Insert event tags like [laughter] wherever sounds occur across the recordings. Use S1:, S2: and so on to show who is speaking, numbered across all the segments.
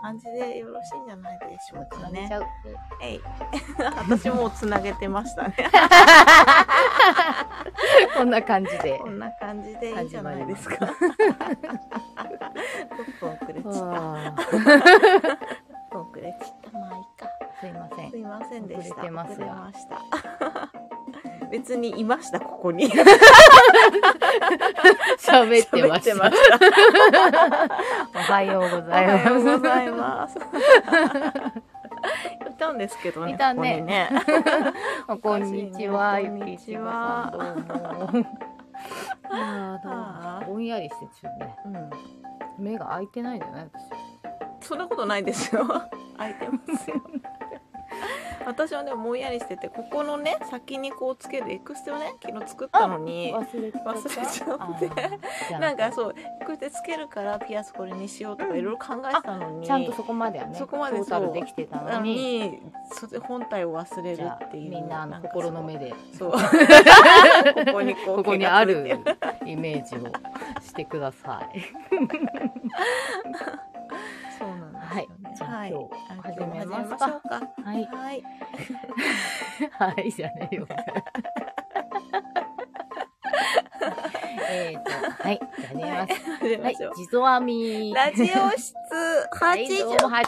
S1: 感じでよろしいんじゃないでしょうか
S2: つなげ
S1: ね
S2: ち。ゃう。
S1: [laughs] えい。私もうつなげてましたね。
S2: こんな感じで
S1: こ。んな感じでいいんじゃないですか。6分遅れちった。6
S2: あ
S1: 分遅れちった。まあいいか。
S2: ーすいません
S1: す。いませんでした。
S2: 遅れてます
S1: 遅
S2: が
S1: れました。 [laughs] 別にいました、ここに。
S2: 喋ってました。
S1: 喋って
S2: [laughs] おはようご
S1: おは
S2: ざい
S1: ようご
S2: ま
S1: ざい
S2: [laughs]
S1: ます。 [laughs] いたんですけどね。
S2: いたね
S1: ここにね。
S2: す。こんにちは、
S1: こ
S2: ゆ
S1: ん
S2: き
S1: に
S2: いち
S1: ち
S2: ご
S1: は
S2: さん。どうも。ああ、どうもぼんやりしてちょっとね。
S1: うん。
S2: 目が開いてないんじゃない私。
S1: そんなことないです
S2: [laughs]
S1: よ。空いてますよ。私はねもんやりしててここのね先にこうつけるエクステをね昨日作ったのに
S2: 忘れちゃった。
S1: 忘れちゃって [laughs]
S2: て
S1: なんかそうこうやってつけるからピアスこれにしようとかいろいろ考えてたのに
S2: ちゃんとそこまではね、
S1: そこまで
S2: トータ
S1: そ
S2: ル
S1: う
S2: できてた
S1: な
S2: の
S1: の
S2: に、
S1: にそれ本体を忘れ
S2: じ
S1: る
S2: ゃ
S1: っ
S2: あ
S1: ていう
S2: みんなあの
S1: か
S2: 心の目で、
S1: そう [laughs] ここにこう
S2: [laughs] ここに
S1: 毛が
S2: あ
S1: ついて
S2: るイメージをしてください。
S1: そうなんですよね
S2: はいじゃあ今日始めますか
S1: 始めましょ、
S2: はいう
S1: かはい
S2: はい、じゃねえよ。えっと、はい、じゃあねえ
S1: 始め
S2: ま。
S1: ますしょ
S2: はい、
S1: う
S2: 地蔵編み。
S1: ラジオ室
S2: はいどうも
S1: 80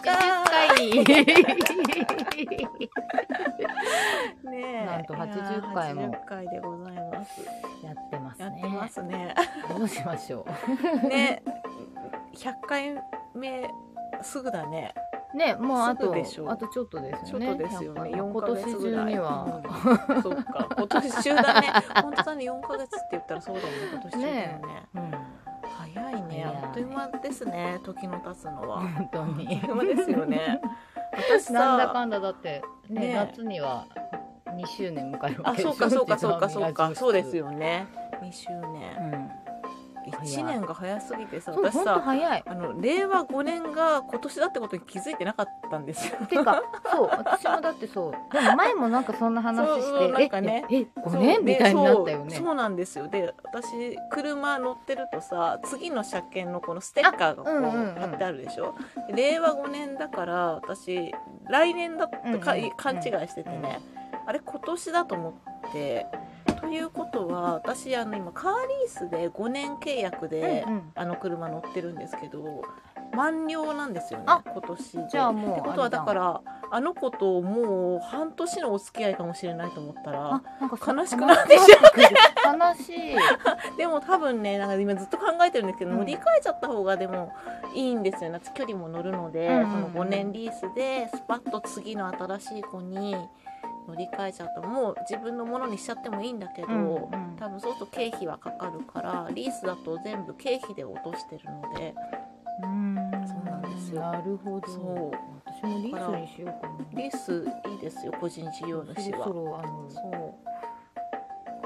S1: 回
S2: 80回。
S1: ねえ
S2: なんと80回も
S1: いやー80回でございます
S2: やってますね。
S1: やってます
S2: [laughs]
S1: ね
S2: どうしましょ
S1: ね100回目すぐだね
S2: う。ね、もうあ
S1: す
S2: と
S1: ぐでしょ、う
S2: あとちょっとです
S1: ちょ
S2: よ
S1: っ
S2: ね。
S1: とですよね
S2: や
S1: 4
S2: っぱ
S1: ヶ
S2: 今
S1: 月
S2: 年
S1: ぐら
S2: 中
S1: い
S2: には。
S1: うんそうか今年中だ
S2: [laughs]
S1: ね本当だね4ヶ月って言ったらそうだもんね今年中だよね
S2: うん
S1: 早いね
S2: 早い
S1: あっという間ですね時の経つのは
S2: 本当に
S1: あっという間ですよね私さ
S2: なんだかんだだってね
S1: ねえ
S2: 夏には2周年迎えるわ
S1: あ
S2: けで
S1: そ
S2: しょ
S1: うかそうかそうかそうかそうです、
S2: 実は
S1: よね2周
S2: ミラ
S1: 年
S2: ジう
S1: 1
S2: ん、
S1: 年が早すぎてさ
S2: そう
S1: 私
S2: 本当
S1: さ
S2: 早い
S1: あの令和5年が今年だってことに気づいてなかったんですよ
S2: てかそう私もだってそうでも前もなんかそんな話
S1: そう
S2: し
S1: うん
S2: て
S1: なんかね
S2: ええ
S1: そ
S2: 5
S1: う
S2: 年
S1: で
S2: みたいになったよね
S1: そうそうなんですよで私車乗ってるとさ次の車検のこのステッカーがこ
S2: あうんうんうん
S1: う貼ってあるでしょ、で令和5年だから私来年だってか、
S2: うんうんうん
S1: 勘違いしててね、あれ今年だと思ってということは私あの今カーリースで5年契約で、
S2: うんうん
S1: あの車乗ってるんですけど満了なんですよね
S2: あ
S1: 今年で
S2: じゃあもう
S1: ってことはだ
S2: あ
S1: か
S2: れ
S1: らあの子ともう半年のお付き合いかもしれないと思ったら
S2: あなんか
S1: 悲しくなってきち
S2: ゃう悲しい
S1: でも多分ねなんか今ずっと考えてるんですけど、
S2: うん
S1: 乗り換えちゃった方がでもいいんですよね距離も乗るので、
S2: うんうんうん
S1: その5年リースでスパッと次の新しい子に乗り換えちゃったもう自分のものにしちゃってもいいんだけど、
S2: うんうん
S1: 多分そうすると経費はかかるからリースだと全部経費で落としてるので
S2: うん
S1: そうなんですよ
S2: なるほど
S1: そう
S2: 私もリースにしようかな
S1: リースいいですよ個人事業主
S2: そろそ
S1: は。
S2: ろあの
S1: そう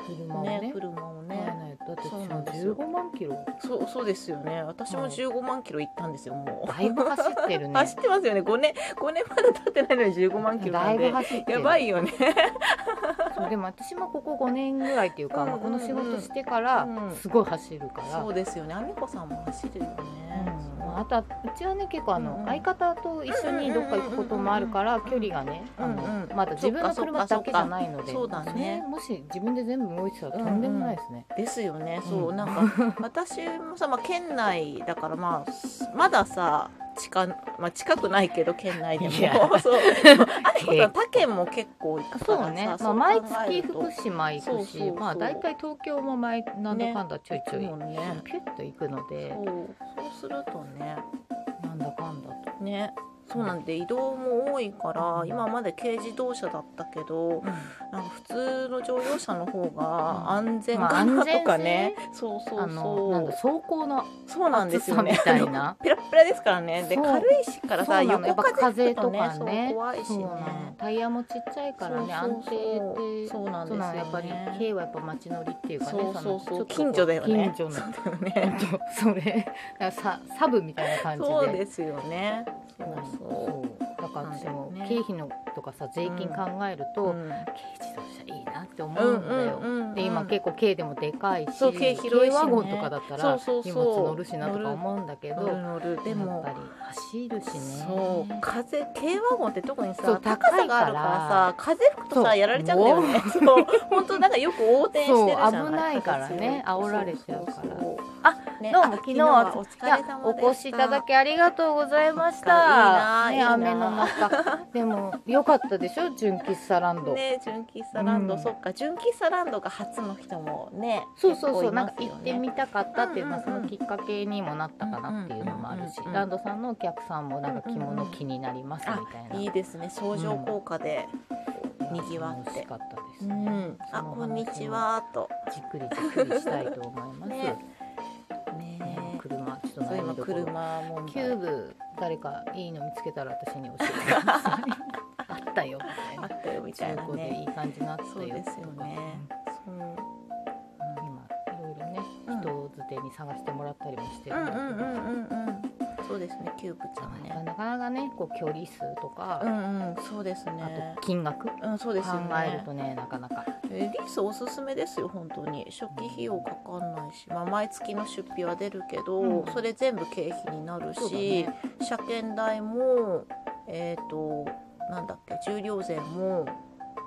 S2: 車をね
S1: ね車も
S2: 買え
S1: ね
S2: ないとだって
S1: そうなんですよ
S2: 15万キロ
S1: そうそうですよね私
S2: は
S1: も
S2: い
S1: 15万キロ行ったんですよもう
S2: だいぶ走ってるね
S1: [laughs] 走ってますよね5年5年まだ経ってないのに15万キロな
S2: だ
S1: ん
S2: いぶ
S1: で
S2: 走ってる
S1: やばいよね
S2: そうでも私もここ5年ぐらいっていうか、
S1: うんうん
S2: ま
S1: う
S2: あ
S1: ん
S2: この仕事してから
S1: うん
S2: すごい走るから、
S1: そうですよねあみこさんも走るよね、
S2: うんまああとはうちはね結構あの、
S1: うんうん
S2: 相方と一緒にどっか行くこともあるから、
S1: うんうんうん
S2: 距
S1: うん
S2: 離がね、
S1: うん
S2: あ
S1: う
S2: の
S1: ん
S2: まだ自分の車だけじゃないので
S1: そっかそっかそうだね
S2: れもし自分で全部動いてたらとんでもないですね、
S1: ですよねそう、
S2: うん
S1: なんか私もさ、まあ、県内だからまあすまださ近,、まあ、近くないけど県内でも
S2: いや
S1: そうあみこさん他県も結構行くからさ
S2: そうね、ま
S1: そ
S2: あ、
S1: う
S2: 毎
S1: 考え
S2: 月
S1: ると
S2: 福島行くし
S1: そうそうそう
S2: まあ大体東京も前なんだかんだちょいちょい、
S1: そうね
S2: ピュッと行くので
S1: そうそうするとね
S2: なんだかんだと。
S1: ねそうなんで移動も多いから今まで軽自動車だったけどなんか普通の乗用車の方が安全か
S2: まあ
S1: なとかね、そうそう
S2: あのなんだ
S1: そう
S2: 走行の
S1: そうなんですよね
S2: 暑さみた
S1: [laughs]
S2: いな
S1: ペラッペラですからねで
S2: そう
S1: 軽いしから
S2: そ
S1: さ
S2: うなの
S1: 横風吹くとね
S2: やっぱ風とかね
S1: そう怖いし
S2: そう
S1: ね
S2: なのタイヤもちっちゃいからね安定で
S1: そうそうそうそうなんですよ
S2: そう
S1: ね
S2: なのやっぱり軽はやっぱ街乗りっていうかね
S1: そうそ
S2: の
S1: う
S2: ちょっ
S1: そう
S2: とこ
S1: 近所だよね
S2: 近所の
S1: そうだよね
S2: 本当それなんかササブみたいな感じで
S1: そうですよねそう
S2: うん
S1: そ
S2: そうだから私
S1: なん
S2: も
S1: だよね
S2: 経費のとかさ税金考える
S1: う、
S2: と、
S1: うん
S2: 軽自動車いいななって思うんだよ。
S1: うんうんうんうん
S2: で今結構軽でもでかいし
S1: そう軽広いしね
S2: 軽ワゴンとかだったら
S1: そうそう
S2: 荷
S1: そう
S2: 物乗るしなとか思うんだけど
S1: 乗る乗るで
S2: やっ
S1: も
S2: ぱり走るしね
S1: そう風軽ワゴンって特に
S2: そ
S1: さ
S2: う
S1: 高さがあるからさ風吹くとさやられちゃうんだよね [laughs] そう本当なんかよく横転してるじゃない
S2: そう危ないからね
S1: そう
S2: 煽られちゃうから
S1: そうそうそう
S2: あ
S1: ね
S2: どうも
S1: あ
S2: 昨日
S1: は
S2: は
S1: お疲れ
S2: い
S1: 様で
S2: や
S1: した
S2: お越しいただきありがとうございまし
S1: な
S2: た。
S1: んかいいな
S2: ね、
S1: いいな
S2: 雨の中。でも、良かったでしょ純喫茶ランド。
S1: ね純喫茶ランド、
S2: うん
S1: そっか純喫茶ランドが初の人もね
S2: そうそうそ
S1: 結構
S2: う、
S1: い
S2: な
S1: ま
S2: んか
S1: す
S2: 行
S1: よ
S2: って
S1: ね
S2: みたかったっていう、まあ、
S1: うんう
S2: そ
S1: んうん
S2: のきっかけにもなったかなっていうのもあるし
S1: うんうんう。ん
S2: ランドさんのお客さんも、なんか
S1: う
S2: 着
S1: んうん
S2: 物
S1: うん
S2: 気になりますみたい
S1: あいい
S2: な。
S1: ですね相乗効果で、にぎわって
S2: 楽しかったです
S1: うん
S2: ね。
S1: あ
S2: その
S1: こ
S2: 話も
S1: んにち。はと
S2: じっくりじっくりしたいと思います。
S1: ね
S2: ね
S1: ね
S2: 車、ちょっと
S1: そう
S2: 悩
S1: 今
S2: みどころ。
S1: 車問
S2: キュー
S1: 題
S2: ブ誰かいいの見つけたら私に教えてください [laughs] あったよみたい
S1: あ
S2: な
S1: ったよみたい
S2: 中
S1: な
S2: 古でい
S1: ね
S2: い感じになったよ
S1: そうですよ
S2: とか
S1: ねそう
S2: うん今いろいろね
S1: うん
S2: 人づてに探してもらったりもして
S1: う
S2: る
S1: んう
S2: んだけ
S1: んう
S2: ど、
S1: んうんうんそうですねキューブちゃんね
S2: なかなかねこう距離数とか、
S1: うんうんそうです
S2: あ
S1: ね
S2: と金額、
S1: うんそう
S2: 考
S1: ですよ
S2: える
S1: ね
S2: とねなかなか
S1: えリースおすすめですよ本当に初期費用かかんないし、まあ、毎月の出費は出るけど、
S2: うん
S1: それ全部経費になる
S2: そうだ
S1: し、
S2: ね
S1: 車検代もえっ、となんだっけ重量税も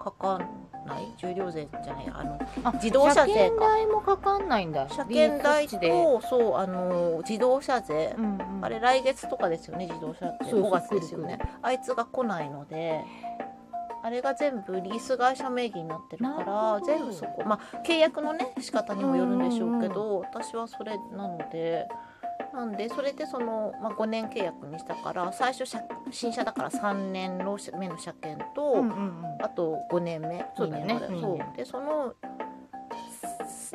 S1: かかんない重量税じゃないあの
S2: あ
S1: 自動車税か
S2: 車検代もかかんないんだ
S1: 車検代
S2: リー
S1: と
S2: ス
S1: そうあの自動車税
S2: 値で、うんうん
S1: あれ来月とかですよね自動車って
S2: そうそ
S1: 5
S2: う
S1: 月ですよね
S2: 来る
S1: あいつが来ないのであれが全部リース会社名義になってるか
S2: なるほ
S1: ら
S2: ど
S1: 全部そこまあ契約のね仕方にもよるんでしょうけど、私はそれなのでなんでそれでその、まあ、5年契約にしたから最初車新車だから3年の目の車検と、
S2: うんうんうん
S1: あと5年目
S2: そうだね
S1: 2年目
S2: うん
S1: そうでその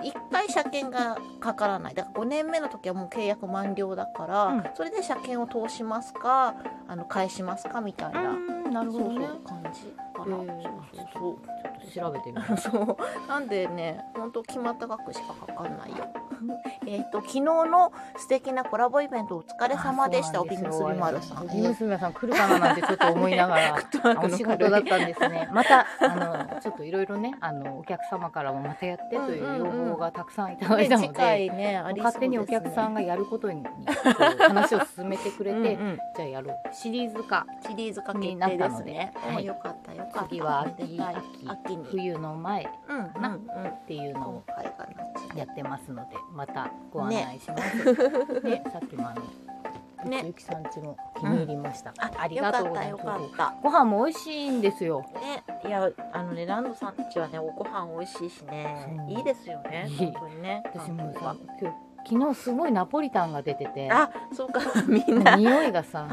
S1: 1回車検がかからないだから5年目の時はもう契約満了だから、
S2: うん
S1: それで車検を通しますかあの返しますかみたいな、
S2: うんなる
S1: そ
S2: ほ
S1: う
S2: どね
S1: そう感じか
S2: へ
S1: な、
S2: ー
S1: そうそう
S2: ちょっと調べてみ
S1: そ
S2: る
S1: うそうなんでね本当決まった額しかかかんないよ [laughs] えっと昨日の素敵なコラボイベントお疲れ様でした
S2: あ
S1: お
S2: そうな
S1: び
S2: んで
S1: む
S2: すよ
S1: すびまるさん
S2: おびむすびまるさん来るかななんてちょっと思いながら、
S1: [laughs]
S2: あお仕事だったんですね。また、あの、ちょっといろいろね、あの、お客様からもまたやってという要望がたくさんいただ
S1: ね
S2: いたので、
S1: 次回ねありそうですね
S2: 勝手にお客さんがやることに、こう話を進めてくれて、
S1: うんうん
S2: じゃあやろう。シリーズ化、
S1: シリーズか決定
S2: にな
S1: で
S2: ったの
S1: す
S2: で
S1: ね。
S2: は
S1: はいい、よかったよかった。
S2: 次は秋
S1: めでたい
S2: 秋
S1: 秋に。
S2: 冬の前っ
S1: うんうんうん。
S2: なていうの
S1: 今
S2: を
S1: 回が夏
S2: やってますので、またご案内します。で、さっきもあの、
S1: ね
S2: ゆきさんちも気に入りました。あり
S1: よか
S2: がと
S1: っ
S2: うござ
S1: た
S2: い
S1: よ
S2: ま
S1: か
S2: す。
S1: っ
S2: ご飯も美味しいんですよ。
S1: た。ね、いやあのねランドさんたちはねおご飯美味しいしね
S2: そう
S1: いいですよね
S2: いい
S1: 本当にね
S2: 私も
S1: 韓
S2: さ今日昨日すごいナポリタンが出てて
S1: 国はあそうかみん [laughs] な
S2: 匂いがさ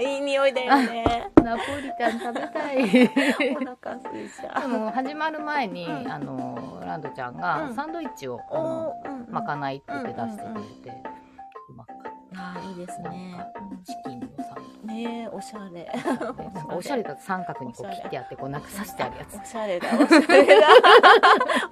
S1: いい匂いだよね
S2: ナポリタン食べたい
S1: [laughs]
S2: で
S1: お腹すいちゃう
S2: も始まる前に、
S1: うん
S2: あのランドちゃんが
S1: うん
S2: サンドイッチを、あの
S1: おーうんうん
S2: まかないって言って出してくれて、うまかっ
S1: あーいいです
S2: た
S1: ね
S2: なんかチキンのサン
S1: ねえおしゃれ
S2: ドでなんかおしゃれだと三角にこう切ってあってこうなんか刺してあるやつ
S1: おしゃれだおしゃれだ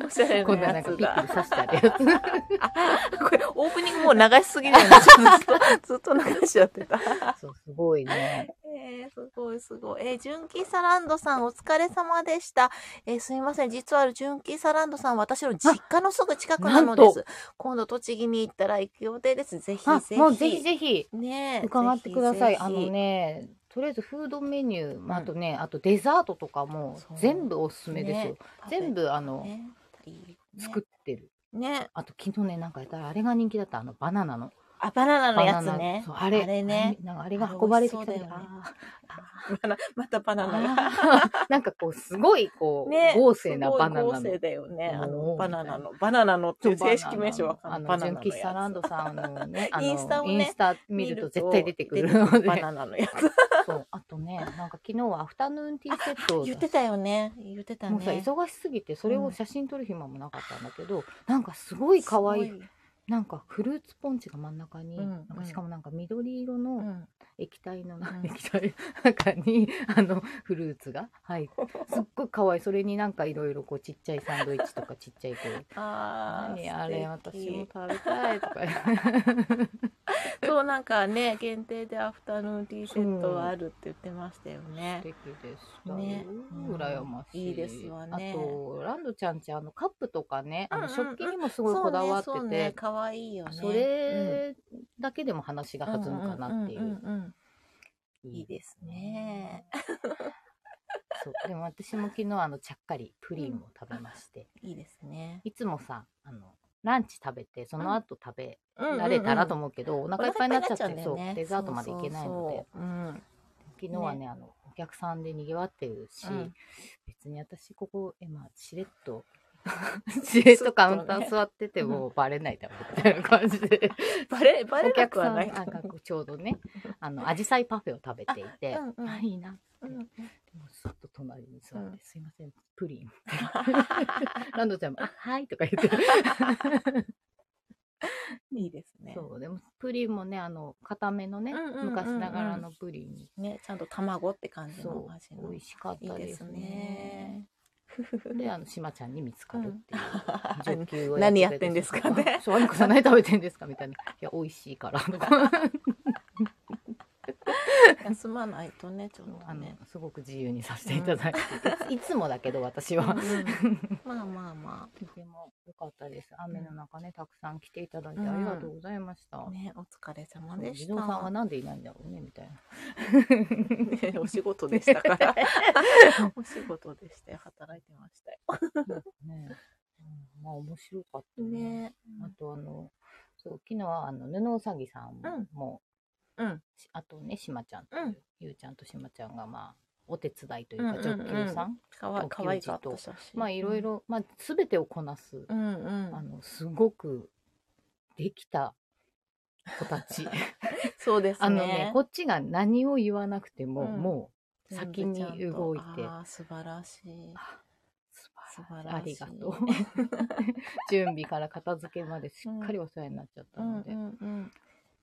S1: おしゃれ
S2: こん
S1: な
S2: な
S1: や
S2: なんか
S1: つ
S2: ピッ
S1: だ
S2: ピリ刺してあるやつ
S1: これオープニングもう流しすぎだよね。ちょっとずっと流しちゃってた。
S2: [laughs] そうすごい
S1: [laughs]
S2: ね
S1: えー、すごいすごい。えー、純喫茶ランドさんお疲れ様でした。えーすみません。実は純喫茶ランドさん私の実家のすぐ近くなのです。今度栃木に行ったら行く予定です。ぜひ
S2: あ
S1: ぜひ。
S2: もうぜひぜひ
S1: ねえ
S2: 伺ってください
S1: ぜひぜひ
S2: あのねとりあえずフードメニュー、まあ、あとねあとデザートとかも
S1: そう
S2: 全部おすすめですよ、
S1: ね
S2: 全部あの、
S1: ねいいね
S2: 作ってる
S1: ね
S2: あと昨日ねなんかやったらあれが人気だったあのバナナの
S1: あバナナの
S2: バ
S1: や
S2: ナ
S1: つ
S2: ナ
S1: ね
S2: そうあれ
S1: あれね
S2: あなんかあれが運ばれてきた
S1: あれ
S2: 時
S1: 美味しそうだよね
S2: あ
S1: バナまたバナナが
S2: ー [laughs] なんかこうすごいこう、
S1: ね
S2: 豪勢なバ
S1: す
S2: ナナ
S1: ごい豪
S2: の
S1: 勢だよねあ
S2: も
S1: の
S2: う
S1: バナナのバナナのっていう正式名称わかんない
S2: あ
S1: バナ
S2: の純
S1: ナの
S2: 喫茶ラ
S1: や
S2: ン
S1: つ
S2: ドさんのねあの
S1: インスタをね
S2: インスタ見ると絶対出てくるので
S1: [laughs] バナナのやつ
S2: [laughs] そうあとねなんか昨日はアフタヌーンティーセットを
S1: 言ってたよね言ってたね
S2: もうさ忙しすぎてそれを写真撮る暇もなかったんだけど、なんかすごい可愛い
S1: すごい
S2: なんかフルーツポンチが真ん中に、
S1: うん
S2: なん
S1: う
S2: か
S1: ん
S2: しかもなんか緑色の、
S1: うん
S2: 液体の、
S1: ん
S2: 液体の中にあのフルーツが
S1: [laughs]
S2: 入ってすっごい可愛いそれになんかいろいろこうちっちゃいサンドイッチとかちっちゃいこう
S1: [laughs] あ
S2: 何あれ私も
S1: も
S2: 食べたいとか
S1: そうなんかね限定でアフタヌーンティーセットはあるって言ってましたよね
S2: 素敵でしたよ、
S1: ね
S2: 羨ましい
S1: いいですわね
S2: あとランドちゃんちあのカップとかねあ
S1: うん
S2: の
S1: うんうん
S2: 食器にもすごいこだわってて、
S1: そうねそうね可愛いよね
S2: それだけでも話が弾むかなっていう,、
S1: んんんんい
S2: い
S1: いですね
S2: そうでも私も昨日あのちゃっかりプリンを食べまして、
S1: いいですね
S2: いつもさあのランチ食べてその後食べ
S1: 慣
S2: られたらと思うけど、お腹いっぱいになっちゃって
S1: んだ
S2: そ
S1: よ
S2: う
S1: ね
S2: デザートまでいけないので
S1: そうそうそううん
S2: 昨日はねあのお客さんでにぎわってるし、
S1: うん
S2: 別に私ここえ、まあ、しれっと [laughs] しれっとカウンタ
S1: ちょっとね
S2: ー座っててもバレないだろうみたいな感じで
S1: バレ [laughs] バレ
S2: お
S1: な
S2: 客
S1: くは
S2: さん
S1: ない
S2: あがこうちょうどねあの紫陽花パフェを食べていて
S1: あうんうん
S2: あいいなって
S1: うんうん
S2: でもずっと隣に座って、
S1: うん
S2: すいませんプリン [laughs] ランドちゃんも「あはい」とか言って
S1: いいですね
S2: そうでもプリンもねあの固めのね、
S1: うんうんうんうん
S2: 昔ながらのプリン
S1: ねちゃんと卵って感じの
S2: そ
S1: 味
S2: う
S1: の [laughs]
S2: 美味しかったですね。であのしまちゃんに見つかるっていう、上級を
S1: 何やってんですかね
S2: そうあみこさん何食べてんですかみたいな「いや美味しいから」
S1: [laughs]
S2: とか
S1: 休まないとねちょっと
S2: あの
S1: ね
S2: すごく自由にさせていただいて、いつもだけど私は。
S1: うんうんまあまあま
S2: とても良かったです。雨の中ね、たくさん来ていただいてありがとうございました。
S1: あねお疲れ様
S2: そう
S1: で
S2: 地
S1: した
S2: 蔵さん
S1: [laughs]
S2: はなんでいないんだろうねみたいな。
S1: ねお仕事でしたから [laughs] お仕事でして働いてましたよ
S2: ね、うん、まあ面白かったね
S1: ね
S2: あとあのそう昨日はあの布うさぎさん
S1: うん
S2: も、
S1: うん
S2: しあとねしまちゃんという、
S1: うん
S2: ゆうちゃんとしまちゃんがまあお手伝いという
S1: う
S2: か
S1: んうんうん
S2: 上級さん、
S1: かわ
S2: お給仕と
S1: かわいかった写真
S2: まあいろいろ、まあ、全てをこなす、
S1: うんうん
S2: あのすごくできた子たち
S1: [laughs] そうですね
S2: あのねこっちが何を言わなくても、
S1: うん
S2: もう先に動いて
S1: 全部ちゃんとあー素晴らしい
S2: あ素
S1: 素晴らしい
S2: ありがとう [laughs] 準備から片付けまでしっかりお世話になっちゃった
S1: うん
S2: の
S1: う
S2: で、
S1: んうん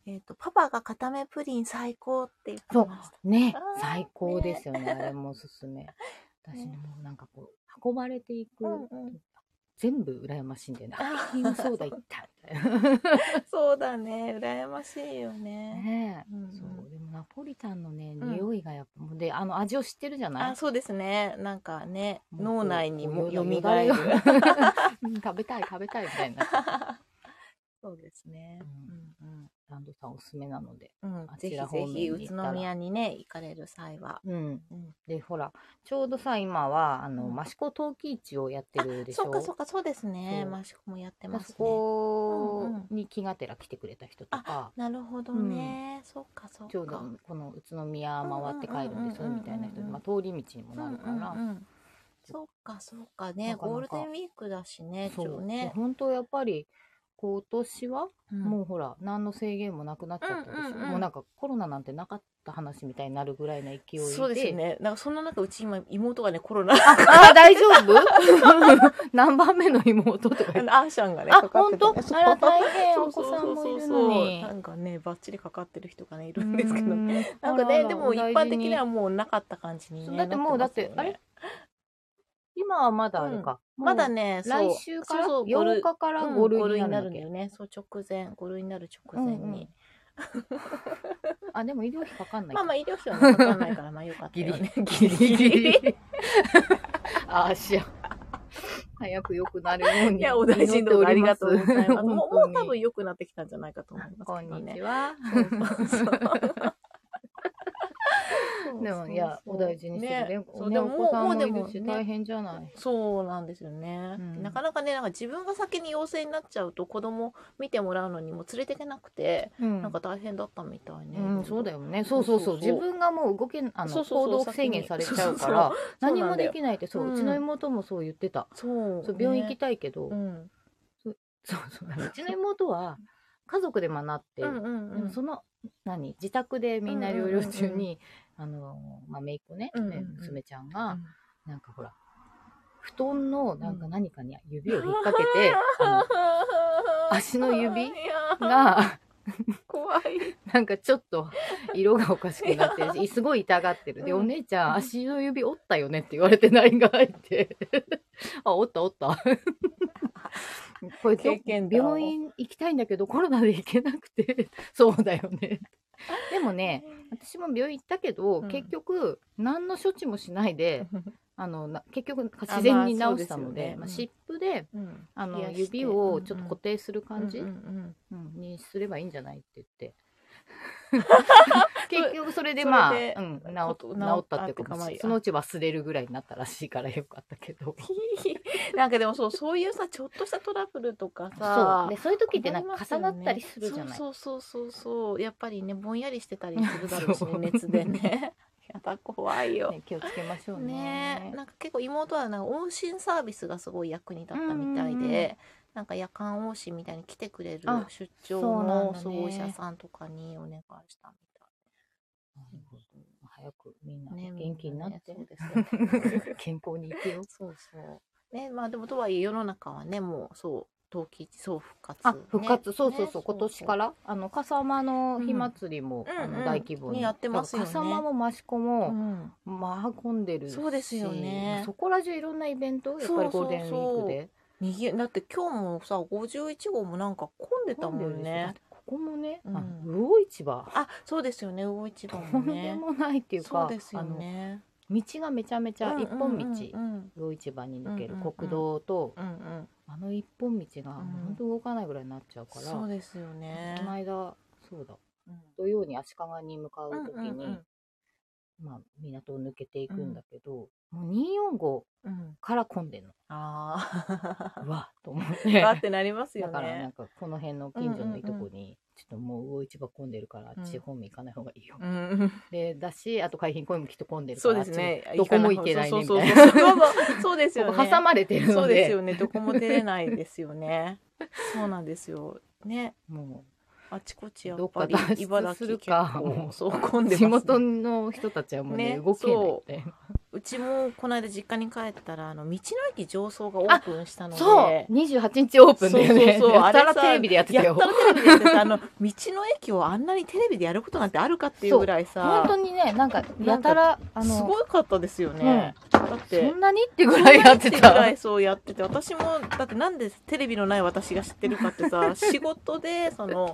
S1: えっ、とパパが固めプリン最高って言ってました
S2: ね
S1: あー
S2: 最高ですよねあれもおす
S1: [laughs]
S2: すめ私ね
S1: ね
S2: もうなんかこう運ばれていく、
S1: うんうん
S2: 全部羨ましいんだよね
S1: あ
S2: あクリームソーダいった
S1: [laughs]
S2: みたい
S1: [laughs] そうだね羨ましいよ
S2: な
S1: ね
S2: ね
S1: うんう
S2: え
S1: ん
S2: そうでもナポリタンのね
S1: うん
S2: 匂いがやっぱもうであの味を知ってるじゃない
S1: あそうですねなんかね
S2: もうこう
S1: 脳内にも
S2: こう
S1: よみ
S2: よ
S1: が
S2: だ
S1: え
S2: れ
S1: る [laughs]
S2: がうん食べたい食べたいみたいな
S1: そうですねうん
S2: ランドさんおすすめなので
S1: うん、うん
S2: あ
S1: ぜ
S2: ち
S1: ひ
S2: ら
S1: ぜ
S2: 方面
S1: ひ
S2: に行
S1: 宇
S2: ったら
S1: 都宮にね行かれる際は、
S2: うん
S1: うん、
S2: でほらちょうどさ今はあの
S1: うん
S2: 益子陶器市をやってるでしょ
S1: そうかそうかそうですね
S2: そう
S1: マシコもやって
S2: まあ
S1: ます
S2: そ
S1: ね
S2: こ
S1: うんうん
S2: に気がてら来てくれた人とか、
S1: なるほどね、そうかそうか
S2: ちょうどこの宇都宮回って帰るんです
S1: うんうんうんうんうん
S2: みたいな人に、まあ、通り道にもなるから、
S1: うんうんうんそうかそうかね
S2: なかなか
S1: ゴールデンウィークだしね
S2: そ
S1: ちょ
S2: うで
S1: ね、
S2: 本当やっぱり今年は
S1: うん
S2: もうほら何の制限もなくなっちゃったでしょ、
S1: うんうんうん
S2: もうなんかコロナなんてなかった話みたいになるぐらいの勢いで
S1: そうですねなんかそんな中うち今妹 [laughs] がねコロナあ
S2: [laughs] あー大丈夫 [laughs] 何番目の妹とか言って
S1: のアーシャンがね
S2: あ
S1: かかっ
S2: 本
S1: て
S2: 当
S1: てそう
S2: あら大変
S1: そ
S2: お
S1: うそう
S2: 子さんもいる
S1: そう
S2: の
S1: そう
S2: に
S1: なんかねばっちりかかってる人がねいるんですけど、
S2: うん
S1: なんかね
S2: あら
S1: でも
S2: お
S1: 一
S2: 大事
S1: 般的にはもうなかった感じに、
S2: そう
S1: ね、
S2: だってもう
S1: なますよね
S2: だってあれ今はまだあれか、もう
S1: まだねそう
S2: 来週から
S1: そうそう
S2: 8日から
S1: うん
S2: 5類
S1: 五
S2: になる
S1: ん
S2: ん
S1: だ
S2: だ
S1: よねそう直前5類になる直前に、
S2: うんうんあでも医療費かかんない
S1: まあまあ医療費はかかんないからまあよかったよね
S2: [laughs] ギリギ
S1: [laughs]
S2: リああしや早く良くなるように
S1: いや、お大事にどうもありがとうございます。もうもう多
S2: 分
S1: 分良くなってきたんじゃないかと思います
S2: こ
S1: けど
S2: んに
S1: ね
S2: ち。は
S1: そうそうそう
S2: でもいやお大事にしてるね
S1: そう
S2: ね
S1: で
S2: お
S1: も
S2: 子さん
S1: もう
S2: も
S1: で
S2: いる
S1: も
S2: し
S1: ね
S2: 大変じゃない
S1: そうなんですよね、
S2: うん
S1: なかなかねなんか自分が先に陽性になっちゃうと子供見てもらうのにも連れてけなくて、
S2: な
S1: なんか大変だったみたいね、
S2: うん、そうだよね。そうそうそ
S1: そうそ
S2: う。
S1: うそう
S2: 自分がもう動けん、あの、
S1: そうそうそう
S2: 行動制限されちゃう
S1: 先
S2: から、
S1: そうそうそう
S2: 何
S1: な
S2: も
S1: んだ
S2: で
S1: よ
S2: きないって、そう、
S1: うん
S2: うちの妹もそう言ってた。
S1: そう
S2: そう病院行き
S1: ね
S2: たいけど、
S1: うん
S2: そうそう。うちの妹は、家族で学って、
S1: うんうんう
S2: でも
S1: ん
S2: その、何自宅でみんな療養中に、あの、まあ、姪っ子ね、
S1: うんうんうん
S2: ね娘ちゃんが、なんかほら、布団のなんか何かに指を引っ掛
S1: [laughs]
S2: けて、あの足の指
S1: いやー
S2: が、
S1: 怖い
S2: なんかちょっと色がおかしくなってる
S1: [laughs]
S2: し、すごい痛がってる。で、
S1: うん
S2: お姉ちゃん、足の指折ったよねって言われて LINE が入
S1: [laughs]
S2: って、あ、折った折った。これ
S1: 経験談を
S2: 病院行きたいんだけど、コロナで行けなくて、 [laughs] そうだよね。でもね、私も病院行ったけど、
S1: うん
S2: 結局、何の処置もしないで、あの、な結局、自然に治したので、
S1: あ
S2: ま
S1: ま
S2: あ、
S1: あそうですよ
S2: 湿布で、
S1: うん
S2: あの、
S1: 癒して
S2: 指をちょっと固定する感じ、
S1: うんうん [laughs]
S2: うん、にすればいいんじゃないって言って。結局それで
S1: それ
S2: まあ、
S1: で
S2: うん、治
S1: こと
S2: 治
S1: 治
S2: っ
S1: ったた
S2: ってい
S1: ってい
S2: う
S1: う
S2: か、
S1: かまあいいや
S2: そのうち忘れるぐらいになったらしいからよかったけど。
S1: うんなんかでもそうそういうさちょっとしたトラブルとか
S2: そ
S1: さ
S2: う。で、そういう時ってなん
S1: 困り
S2: か
S1: ますよ
S2: 重
S1: ね
S2: なったりするじゃない。
S1: そうそうそうそうそうやっぱりねぼんやりしてたりするだろうし、
S2: [laughs] そう
S1: ね、熱でね [laughs] やだ怖い
S2: [laughs]
S1: よ
S2: ね気をつけましょうね。
S1: ねなんか結構妹はなんか往診サービスがすごい役に立ったみたい
S2: うんうんうん
S1: で、なんか夜間往診みたいに来てくれる
S2: あ
S1: 出張
S2: そうなんだ
S1: の
S2: ね
S1: そうお医者さんとかにお願いしたみたい
S2: 早くみんな
S1: ね
S2: 元気になって、
S1: みんなねそうですよ
S2: [laughs] 健康に生きよう。
S1: そうそう。ね、まあでもとはいえ世の中はね、もうそう、冬季そう復活、。
S2: あ、復活、そうそうそう、今年からら、あの、笠間の火
S1: うん
S2: 祭りも、あ
S1: うん
S2: の
S1: うん
S2: 大規模に、
S1: ねやってますよね
S2: だから笠間も益子も、
S1: うん
S2: まあ混んでるし
S1: そうですよね
S2: そこら中いろんなイベントやっぱりゴールデンウィークで
S1: にぎだって今日もさ、51号もなんか混んでたもん
S2: だっ
S1: ね
S2: て。ここもね、
S1: うん
S2: あの魚市場
S1: あ、そうですよね、魚市
S2: と
S1: 場も
S2: んで
S1: ね。
S2: もないっていう
S1: そ
S2: か
S1: うですよね。
S2: あの道がめちゃめちゃ一本道、
S1: うん
S2: 魚市場に抜ける
S1: うんうんうん
S2: 国道と、
S1: うんうん。うんうん
S2: あの一本道が
S1: うん
S2: 本当動かないぐらいになっちゃうから、
S1: そうですよね
S2: こ。の間そうだ
S1: うん
S2: 土曜に足利に向かう
S1: うん
S2: 時
S1: うん
S2: に、
S1: うん
S2: まあ、港を抜けていくんだけど、も
S1: う
S2: う
S1: ん。
S2: 245から混んでんの
S1: あ
S2: うわと思っ
S1: あ。
S2: て。
S1: わーってなりますよ
S2: だからなん
S1: ね。
S2: かこの辺の近所のいと
S1: うんうん
S2: こに、ちょっともう魚市場混んでるから、
S1: うん
S2: 地方も行かない方がいいよ。
S1: うん。
S2: で、だし、あと海浜公園もきっと混んでるか
S1: そ
S2: ら、
S1: うですね
S2: ちょっ。とどこも行けないね
S1: そう
S2: み
S1: そう
S2: た
S1: そう
S2: いな。
S1: そうそうそうですよ
S2: [laughs] こ
S1: ね。
S2: こ挟まれてる
S1: そ
S2: の
S1: うで
S2: で、
S1: すよね。どこも出れないですよね。そうなんですよ。ね、
S2: も
S1: あちこちやっぱり
S2: どっか脱出
S1: 茨
S2: する
S1: 城結
S2: か
S1: 構そう混ん
S2: う、
S1: で
S2: 地
S1: ます、
S2: 元
S1: ね。
S2: の人たちはもうね、
S1: ね
S2: 動けないって。
S1: うちもこの間実家に帰ったらあの道の駅上層がオープンしたので。
S2: そう、28日オープンだよね。
S1: そうそうそう
S2: [laughs] やたら
S1: あれさ
S2: テレビでやってた
S1: や
S2: よ
S1: った。らテレビでやってたあの道の駅をあんなにテレビでやることなんてあるかっていうぐらい
S2: 本当
S1: さ
S2: にね、なんか、やたら、あ
S1: す
S2: の、
S1: ごかったですよね、だって
S2: そんなにってぐらいやっ
S1: そ
S2: て
S1: んなにぐら
S2: た。
S1: いそうやってて私もだってなんでテレビのない私が知ってるかって
S2: [laughs]
S1: さ仕事でその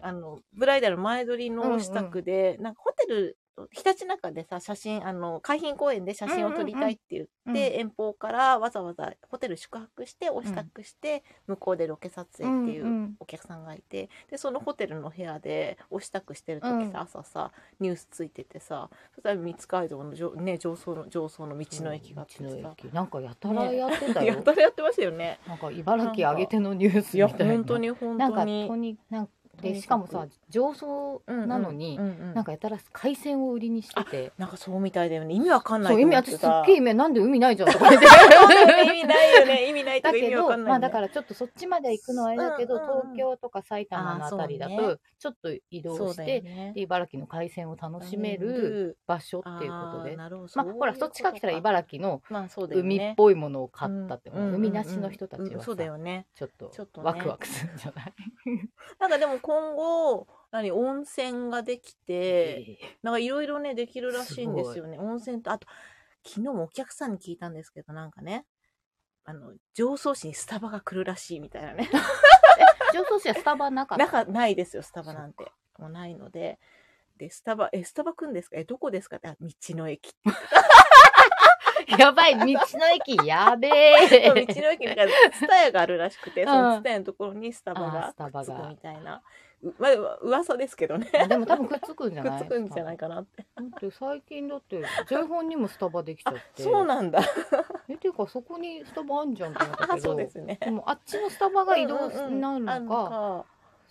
S1: あのブライダル前撮りの支度で、なんかホテルひたちなかでさ写真あの海浜公園で写真を撮りたいって言って、遠方からわざわざホテル宿泊してお支度して、向こうでロケ撮
S2: うん
S1: 影ってい
S2: うんう
S1: うんお客さんがいてでそのホテルの部屋でお支度してる時さ、
S2: うん
S1: 朝さニュースついててさそしたら三つ街道の上,、ね、上層の上層の道の駅があって
S2: 道の
S1: さ
S2: 駅なんかやたらやってた
S1: や
S2: よ
S1: た。らやってましたよね。
S2: なんか茨城上げてのニュース
S1: い
S2: み
S1: や
S2: たいな。
S1: 本当に本
S2: なんか
S1: 当
S2: こ
S1: に
S2: こ。になんか
S1: とにか
S2: で
S1: く
S2: しかもさ上層
S1: うんうん
S2: なのに、
S1: うんうん
S2: なんかやたら海鮮を売りにしてて
S1: なんかそうみたいだよね。意味わかんない
S2: そう
S1: と
S2: 意味
S1: 思っ
S2: 私
S1: て
S2: すっ
S1: さ
S2: げえ意味なんで海ないじゃんとか言って
S1: [laughs] そうだよね意味ないよね。意味ないと
S2: だ
S1: か意
S2: け
S1: 味わ
S2: ど
S1: かんない、ね。
S2: まあだからちょっとそっちまで行くのはあれだけど、
S1: うんうんうん
S2: 東京とか埼玉のあたりだ
S1: あーそう
S2: とちょっと移動
S1: そう
S2: して、
S1: だよね
S2: で。茨城の海鮮を楽しめる場所っていうことで
S1: あー。なるほど
S2: まあ、ほら、そっちから来たら
S1: 城
S2: 茨城の
S1: まあそうだよね
S2: 海っぽいものを買ったって、
S1: うん
S2: 海なしの人たち
S1: うんうんう
S2: は
S1: ん
S2: さ、
S1: そうだよね。
S2: ちょっ
S1: ちょっと
S2: と
S1: ね
S2: ワクワクするんじゃない、
S1: なんかでも今後、何温泉ができて、
S2: [laughs]
S1: なんかいろいろね、できるらしいんですよね。温泉と、あと、昨日もお客さんに聞いたんですけど、なんかね、あの、上層市にスタバが来るらしいみたいなね。
S2: 上層市はスタバなかっ
S1: [laughs]
S2: た
S1: な。かないですよ、スタバなんて。もうないので。で、スタバ、え、スタバ来んですかえ、どこですかって、あ、道の
S2: [laughs]
S1: 駅。
S2: やばい、道の駅、やべ
S1: [laughs] 道の
S2: え。
S1: 駅の中で、スタヤがあるらしくて、
S2: うん
S1: そのスタヤのところにスタバ
S2: あー
S1: が
S2: スタ
S1: く
S2: バ
S1: っつ
S2: が
S1: くみたいな。うまあ、噂ですけどね。
S2: でも多分くっつくんじゃ
S1: く
S2: ない
S1: っつくんじゃないかなって。
S2: だって最近だって、情報にもスタバできちゃって。
S1: そうなんだ。
S2: え、ていうかそこにスタバあんじゃんって思ったけ
S1: あ、
S2: ど。
S1: そうですね。
S2: でもあっちのスタバが移動になる
S1: うんうんあ
S2: の
S1: る
S2: か、
S1: の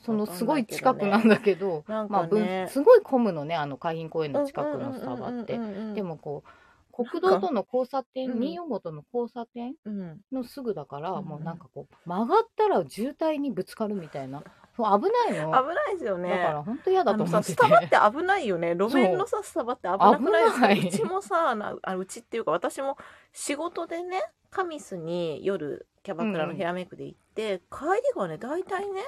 S2: そのすごい近くなんだけど、
S1: なん
S2: まあ
S1: か
S2: ぶ
S1: ね
S2: ん、すごい混むのね、あの海浜公園の近く
S1: うんうん
S2: のスタバっ
S1: う
S2: て
S1: ん。うんうんうん
S2: で、もこう、国道との交差点、
S1: うん
S2: 245との交差点
S1: うん
S2: のすぐだから、
S1: うんうん
S2: もうなんかこう、曲がったら渋滞にぶつかるみたいな。そう危ない
S1: 危
S2: の。
S1: ないですよね。
S2: だから本当嫌だ
S1: あ
S2: と
S1: の
S2: 思
S1: さ
S2: って
S1: ス
S2: て
S1: タバって危ないよね路面のさスタバって危なくないですか
S2: 危ないう
S1: ちもさなあうちっていうか私も仕事でねカミスに夜キャバクラのヘアメイクで行って、帰りがね大体ね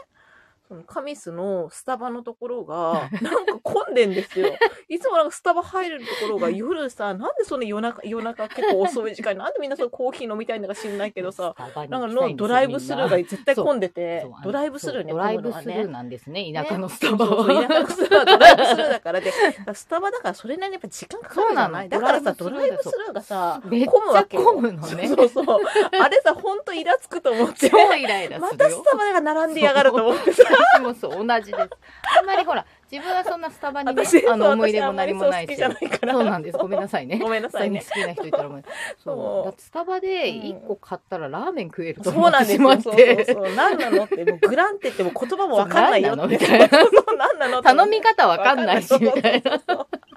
S1: そのカミスのスタバのところ
S2: [laughs]
S1: がなんか混んでんですよ。いつもなんかスタバ入るところが夜さなんでそんな夜中夜中結構遅い時間になんでみんなそのコーヒー飲みたいんだか知んないけどさなんかのドライブスルーが絶対混んでて
S2: そうあの
S1: ドライブスルーね
S2: そうドライブ
S1: 混
S2: ス
S1: む
S2: ル
S1: のはね
S2: ーなんですね、田舎のス
S1: そ
S2: タ
S1: うそ
S2: バは。
S1: う田舎のス
S2: [laughs]
S1: タバドライブスルーだからでスタバだからそれなりにやっぱ時間かかるじゃない
S2: そ
S1: だ
S2: う
S1: か
S2: なの
S1: らさドライブスルーがさ
S2: めっち
S1: 混むわ
S2: ゃ
S1: けよ
S2: 混むのね
S1: そ。うそうそうあれさほんとイラつくと思って
S2: [laughs] 超イライラ
S1: ます
S2: る
S1: たス
S2: よ。
S1: タバが並んでやがると思ってさ
S2: 私もそう、同じです。あんまりほら、自分はそんなスタバにね
S1: 私、
S2: [laughs] あ
S1: そう
S2: の、思い出
S1: 私あ
S2: も
S1: んま
S2: 何
S1: り
S2: もな
S1: そ
S2: い
S1: う好き
S2: し。
S1: じゃないから
S2: そうなんです。ごめんなさいね。
S1: ごめんなさいね
S2: [laughs] そう好きな人いたらもう。
S1: そ
S2: そうう。だってスタバで一個買ったらラーメン食えると
S1: そ
S2: 思
S1: う
S2: っ
S1: な
S2: て
S1: んです
S2: し
S1: よ
S2: まっ
S1: そうそう
S2: て。
S1: そうなんなのってもうグランって言っても言葉もわかんないよって
S2: そうなんなのみたい [laughs] な
S1: [laughs] そうなんなのって
S2: 頼み方わかんないし、みたいな。
S1: そうそう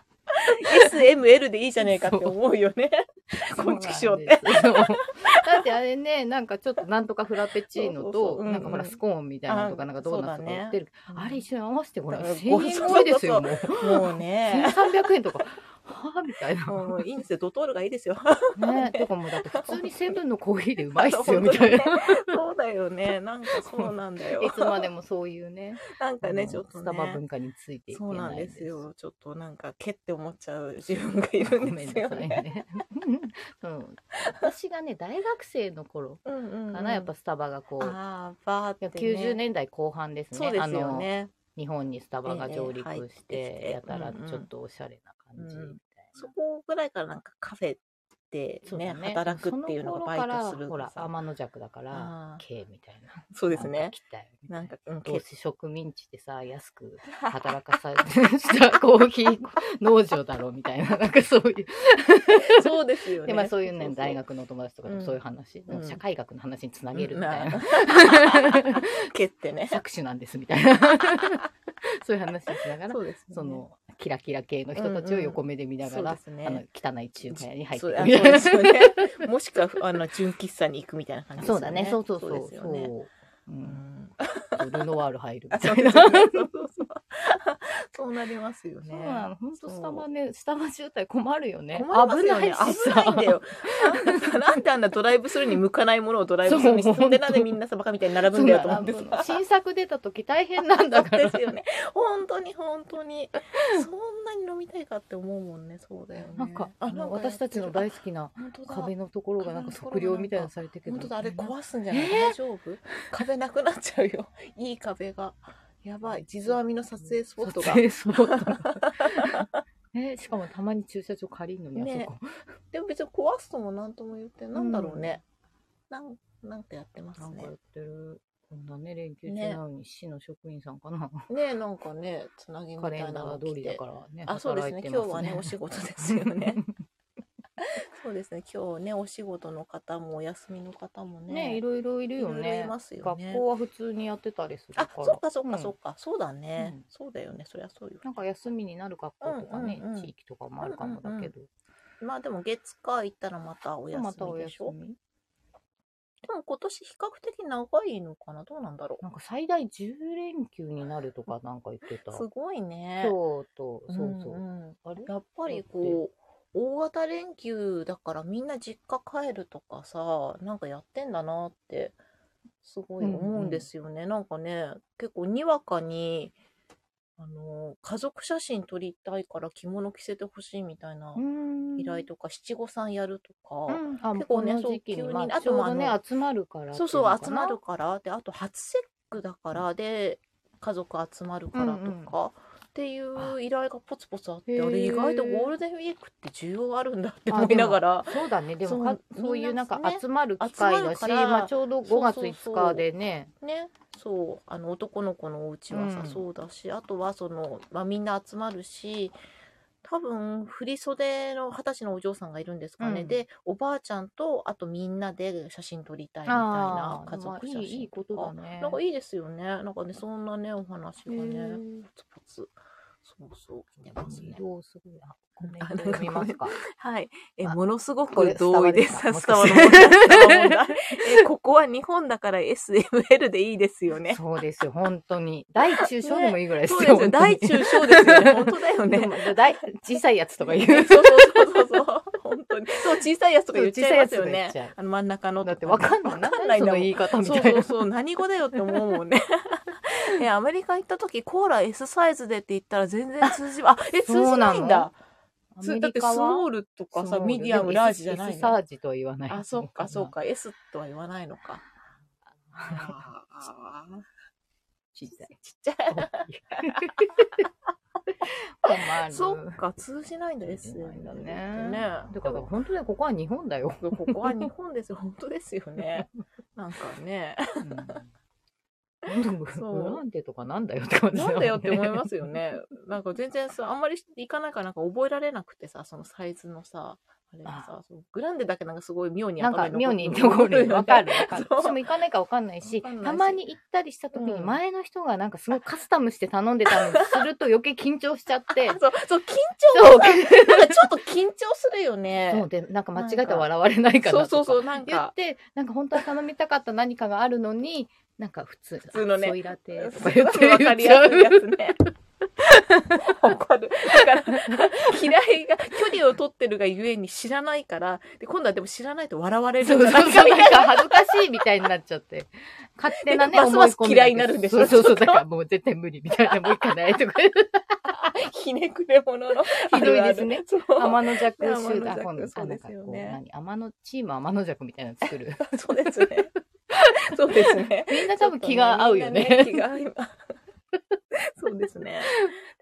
S1: そう SML でいいじゃねえかって思うよねこんちくしょうって
S2: そうなんですそうだってあれね、なんかちょっとなんとかフラペチーノ
S1: そうそう
S2: と、
S1: そううん
S2: なんかほらスコーンみたいなのとか、なんかドーナツとか売ってる。
S1: そうだね
S2: [laughs] あれ一緒に合わせてこれ、
S1: うん
S2: 1000円超えですよ、もう。
S1: もう
S2: [laughs]
S1: ね
S2: 1300円とか。はぁみたいな。
S1: もういいんですよドトールがいいですよ
S2: ね、とかもうだって普通にセブンのコーヒーでうまいっすよみたいな。
S1: [laughs] そうだよねなんかそうなんだよ
S2: いつまでもそういうね、
S1: なんか
S2: あ
S1: ね
S2: の
S1: ちょっと
S2: スタバ
S1: ね
S2: 文化についていけ
S1: そうな
S2: なんい
S1: です。よちょっとなんかけって思っちゃう自分がい
S2: ご
S1: るんで
S2: めんな
S1: すよ
S2: さい
S1: ね
S2: ね。 [laughs] うん私がね、大学生の頃
S1: うんうんうん
S2: かな、やっぱスタバがこう、
S1: あーバーって、ね、
S2: 90年代後半です
S1: そう
S2: ね。
S1: で
S2: あ
S1: すよ
S2: の、
S1: ね
S2: 日本にスタバが上陸し
S1: ええ入ってきて
S2: て、やたら
S1: うんうん
S2: ちょっとおしゃれな感じみたい
S1: そこぐらいからなんかカフェで
S2: な。
S1: ね働くっていうのがバイトす
S2: その
S1: ると
S2: 頃からほら、
S1: さ
S2: 天の弱だから、
S1: あー
S2: K みたいな。
S1: そうですねな
S2: なんんか来た
S1: か、
S2: よみたいな
S1: うん、
S2: ど
S1: け
S2: うせ植民地でさ、安く働かされてしたコー
S1: [laughs]
S2: ヒー農場だろうみたいな、なんかそういう。
S1: そうですよね。
S2: で、まあそういうね、大
S1: 学
S2: 学のお友達とかでもそういう話、
S1: うん
S2: 社会学の話につな
S1: 投
S2: げるみたいな。 [laughs]
S1: けってね。
S2: 搾取なんですみたいな。 [laughs] そういう話をしながら、
S1: そうです、ね。
S2: その、キラキラ系の人たちを横目で見なが
S1: そう
S2: ら、
S1: ですね。
S2: あの、汚い中華屋に入って
S1: そう
S2: い
S1: あ
S2: く
S1: そう
S2: みた
S1: で
S2: いな。
S1: すよね。 [laughs] もしくは、あの、純喫茶に行くみたいな感じです
S2: そ
S1: よね。
S2: うだね、そうそうそう。
S1: ですよね。
S2: そうう、
S1: うんん
S2: ルノワール入る
S1: あ
S2: み
S1: そう
S2: たい
S1: で
S2: な。
S1: すよねそうそうそうそうなりますよね。
S2: そうなの、本
S1: そ
S2: 当
S1: う
S2: スタバね、スタバ渋滞困るよね。
S1: 困りますよね
S2: 危
S1: 危
S2: ないしさ
S1: ないんだよ。なんでなんであんなドライブスルーに向かないものをドライブスルーにし
S2: [laughs] そう
S1: て、んでなんでみんなさ、バカみたいに並ぶんだよと思って
S2: そう
S1: さ
S2: なの新作出た時大変 [laughs] なんだ
S1: そう
S2: か
S1: で
S2: ら。
S1: すよね。本当に本当に。そんなに飲みたいかって思うもんね。そうだよね。
S2: なんか、あの、私たちの
S1: 大
S2: 大好きな
S1: 本当だ。
S2: 壁のところがなんか測量みたいなのされてるけど。
S1: 本当だ、あれ壊すんじゃない、
S2: えー
S1: 大丈夫壁なくなっちゃうよ。いい壁が。やばい。地図編みの撮影スポットが
S2: 撮。影スポット
S1: [laughs]
S2: がえ、しかもたまに駐車場借りるのに、あ
S1: ね
S2: そこ。
S1: でも別に壊すとも何とも言って、なんだろうね。なん、なんかやってます
S2: なんかや
S1: ね
S2: っ。てる。こんなね、連休中なのに市の職員さんかな。
S1: ねえ、なんかね、つなぎみ
S2: カ
S1: た
S2: レ
S1: い
S2: ン
S1: な
S2: ダ
S1: の
S2: ー通
S1: 来
S2: りだ
S1: て
S2: か。らね。
S1: あ、そうですね。今日はね、お仕
S2: 事
S1: 事ですよ
S2: [laughs]
S1: ね。そうですね。今日ね、お仕事の方もお休みの方もね。
S2: ね、いろいろいるよ
S1: いろいろ
S2: ね
S1: い。ますよね
S2: 学校は普通にやってたりするか
S1: あ
S2: ら、。
S1: そっかそっか
S2: ん
S1: そっか、そうだね、
S2: うん
S1: そうだよね、そりゃそうよ。
S2: なんか休みになる学校とかね、
S1: うんうんうん
S2: 地域とかもあるかもだけど、
S1: まあでも月火行ったらまたお休
S2: またお
S1: みで
S2: 休
S1: しょ。
S2: み
S1: でも今年比較的長いのかな、どうなんだろ
S2: なんか最大10連休になるとかなんか言って
S1: う。
S2: た
S1: すごいね。
S2: 京都そうそう、
S1: んうん
S2: あれ
S1: やっぱりこう。大型連休だからみんな実家帰るとかさなんかやってんだなってすごい思うんですよね、なんかね結構にわかにあの家族写真撮りたいから着物着せてほしいみたいな
S2: うーん
S1: 依頼とか七五三やると
S2: う
S1: か、
S2: ん
S1: 結
S2: あ結
S1: 構
S2: 構
S1: ね
S2: ね時期に
S1: そう急に
S2: まあ
S1: あ
S2: ち
S1: と
S2: ょう
S1: まあ
S2: どね
S1: あの
S2: 集まるから
S1: そうそう集ま
S2: ってい
S1: る
S2: の
S1: か
S2: か
S1: らであと初節句だからで家族集まるからとか、
S2: うんうん
S1: っていう依頼がポツポツあって
S2: あ
S1: あれ
S2: へー
S1: 意外とゴールデンウィークって需要あるんだって
S2: な
S1: 思いながら
S2: あでもそうだねでもか
S1: そう
S2: そういうなんか
S1: みんなね
S2: 集まる機会だ
S1: 集ま
S2: し
S1: るから
S2: まあ、ちょうど5月5日でね
S1: ねそうあの男の子のお家はさ、
S2: うん
S1: そうだしあとはその、まあ、みんな集まるし多分振り袖の二十歳のお嬢さんがいるんですかね、
S2: うん
S1: でおばあちゃんとあとみんなで写真撮りたいみたいな
S2: あー
S1: 家族写真
S2: まあいいいいことだね
S1: なんかいいですよねなんかねそんなねお話が
S2: へ
S1: ね
S2: ー
S1: ポツポツそうそう来てますね
S2: 移。動すごいあコメン
S1: あ
S2: ト
S1: なんか
S2: 読みますか
S1: はい。え、
S2: あ
S1: ものすご
S2: こ
S1: く
S2: れ
S1: 同意です。
S2: ス
S1: スタ
S2: タバ
S1: バ
S2: です
S1: の
S2: か
S1: 問
S2: も
S1: 題
S2: しかし
S1: ス
S2: て
S1: タバ問題え、ここは日本だから SML でいいですよね。
S2: そうですよ、本
S1: [laughs]
S2: 当に。大中小でもいいぐらいです
S1: そ
S2: よ。
S1: うですよ。
S2: 本当に
S1: 大中 [laughs] 小ですよね。本当だよ
S2: で
S1: ね。 [laughs]
S2: も大小さいやつとか言う。
S1: そうそうそうそうそう。本当に。そう小さいやつとか言っちゃいますよね
S2: そう小さいやつとか言っちゃう
S1: あの真ん中の
S2: だってわかんない。
S1: わかんないんだ
S2: その
S1: もん
S2: 言い方みた
S1: そう
S2: いな。
S1: そうそう何語だよって思うもん
S2: [laughs]
S1: ねえアメリカ行った時コーラ S サイズでって言ったら全然通じあ
S2: [laughs]
S1: え通じないんだ
S2: ア
S1: つ
S2: メ
S1: だって
S2: リ
S1: ス
S2: カは
S1: モールとか
S2: ス
S1: さ
S2: モール
S1: ミディアム
S2: でも S-
S1: ラージじゃない
S2: S サ
S1: の
S2: ージとは言わない。
S1: あそうかそう。か S とは言わないのかあー [laughs]
S2: ちっちゃい。
S1: ちっちゃい
S2: 困る。
S1: そっか通じないんだ S
S2: 通じないん
S1: だ
S2: だ
S1: ね
S2: ね
S1: ね
S2: だから本当にここは日本だよ。
S1: ここは日本ですよ本当ですよねなんかね
S2: うん
S1: そう
S2: グランデとか [laughs] なんだよって感じ
S1: な
S2: よね
S1: んだよって思いますよね。なんか全然さ、あんまり行かないからなんか覚えられなくてさ、そのサイズのさ、あれがさ、そうグランデだけなんかすごい妙に
S2: [laughs] なん
S1: 頭
S2: か
S1: に
S2: 妙に残る。わか
S1: る
S2: るわか
S1: そ
S2: る。
S1: う
S2: 私も行かないからわかんないし、
S1: わかんないした
S2: まに行ったりした時に
S1: うん
S2: 前の人がなんかすごいカスタムして頼んでたのにすると余計緊張しちゃって
S1: よ [laughs] ね。。そう、そう、緊
S2: そ
S1: 張
S2: う。
S1: なんかちょっと緊張するよ
S2: そう
S1: ね。
S2: で、なんか間違えたら笑われないか
S1: そう
S2: ら。
S1: そうそう、なん
S2: 言
S1: か
S2: っ。て、なんか本当は頼みたかった何かがあるのに、なんか普通、普
S1: 通のね
S2: ソイラテとか言
S1: わ
S2: って言
S1: か
S2: っ
S1: り
S2: ちゃ
S1: や
S2: う
S1: すいや。つ
S2: [laughs]
S1: ね。わかる。だから、嫌いが、距離を取ってるがゆえに知らないから、で今度はでも知らないと笑われ
S2: そ
S1: るん
S2: う
S1: じ
S2: そう
S1: ゃ
S2: そ
S1: な
S2: う、
S1: い
S2: なん
S1: かみたいな
S2: か恥ずかしいみたいになっちゃって。勝手なね、
S1: でますます
S2: 思込み
S1: 嫌いになるんでしょ
S2: そうそうそう、だからもう絶対無理みたいな、もう行かないとか。
S1: ひねくれ者の。
S2: ひどいですね。
S1: そう。
S2: 天の弱
S1: ね天
S2: 集団、
S1: の
S2: 今度
S1: 弱そうですよね
S2: あなんかこう何天の、チーム天の弱みたいなの
S1: [laughs]
S2: 作る。
S1: そうですね。そうです [laughs] ね。
S2: みんな多分気が合うよね。
S1: みんなね気が合う。 [laughs] そうですね。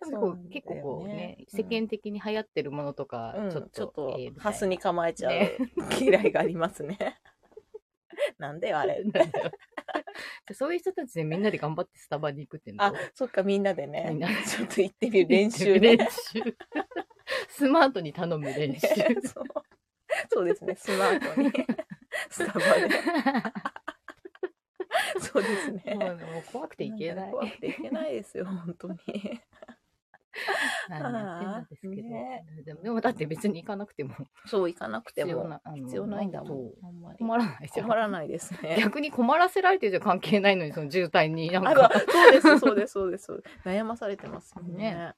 S2: 多分こう結構こうね、世間的に流行ってるものとか
S1: うん、
S2: ちょっ
S1: ちょっ
S2: と、
S1: と
S2: えーみ、た
S1: ハ
S2: い
S1: スに構えちゃう
S2: ね
S1: [laughs] 嫌いがありますね。 [laughs] なんであれ。
S2: ななんだろうそういう人たちでみんなで頑張ってスタバに行くっていうの
S1: あ
S2: と、
S1: そっか、みんなで
S2: み
S1: ね
S2: んな。
S1: ちょっと行ってみる練習
S2: 練
S1: ね。
S2: 習。スマートに頼む練習。
S1: [laughs] そうそうですね、スマート [laughs] に。スタバで。 [laughs] そうです
S2: もう
S1: ね。
S2: もう怖くていけない。
S1: 怖くていけないですよ、本当に。
S2: 何やってんだですけど、
S1: ね
S2: でもでもだって別に行かなくても
S1: そう、行かなくて
S2: 必要
S1: も。
S2: なあの
S1: 必要ないんだもん
S2: そう。
S1: あんまり
S2: 困らないじゃん。
S1: 困らないですね。
S2: 逆に困らせられてるじゃん関係ないのにその渋滞になん
S1: あら
S2: か、
S1: そうです、そうです、そうです。悩まされてますよね
S2: ね。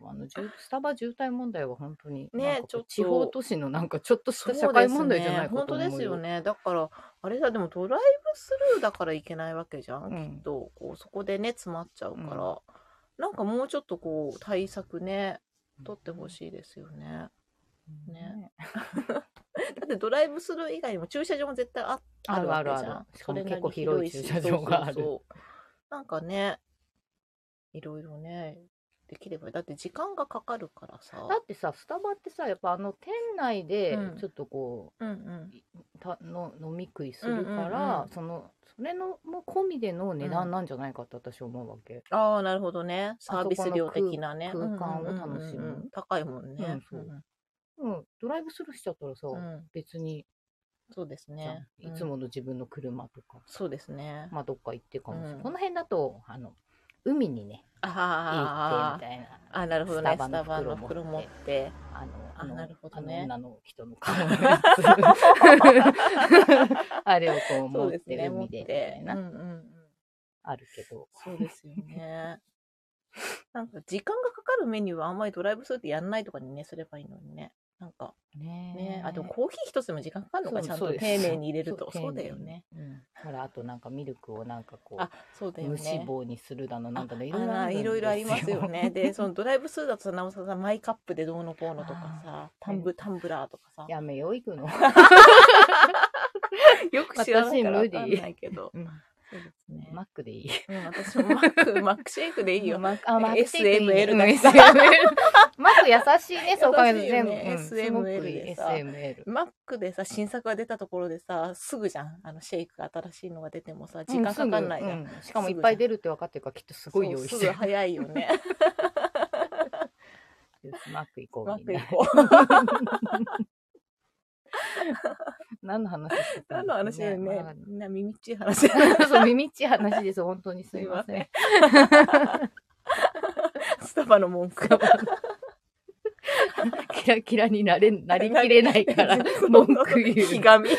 S2: あの渋スタバ渋滞問題は本当に
S1: ね
S2: なんかこう
S1: ちょっと
S2: 地方都市のなんかちょっとし
S1: そう
S2: た
S1: ですね
S2: 社会問題じゃないか
S1: 本
S2: と
S1: 当
S2: 思う
S1: で
S2: よ
S1: すよね。だから、あれだ、でもドライブスルーだからいけないわけじゃん。
S2: うん
S1: きっと、こう、そこでね、詰まっちゃうから。
S2: う
S1: なんかもうちょっとこう、対策ね、取ってほ
S2: い
S1: しいですよね。
S2: ね
S1: だってドライブスルー以外にも駐車場も絶対あ
S2: あるある
S1: わけじゃん
S2: あるしかも
S1: それなりに
S2: 結構広い
S1: し
S2: 駐車場がある
S1: そうそうそうなんかね、いろいろね、できれば。だって時間がかかるからさ。
S2: だってさスタバってさやっぱあの店内で
S1: うん
S2: ちょっとこ
S1: うんうん。
S2: う、たの飲み食いするから、
S1: うんうんうん
S2: そのそれのも込みでの値段なんじゃないかって私思うわけ、
S1: ああ、なるほどね。サービス料的なね。
S2: あそこの空空間を楽しむ
S1: うんうんうんうん高いもん
S2: う
S1: ね
S2: ん。そううん、ドライブスルーしちゃったらさ、
S1: うんうん
S2: 別に
S1: そうです
S2: じゃん
S1: ね。
S2: いつ
S1: うん。
S2: もの自分の車とか、
S1: そうですね。
S2: まあどっか行ってかもしれない、
S1: うん
S2: この辺だとあの海にね行っ
S1: あ
S2: てみたいな
S1: あ、ああ、なるほどね。ス
S2: ス
S1: タバ
S2: タバ
S1: の
S2: の
S1: 袋
S2: 袋
S1: 持
S2: 持
S1: っ。
S2: ってあの、
S1: あ
S2: あの、
S1: なるほどね
S2: あの女の人の顔の
S1: [laughs]
S2: やつあれをこう
S1: そ
S2: 持
S1: う
S2: っ
S1: です
S2: て
S1: ね。持
S2: 海
S1: っ
S2: で
S1: て
S2: みたいな、
S1: うんうんうん。
S2: あるけど。
S1: そうですよね。 [laughs] なんか時間がかかるメニューはあんまりドライブスルーってやんないとかにね、すればいいのにね。なんか
S2: ね
S1: ね、あ、でもコーヒー一つでも時間かかるのか、ちゃんと
S2: そう
S1: 丁
S2: です
S1: 寧に入れると。
S2: そう
S1: そうだよね。。
S2: 丁寧にうん。ほら、あとなんかミルクをなんかこ
S1: あ、そうだ
S2: う、
S1: よ
S2: 無
S1: ね。
S2: 脂肪にするだの、なんだの、いろいろ
S1: あ
S2: あ
S1: ら
S2: るんで
S1: い
S2: すよ。
S1: ろいろありますよね。で、そのドライブスルーだとさ、なおさらさ、マイカップでどうのこうのとかさ、タンブ、タンブラーとかさ、
S2: [laughs] やめよう、行くの。
S1: よく知らないからわ
S2: 私
S1: かん
S2: 無理
S1: ないけ
S2: [laughs]
S1: ど。
S2: うん
S1: そうですね。
S2: マックでいい。
S1: うん、私もマック、マックシェイクでいいよ。
S2: マッ [laughs] ク、あ、マックシェイクいい
S1: SML だ
S2: うん SML [laughs] マック優
S1: [laughs]
S2: しいね、そう考えると全部。
S1: 優しいよね
S2: うんすごくい
S1: SML
S2: い
S1: でさ
S2: SML。
S1: マックでさ、新作が出たところでさ、すぐじゃん。あの、シェイクが新しいのが出てもさ、時間かかんないじゃん。
S2: うんすぐうんしかもいっぱい出るって分かってるからきっとすごい用意
S1: そうす
S2: して
S1: ぐ
S2: る
S1: 早いよ
S2: [laughs]
S1: ね。
S2: マック行こう
S1: マック
S2: みんな
S1: 行こう。
S2: [laughs] 何の話してた
S1: 何の話だよね。みんな耳っちい話。 [laughs]
S2: [laughs] そう耳っちい話です本当にすいません
S1: スタバの文句。
S2: キラキラになれなりきれな
S1: [laughs]
S2: いから文句言
S1: ひ
S2: う
S1: がみ。
S2: [laughs] ね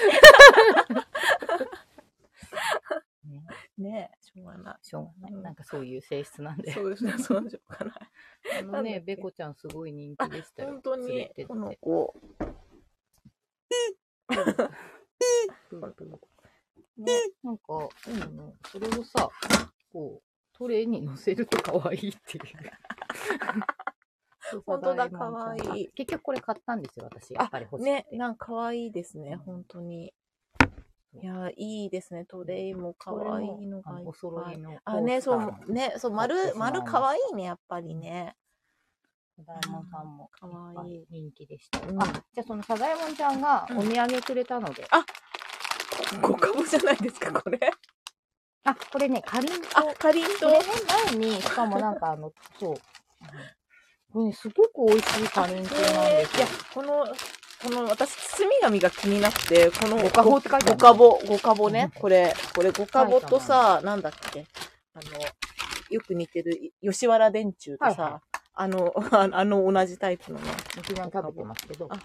S1: ねえ、しょうがない。
S2: しょうがないなんかそういう性質なんで
S1: そうですね、そうしょうがない。
S2: あのね、べこちゃんすごい人 [laughs] 気でしたよ。
S1: 本当
S2: 連れ
S1: に
S2: てって
S1: この子
S2: [laughs] ね、なんか、あのそれをさ、こう、トレーに乗せると可愛いっていう。
S1: [laughs] 本当だ可愛い
S2: 結局これ買ったんですよ、私。やっぱり欲しい。
S1: ねなんか可愛いですね本当にいやいいですねトレイも可愛いの
S2: あ
S1: がいっ
S2: お揃
S1: ぱ
S2: い
S1: い
S2: の。
S1: あねそうねそう
S2: 買っ
S1: 丸
S2: てしまいま
S1: 丸
S2: した
S1: 可愛いねやっぱりね
S2: サザエモンさんも、
S1: うん可愛い
S2: 人気でした。
S1: うん
S2: あ、じゃあそのサザエモンちゃんがお土産くれたので、
S1: 五カモじゃないですかこれ
S2: あ、これね、かりんと
S1: あかりん
S2: それね、前に、しかもなんかあの、そう。あのこれね、すごく美味しいかりんとうなんです
S1: い
S2: よ
S1: や。このこの私包み紙が気になってこの
S2: ごかぼって書いてあ
S1: ご
S2: る
S1: かぼ、ごかぼね
S2: う。
S1: これ、これごかぼとさ、なんだっけ、あの、よく似てる、い吉原電柱とさ、
S2: はいはい
S1: あの、 [laughs] ああの、同じタイプのね、
S2: 沖縄食べてますけど
S1: あ。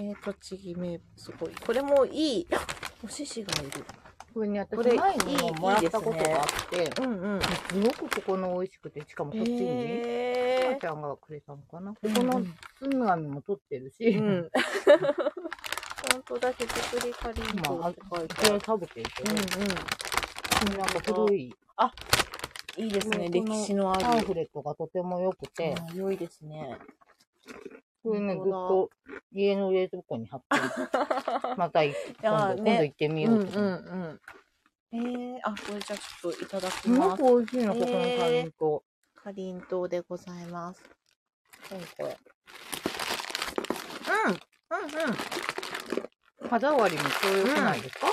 S1: ね、栃木名、すごい。これもいい。あお獅子がいる。
S2: これね、私
S1: これ
S2: 前にももらったことがあって、
S1: うんうん。
S2: すごくここの美味しくて、しかも栃木に。おばあ
S1: へ
S2: ちゃんがくれたのかな。こ
S1: ー。
S2: この包み紙も取ってるし、
S1: うん。うん。本当だ、手作りかりんとう
S2: 今
S1: って書い、て
S2: 一
S1: あ
S2: 応
S1: る。
S2: 食べてるけ
S1: う
S2: ど、
S1: ん
S2: なんか古
S1: う
S2: い
S1: ん。いいですね、
S2: この
S1: 歴史のあ
S2: パン
S1: る。
S2: フレットがとても良くて、
S1: あ良いですね。
S2: これね、ずっ
S1: 本当だ
S2: と家の冷蔵庫に貼 [laughs] ってる。またい今
S1: やー
S2: 度、
S1: ね
S2: 今度行ってみようと思って。
S1: うんうんうん。えー、あ、これじゃあちょっといただき
S2: すご
S1: ます。
S2: く美味しいの、ここのカリンと。
S1: かりんとうでございます。
S2: なんか
S1: うんうんうん。
S2: 肌触りもちょうど良くないですか、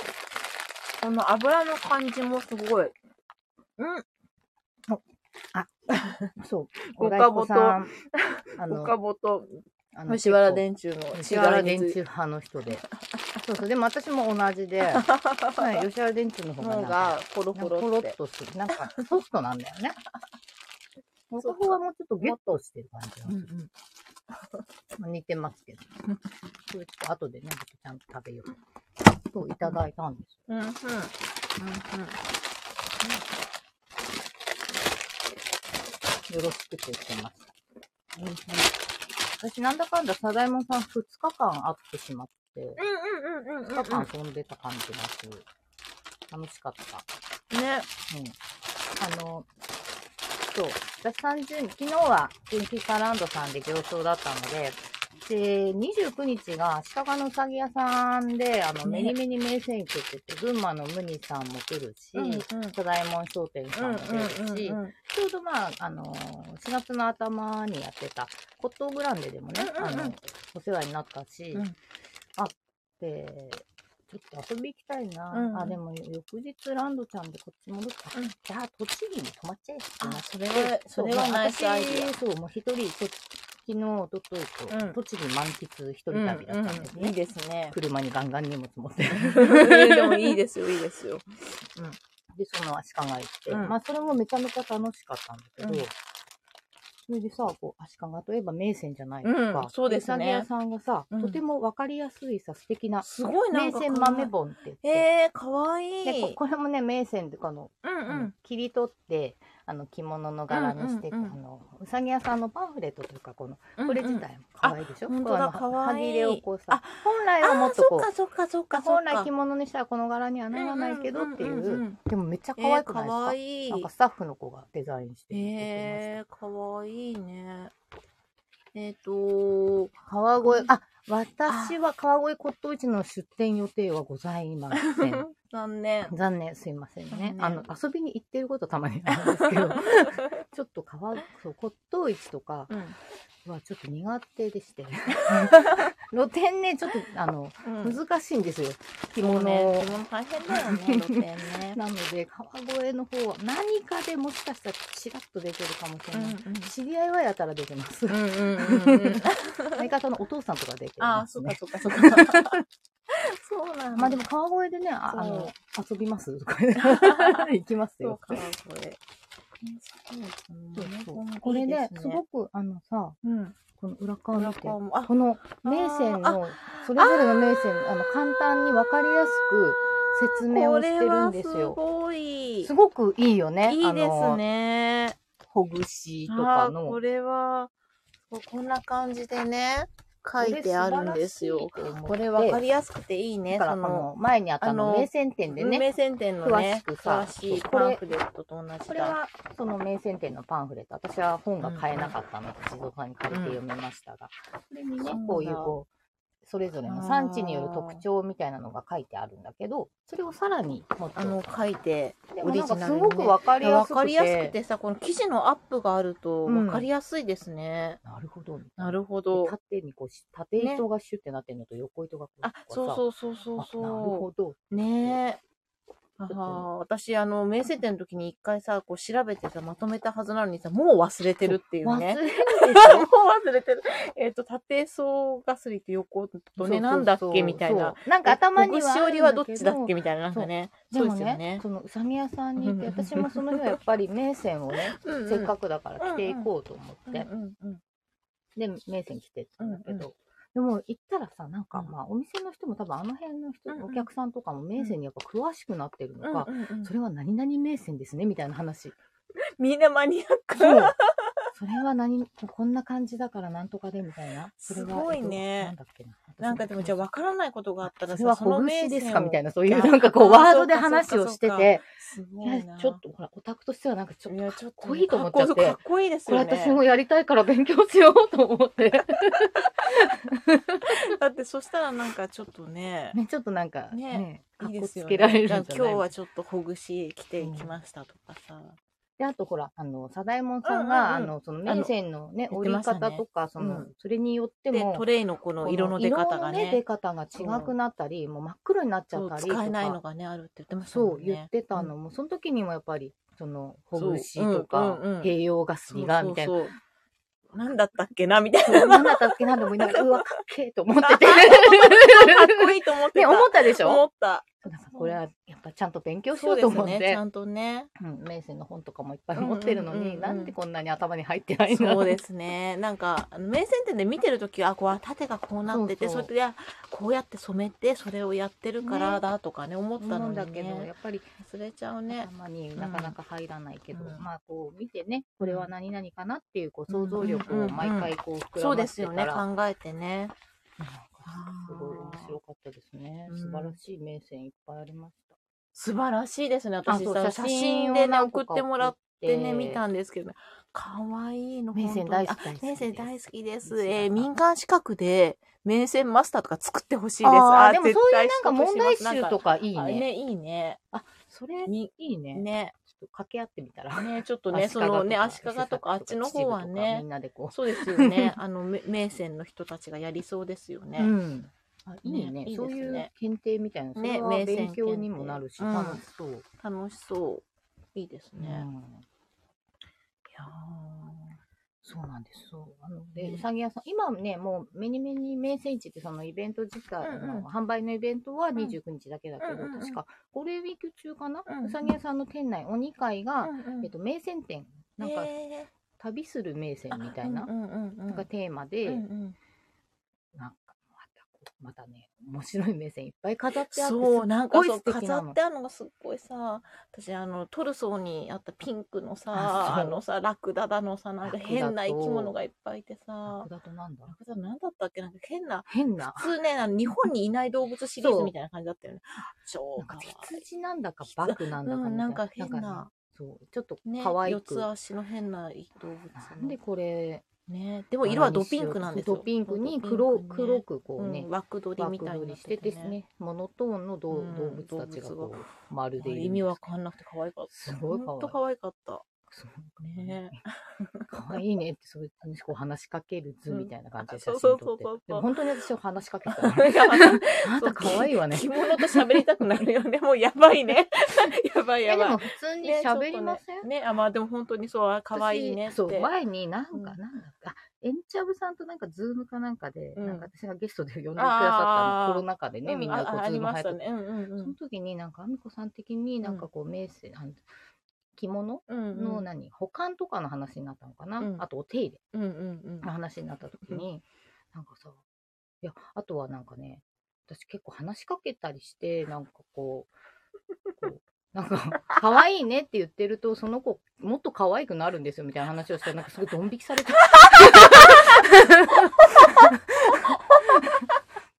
S1: この油の感じもすごい。うん。
S2: そう。
S1: ご
S2: ご
S1: か
S2: か
S1: ぼ
S2: ぼ
S1: と
S2: と、 [laughs] あ
S1: おか
S2: の、
S1: ぼと、
S2: あの
S1: 吉原電柱の
S2: 吉原電
S1: 違いについ
S2: 柱派の人で。そうそう。でも私も同じ [laughs] で、はい、吉原電柱の
S1: て
S2: 方が
S1: の
S2: なんか
S1: が、コロ
S2: なん
S1: コ
S2: かポ
S1: ロ
S2: ロ
S1: って
S2: ッ。とする。なんか、ソフトなんだよ [laughs] ね。僕の方はもうちょっとギュッとしてる感じがする。
S1: ん。
S2: まあ似てますけど。これちょっと後でね、僕ちゃんと食べよう。そう、いただいたんです。
S1: うんうん。うんうん。
S2: よろしくと言ってました。私、なんだかんだ、サダイモンさん2日間会ってしまって、
S1: うんうんうんうん
S2: 2日間飛んでた感じがする。楽しかった。
S1: ね。
S2: うん。あの、そう、私30、昨日は電気カランドさんで行商だったので、で、29日が鹿賀のうさぎ屋さんで、あの、
S1: ね
S2: メニメニ名選挙って言って、群馬のムニさんも来るし、
S1: うんうん
S2: ただいもん商店
S1: う
S2: さん
S1: ん
S2: も出るし、
S1: うんうんうん。
S2: ちょうどまあ、あのー、4月の頭にやってた、骨董グランデでもね、
S1: うんうんうん
S2: あの、お世話になったし、
S1: うん
S2: あって、ちょっと遊び行きたいな。
S1: うんうん
S2: あ、でも翌日ランドちゃんでこっち戻った。
S1: うん
S2: じゃあ、栃木に泊まっちゃえって
S1: あ
S2: なっ、て
S1: それは、それは
S2: そう
S1: ナイスアイデ
S2: 私そう、もう一人、そ昨日、おとといと、
S1: うん
S2: 栃木満喫一人
S1: ィア。
S2: 旅だったんですね。
S1: いいですね。
S2: 車にガンガン荷物
S1: [laughs]
S2: 持って。
S1: でもいいですよ、いいですよ。
S2: で、その足利行って、
S1: うん
S2: まあ、それもめちゃめちゃ楽しかったんだけど、
S1: うん
S2: それでさ、こう、足利といえば名船じゃないですか。
S1: うんそうですね
S2: うさぎ屋さんがさ、
S1: うん
S2: とてもわかりやすいさ、素敵な、
S1: すごいな
S2: 名
S1: んか
S2: 船豆本って言って、
S1: へ [laughs] え、かわい
S2: でこ
S1: い。
S2: これもね、名船で、この、
S1: うん
S2: あの切り取って、あの、着物の柄にして、
S1: うんうんうん
S2: あの、うさぎ屋さんのパンフレットというか、この、
S1: うん。
S2: これ自体も可愛いでしょ、
S1: うんうん
S2: こうあの
S1: 本当だ可愛い
S2: 端切れをこう
S1: あ
S2: さ、本来
S1: あ
S2: はもっとこ
S1: あー
S2: う、
S1: そっかそっかそっかそっ
S2: 本
S1: か。
S2: 来着物にしたらこの柄にはならないけどっていう、
S1: んんんん
S2: でもめっちゃ
S1: え
S2: 可
S1: ー
S2: 愛く
S1: か
S2: ないですか、
S1: わいい
S2: なん。かスタッフの子がデザインしてくれて
S1: えー、かわいいね。えっ、と
S2: ました。川越、あ、私は川越骨董市の出店予定はございませ [laughs] ん。
S1: 残念。
S2: 残念、すいませんね
S1: 残。念
S2: あの、遊びに行ってることたまにあるんですけ [laughs] ど、ちょっと川、そう、骨董市とか
S1: うん
S2: はちょっと苦手で [laughs] して。露店ね、ちょっと、あの、
S1: うん。
S2: 難しいんですよ。着
S1: も
S2: 物
S1: うね、着物大変だよね、露店ね。
S2: [laughs] なので、川越の方は何かでもしかしたらチラッと出てるかもしれない。知り合いはやたら出てます。
S1: うんうんうんうんうん。
S2: 相方のお父さんとか出て
S1: あ
S2: ま
S1: あ、そ
S2: す
S1: っ
S2: ね
S1: か。そっかそっか。 [laughs] そうなんだ。
S2: まあでも川越でね、あ
S1: そう
S2: あの、遊びますと [laughs] か言って行きます
S1: そう
S2: よ。
S1: か、これ。
S2: そうそう
S1: うん
S2: これ
S1: いい
S2: ね
S1: で、
S2: すごくあのさ、
S1: うん。
S2: この裏側見て、
S1: 裏側もあ
S2: この名線の、それぞれの名線、あの、簡単にわかりやすく説明をしてるんです
S1: こ
S2: よ。
S1: れはすごい。
S2: すごくいいよね。
S1: いいです
S2: あの。
S1: ね。
S2: ほぐしと
S1: あ
S2: か
S1: ーこ
S2: の、
S1: れは、そうこんな感じでね、書いてあるんですよ。これ分かりやすくていいね。
S2: だから
S1: そ
S2: こ
S1: の、
S2: の前にあったあの
S1: あの
S2: 名線店で
S1: 運
S2: ね、
S1: 命宣伝のね、
S2: 詳しくさ
S1: 詳しい
S2: これ
S1: パンフレットと同じだ。
S2: これはその名線店のパンフレット、私は本が買えなかったので、地蔵さんに借りて読みましたが、これにね
S1: そうなん、だ
S2: こういうこう、それぞれの産地による特徴みたいなのが書いてあるんだけど、それをさらにもっと、
S1: あの、書いて、
S2: でもなんか
S1: オリジナ
S2: す
S1: ルに
S2: ご
S1: ね
S2: くわかりや
S1: わ
S2: す
S1: か
S2: く
S1: りやすく
S2: て、
S1: てさ、この記事のアップがあると
S2: うん
S1: わかりやすいですね。
S2: なるほど。
S1: なるほ
S2: ほ
S1: ど。
S2: 縦にこうし、縦糸がシュってなってるのと横糸がこう
S1: あ、そう
S2: う
S1: そうそうそうそう。
S2: なるほど。
S1: ねえ。あ
S2: っと
S1: ー私、あの、名声店の時に一回さ、こう調べてさ、まとめたはずなのにさ、もう忘れてるっていう
S2: [laughs] 忘
S1: ね。
S2: れるでし
S1: [laughs] も
S2: ょ
S1: う忘れてる。えっ、と、縦層ガスリと横とね、なんだっけみたい。
S2: そうそう
S1: な。
S2: そうなんか頭にはあるんだけど。
S1: しおりはどっちだっけみたいな、なんかね。
S2: で
S1: そうで
S2: も
S1: すよね
S2: ね、。そのうさぎ屋さんに行って、
S1: うん
S2: 私もその日はやっぱり名線をね、
S1: [laughs] うんうん
S2: せっかくだから着ていこうと思
S1: う
S2: っ
S1: んう
S2: て、
S1: んうん
S2: で、名線着てったんだけど、でも行ったらさ、なんか
S1: うん
S2: まあお店の人も多分あの辺の人、
S1: うんうん
S2: お客さんとかも名線にやっぱ詳しくなってるのか、
S1: うんうんうん
S2: それは何々名線ですね、みたいな
S1: [laughs]
S2: 話。
S1: みんなマニアック。
S2: そうそれは何、こんな感じだからなんとかでみたいな。それは
S1: すごいね
S2: なんだっけな。
S1: なんかでもじゃあ分からないことがあったら
S2: それはほぐし
S1: 名
S2: です
S1: 線
S2: か
S1: を
S2: みたいな、そういうなんかこう、
S1: あー
S2: ワードで
S1: そうか
S2: 話をして
S1: そうか
S2: て、
S1: す
S2: い
S1: ごい
S2: や、
S1: な。
S2: ちょっとほら、オタクとしてはなんかちょっ
S1: いや、
S2: と、
S1: ち
S2: か
S1: ょ
S2: っ
S1: っと
S2: こ
S1: ね
S2: いいと思っちゃっ、
S1: かっこかってこいいです
S2: これ
S1: よね。
S2: 私もやりたいから勉強しようと思って。
S1: だってそしたらなんかちょっとね、
S2: [laughs] ね、ちょっとなんか、
S1: ね
S2: ね、か
S1: いい
S2: っ
S1: で
S2: こ
S1: す
S2: つ
S1: よ
S2: け
S1: ね。
S2: られるん
S1: じ
S2: じ
S1: ゃ
S2: ゃ
S1: あ
S2: ない
S1: 今日はちょっとほぐし着ていきましたとかさ。
S2: で、あとほら、あの、サダイモンさん
S1: うんう
S2: が、
S1: んうん
S2: あの、その面線のね、
S1: 言っ
S2: 折
S1: て
S2: り
S1: ましたね
S2: 方とか、その、
S1: うん
S2: それによって
S1: で、
S2: も
S1: ト、レイのこの色の出方が
S2: 色の出
S1: ね、
S2: 方が違くなったり、もう真っ黒になっちゃ
S1: そ
S2: っ
S1: う
S2: たりとか。
S1: 使えないのがね、あるって言ってました
S2: そ
S1: もん
S2: う、
S1: ね。
S2: 言ってたのも、その時にもやっぱり、その、ほぐし
S1: そう
S2: とか、
S1: うんうんうん
S2: 併用ガスが、みたいな。
S1: な。なんだったっけなみたいな。
S2: [laughs] そうなんだったっけなと思いながら、うわ、かっけえと思ってて。
S1: [laughs] かっこいいと思って
S2: ね、
S1: た。
S2: 思ったでしょ
S1: 思った。
S2: なんかこれはやっぱちゃんと勉強し
S1: そ
S2: よ
S1: う
S2: う
S1: で
S2: と
S1: す
S2: 思って、
S1: ね。ちゃんとね。
S2: うん、名声の本とかもいっぱい持ってるのに、
S1: うんうんうんうん
S2: なんでこんなに頭に入ってないんだろ
S1: そうですね。なんか、あの名線店で見てるときは、あこう、縦がこうなってて、
S2: そ
S1: そう
S2: そう
S1: れで、あこうやって染めて、それをやってるから
S2: ね
S1: だとかね、思った
S2: 思う
S1: の
S2: ん
S1: に、
S2: だけど、
S1: ね
S2: や。っぱり
S1: 忘れちゃうね。
S2: 頭になかなか入らないけど、
S1: うん
S2: まあこう見てね、これは何々かなっていうこう想像力を毎回こう膨
S1: そ
S2: ら
S1: うで
S2: ませ
S1: す
S2: て
S1: よ
S2: か
S1: ね。
S2: ら、
S1: 考えてね。
S2: なんかすごい面白かったですね。
S1: うん
S2: 素晴らしい名声いっぱいありました。
S1: 素晴らしいですね。私
S2: あ
S1: さ、
S2: と
S1: 写真でね、
S2: を何個
S1: 送っ
S2: か
S1: てもらってね、見た
S2: で。
S1: んですけどね、かわいいの。
S2: 名線大好き
S1: 本当にあ名線大好きです。
S2: 名
S1: えー
S2: 線
S1: 民間資格で、名線マスターとか作ってほしいです。
S2: あ
S1: ー
S2: あ、でもそういうなんか問題
S1: 絶対取得し
S2: 集
S1: ます
S2: とかいい
S1: なんかあ
S2: ね。
S1: ね、いいね。
S2: それい
S1: に
S2: いね。
S1: ね。
S2: ちょっと掛け合ってみたら。
S1: ね、ちょっとね、
S2: 足利
S1: そのね、
S2: か
S1: 足利とかあっちの方は
S2: 秩父とかみ
S1: ね
S2: ん、なでこ
S1: そうですよ
S2: [laughs]
S1: ね。あの、め名船の人たちがやりそうですよ
S2: う。
S1: ね。
S2: うん。あいい
S1: ねいいですね
S2: ね。そういう検定みたいな。そ
S1: ね
S2: れは
S1: 名船
S2: 勉強にもなるし、
S1: 検定
S2: 楽しそう。
S1: 楽しそう。いいです
S2: う
S1: ね。
S2: んいやーそうなんです。そう。あの、で、
S1: ね
S2: うさぎ屋さん、今ね、もう、メニメニ名船市ってそのイベント自体の、
S1: うんうん
S2: 販売のイベントは29日だけだけ
S1: うん
S2: ど、
S1: うんうん
S2: 確か、ゴールデンウィーク中かな、
S1: う
S2: うん
S1: うん
S2: さぎ屋さんの店内、鬼会が、えっと、名船店、なんか、
S1: へ
S2: 旅する名船
S1: ー
S2: みたいな、
S1: うんうんうんうん
S2: がテーマで、
S1: うんうん
S2: なんかまたこう、またね、面白い目線いっぱい飾ってあって、
S1: そう、なんか
S2: すっ
S1: そう
S2: ごい素敵
S1: 飾
S2: な
S1: っ
S2: の。
S1: てあるのがすっごいさ、私あの、トルソーにあったピンクの
S2: あ
S1: さ、
S2: そ
S1: あ
S2: う
S1: のさ、ラクダだのさ、なんか変な
S2: ラクダ
S1: 生
S2: と
S1: き物がいっぱいいて
S2: ラ
S1: さ
S2: ク、ダとなんだ
S1: ラクダなんだったっけなんか変な、
S2: 変な、
S1: 普通ね、あの日本にいない動物シリーズみたいな感じだったよね。超
S2: なん
S1: か
S2: か
S1: わいい
S2: 羊なんだかバクなんだかみたいな。
S1: うんなんか変な
S2: ねそう、ちょっと
S1: ね、
S2: 可愛
S1: 四
S2: く。
S1: つ足の変な動物
S2: なん
S1: の
S2: でこれ、
S1: ね、でも色はドピンクなんですよ。
S2: ドピンクに黒、黒
S1: 黒
S2: くこ
S1: く
S2: う
S1: ね、
S2: ね
S1: うん、、枠取り
S2: 枠
S1: みたい
S2: 取
S1: にな
S2: り
S1: っ
S2: して
S1: て
S2: で
S1: て
S2: す
S1: ね。
S2: ね、モノトーンのどう
S1: うん
S2: 動物たちが
S1: 動
S2: こ
S1: 物
S2: う、まるでいるんですけど。
S1: 意味わかんなくて可愛かった。
S2: すごい可愛い
S1: ほんと可愛かった。
S2: そ
S1: [laughs]
S2: う
S1: ね
S2: 可愛いねって、そういうこう話しかける図みたいな感じで写
S1: うん
S2: 真
S1: そう
S2: 撮って
S1: そうそうそう。
S2: でも本当に私は話しかけた
S1: [laughs]
S2: の。あなた可愛いわね。
S1: 着物と喋りたくなるよね。もうやばい
S2: [laughs]
S1: ね。やばい
S2: え、
S1: [laughs] や
S2: で
S1: ば
S2: も
S1: い。
S2: 普通に
S1: ねちょっと
S2: 喋りません
S1: ねあ、まあでも本当にそう、あ可愛いねっ
S2: 私
S1: て。
S2: そう、前になんか、
S1: うん
S2: なんだっけ、あ、エンチャブさんとなんかズームかなんかで、
S1: うん
S2: なんか私がゲストで呼んでくださった
S1: あー
S2: の、コロナ禍でね、
S1: うん
S2: みんなこ
S1: ああ
S2: うズ
S1: り
S2: ーム
S1: まし
S2: 入ったて、
S1: ね。うんうんう
S2: その
S1: ん
S2: 時になんか、アミコさん的になんかこう、メッセージ、あの着物
S1: うんうん。
S2: の何、保管とかの話になったのかな、
S1: うん
S2: あとお手入れ
S1: うんうん
S2: の話になった時に、なんかさ、いや、あとはなんかね、私結構話しかけたりして、なんかこう、こうなんか、可愛いねって言
S1: [laughs]
S2: ってると、その子、もっと可愛くなるんですよ、みたいな話をしたら、なんかすごいドン引きされて、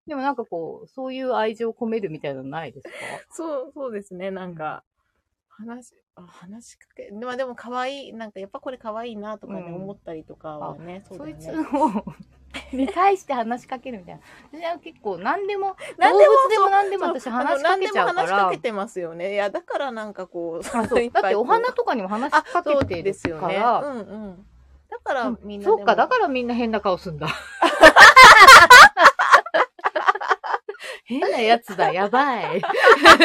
S2: でもなんかこう、そういう愛情込めるみたいなのないですか
S1: そう、そうですね。なんか、話、あ話しかけ、まあでも可愛い、なんかやっぱこれ可愛いなとかね、
S2: うん
S1: 思ったりとかはね、
S2: そ,、
S1: うだ
S2: い
S1: よ
S2: つ
S1: ね。
S2: をに対して話しかけるみたいな。私は結構何でも、動
S1: 何でも
S2: 物でも何でも
S1: そう
S2: 私話しかけちゃうか
S1: あの何でも話しからけ。てますよね。いや、だからなんかこう、
S2: あそう
S1: い
S2: だ
S1: ぱい
S2: ってお花
S1: こう
S2: とかにも話
S1: あ
S2: し、か
S1: そう
S2: けて
S1: で
S2: る
S1: すよ
S2: か
S1: ね。
S2: ら、
S1: うんうん。だからみんなで
S2: そ
S1: も。
S2: うか、だからみんな変な顔すん
S1: [laughs]
S2: だ。変なやつだ、やばい。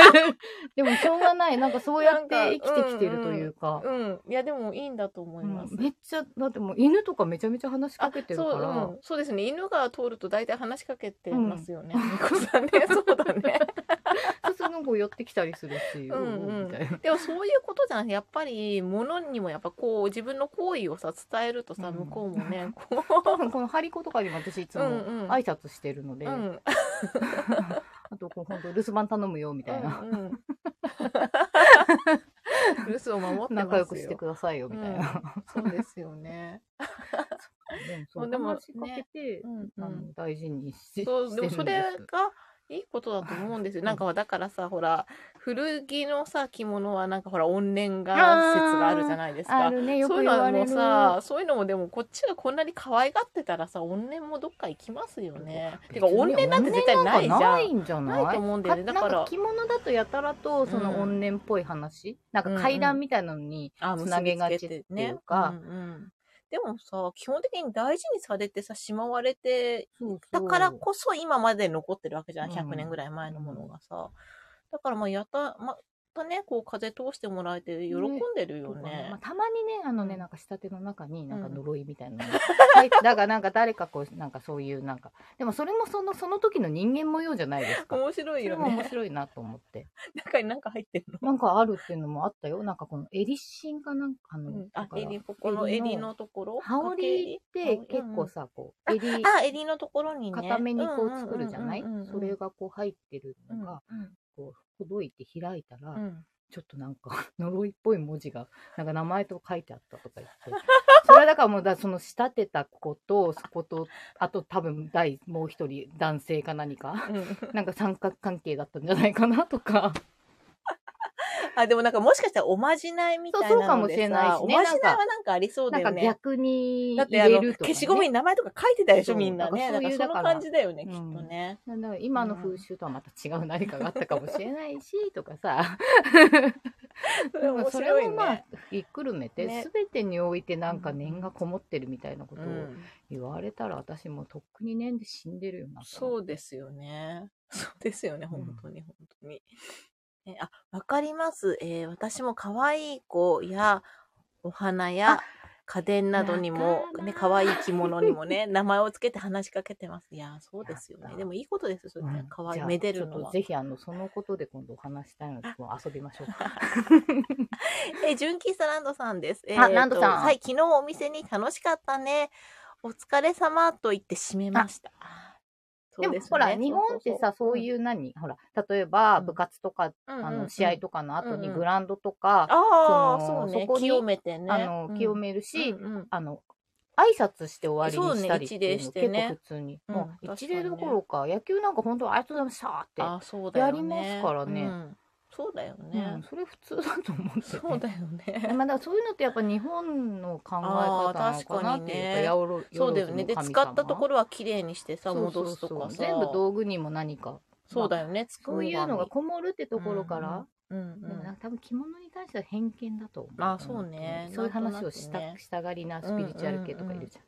S2: [laughs] でもしょうがない。なんかそうやって生きてきてるというか。
S1: うん。いや、でもいいんだと思います。
S2: うんめっちゃ、だってもう犬とかめちゃめちゃ話しかけてるか
S1: そう、
S2: ら。
S1: うん、そうですね。犬が通ると大体話しかけてますよね。猫さんね。そうだね。
S2: 普通の子寄ってきたりするし、
S1: うんうん
S2: おおみたいな。 [laughs]
S1: でもそういうことじゃなくてやっぱり物にもやっぱこう自分の行為をさ伝えるとさ、
S2: うん
S1: 向こうも
S2: [laughs]
S1: ねこ
S2: 多分この張り子とかにも私いつ
S1: う、う
S2: も
S1: んうん、
S2: 挨拶してるので、
S1: うん
S2: あとこう本当留守番頼むよみたいな、
S1: うん
S2: [laughs]
S1: うん、留守を守ってますよ
S2: 仲良くしてくださいよみたいな。
S1: うん、そうですよ
S2: [laughs]
S1: ね、
S2: でもそう
S1: でも
S2: 話しかけて、
S1: うんう
S2: あ
S1: ん、
S2: の大事にし
S1: そうで
S2: してる
S1: も
S2: ん
S1: それ
S2: です。
S1: がいいことだと思うんですよ
S2: うん
S1: なんかだからさほら古着のさ着物はなんかほら怨念が説があるじゃないですか
S2: あるね、よ
S1: そ
S2: く
S1: ういう
S2: 言わ
S1: の
S2: れ
S1: も
S2: る。
S1: さそういうのもでもこっちがこんなに可愛がってたらさ怨念もどっか行きますよね。てか怨念なんて絶対ないじゃん。
S2: 怨念なんかないんじゃない
S1: ないと思うんだよねだから
S2: なんか着物だとやたらとその怨念っぽい話、なんか階段みたいなのに、
S1: あ
S2: つなげがちってい
S1: 結びつ
S2: うか
S1: けてねうんうんでもさ基本的に大事にされてさしまわれて
S2: そうそ
S1: だ
S2: う
S1: からこそ今まで残ってるわけじゃん
S2: うん
S1: 100年ぐらい前のものがさ、だからまあやたまたねこう風通してもらえて喜んでるよね
S2: まあ、たまにね、あのね、
S1: うん
S2: なんか仕立ての中に、なんか
S1: うん
S2: 呪いみたいなのが、はいだからなんか誰かこう、なんかそういう、なんか、でもそれもその、その時の人間模様じゃないですか。
S1: 面白い
S2: それ
S1: よ
S2: も面
S1: ね
S2: 白いなと思って。
S1: 中に何か入ってるの
S2: なんかあるっていうのもあったよ。なんかこのエリシンかなんか、あの、
S1: うん
S2: だ
S1: あ
S2: から
S1: 襟ここの襟のところ
S2: 羽織っ
S1: 掛け
S2: て
S1: 襟
S2: 結構さ、こう、襟、
S1: あ、襟のところにね。
S2: 固めにこう作るじゃない
S1: うんうんうんうん
S2: それがこう入ってる
S1: うん
S2: のが、こう、ほどいて開いたら、
S1: うん
S2: ちょっとなんか [laughs] 呪いっぽい文字がなんか名前と書いてあったとか言ってそれはだからもうだその仕立てた子とそことあと多分第もう一人男性か
S1: [laughs]
S2: 何か
S1: うん
S2: なんか三角関係だったんじゃないかなとか
S1: あ、でもなんかもしかしたらおまじないみたいなのでさ
S2: そうそうかもしれないしね
S1: おまじないはなんかありそう
S2: な
S1: だよ
S2: んか
S1: ね。
S2: 逆に
S1: だっ
S2: 入
S1: てあ
S2: れ
S1: の、
S2: るとか、ね、
S1: 消しゴムに名前とか書いてたでしょ、
S2: そう
S1: みんなね。
S2: な
S1: なんん
S2: か
S1: か
S2: そういう
S1: その
S2: だから
S1: 感じだよね、
S2: う
S1: き
S2: ん
S1: っとね。
S2: なんだろう今の風習とはまた違う何かがあったかもしれないしとかさ
S1: [laughs] それは面
S2: なんかそれ
S1: 白い
S2: もまあ
S1: ね。
S2: ひっくるめて、
S1: ね
S2: 全てにおいてなんか念がこもってるみたいなこ
S1: う
S2: とを
S1: ん
S2: 言われたら私もうとっくに念で死んでるよなと思
S1: そうですよね。 [laughs] そうですよね、本当に、本当に。えあ、わかります。えー私も可愛い子や、お花や、家電などにも
S2: わか、る
S1: ね、可愛い着物にも
S2: [laughs]
S1: ね、名前をつけて話しかけてます。いやー、そうですよ
S2: やっ
S1: ね。
S2: た
S1: でもいいことですよ、それね。可愛い、
S2: じゃあ
S1: めでる
S2: ちょ
S1: の
S2: っと
S1: は。
S2: ぜひあのそのことで今度お話した
S1: [laughs]
S2: いのでもう遊びましょうか
S1: え、純喫茶ランドさんです。え
S2: ランドさん
S1: とはい、昨日お店に楽しかったね。お疲れ様と言って閉めました。
S2: でもほら日本ってさそういうう何、ほら例え
S1: う
S2: ば
S1: ん
S2: 部活と
S1: そ
S2: か、
S1: うそうそう、
S2: あ
S1: うんうんう
S2: の
S1: ん
S2: 試合とかの後
S1: うん
S2: に
S1: うん
S2: グラウンドとか、
S1: ああ、
S2: そ
S1: そ
S2: の
S1: うね。
S2: そこに
S1: 清めてね。
S2: あ
S1: う
S2: の
S1: ん
S2: 清めるし、
S1: うんうん
S2: あの挨拶して終わりにしたりっ
S1: そうね
S2: ていうの
S1: 一礼し
S2: 結
S1: て
S2: 構
S1: ね
S2: 普通に、
S1: うん
S2: も
S1: 確
S2: う
S1: か
S2: 一
S1: にね
S2: 例どころか野球なんか本当ありがとうございましたって
S1: あそうだよね。
S2: やりますからね
S1: うんそうだよ
S2: う
S1: ね
S2: ん、。それ普通だと思うんだよね
S1: そうだよね。
S2: [laughs] まあ、だからそういうのってやっぱ日本の考え方なのかなっていうか
S1: あー確かにね
S2: やおろ
S1: [laughs] そうだよね。で、使ったとこ
S2: ろ
S1: ろは綺麗にしてさ、戻すとかさ。
S2: 全部道具にも何か
S1: そうだよね。
S2: そういうのがこもるってところから、
S1: うんうん
S2: でもなんか多分着物に対しては偏見だと思う
S1: あそうね
S2: そういう話をし
S1: な
S2: た,、
S1: んとなくね
S2: したがりなスピリチュアル系とかいるじゃん,、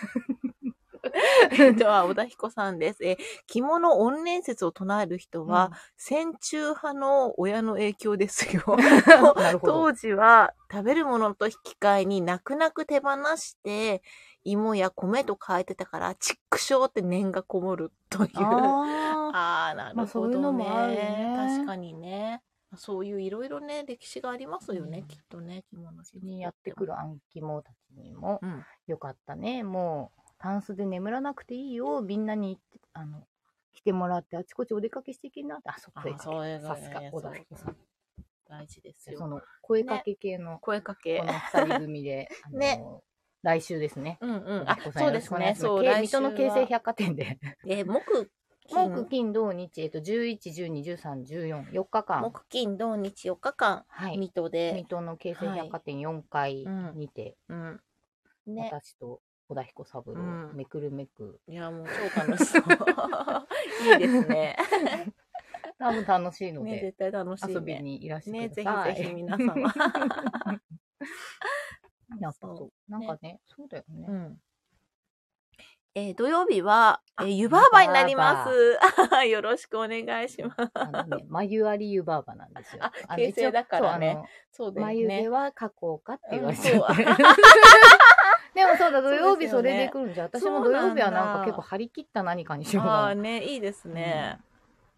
S1: [laughs] では、小田彦さんです。え、着物怨念説を唱える人は、戦中派の親の影響ですよ。
S2: うん [laughs] なるほど
S1: 当時は食べるものと引き換えに泣く泣く手放して芋や米と変えてたからちっくしょうって念がこもるというあ
S2: あ
S1: あーなるほどね,、
S2: まあそういうのもあるね
S1: 確かにねそういういろいろね歴史がありますよね、
S2: うん
S1: きっとね着物着
S2: ーにやってくる暗記者たちにも
S1: うん
S2: よかったねもうタンスで眠らなくていいよみんなにあの来てもらってあちこちお出かけしていきなってあそ
S1: あ
S2: こへ
S1: そういうの
S2: さ
S1: ね
S2: すが小田彦さん
S1: 大事です
S2: そ
S1: よ
S2: の声かけ系の、
S1: 声かけ
S2: この二人組で、あの
S1: ね
S2: 来週ですね。
S1: うんうん。あ
S2: お子、さ
S1: そ
S2: ん
S1: う
S2: よろ
S1: で
S2: し
S1: す
S2: くお願い
S1: ね。
S2: します
S1: そう、
S2: け
S1: 来
S2: 水
S1: 週
S2: 戸
S1: は
S2: の京成百貨店で。
S1: えー、木、
S2: 木、
S1: 金、
S2: 金、土、日、えっと、11、12、13、14、4日間。
S1: 木、金、土、日4日間、
S2: はい。
S1: 水戸で
S2: 水。戸の京成
S1: はい
S2: 百貨店4階
S1: うん
S2: にて、
S1: うん。ね。
S2: 私と小田彦三郎、
S1: うん
S2: めくるめく。
S1: いや、もう超楽しそう。 [laughs] いいですね。
S2: 多分楽しいの
S1: ね、
S2: で、
S1: 絶対楽しい、ね。
S2: 遊びにいらして
S1: ね、
S2: く
S1: ぜ
S2: ださい。
S1: ひぜひ皆様。
S2: [laughs] やっぱそう。なんかね、そうだよね。
S1: うん。えー湯曜日は、えー湯婆婆になります。 [laughs] よろしくお願いします。
S2: あのね、眉あり湯婆婆なんですよ。
S1: あ
S2: あの
S1: 形成だからね。
S2: 一応そうあの
S1: そうです
S2: 眉毛
S1: ね。
S2: は描こうかって言われて、
S1: うんそう
S2: [laughs] でもそうだ、土
S1: [laughs] そうですよね
S2: 曜日それで来るんじゃ、私も土曜日はなんか結構張り切った何かにしよう
S1: ああ
S2: か
S1: ーね、いいですね。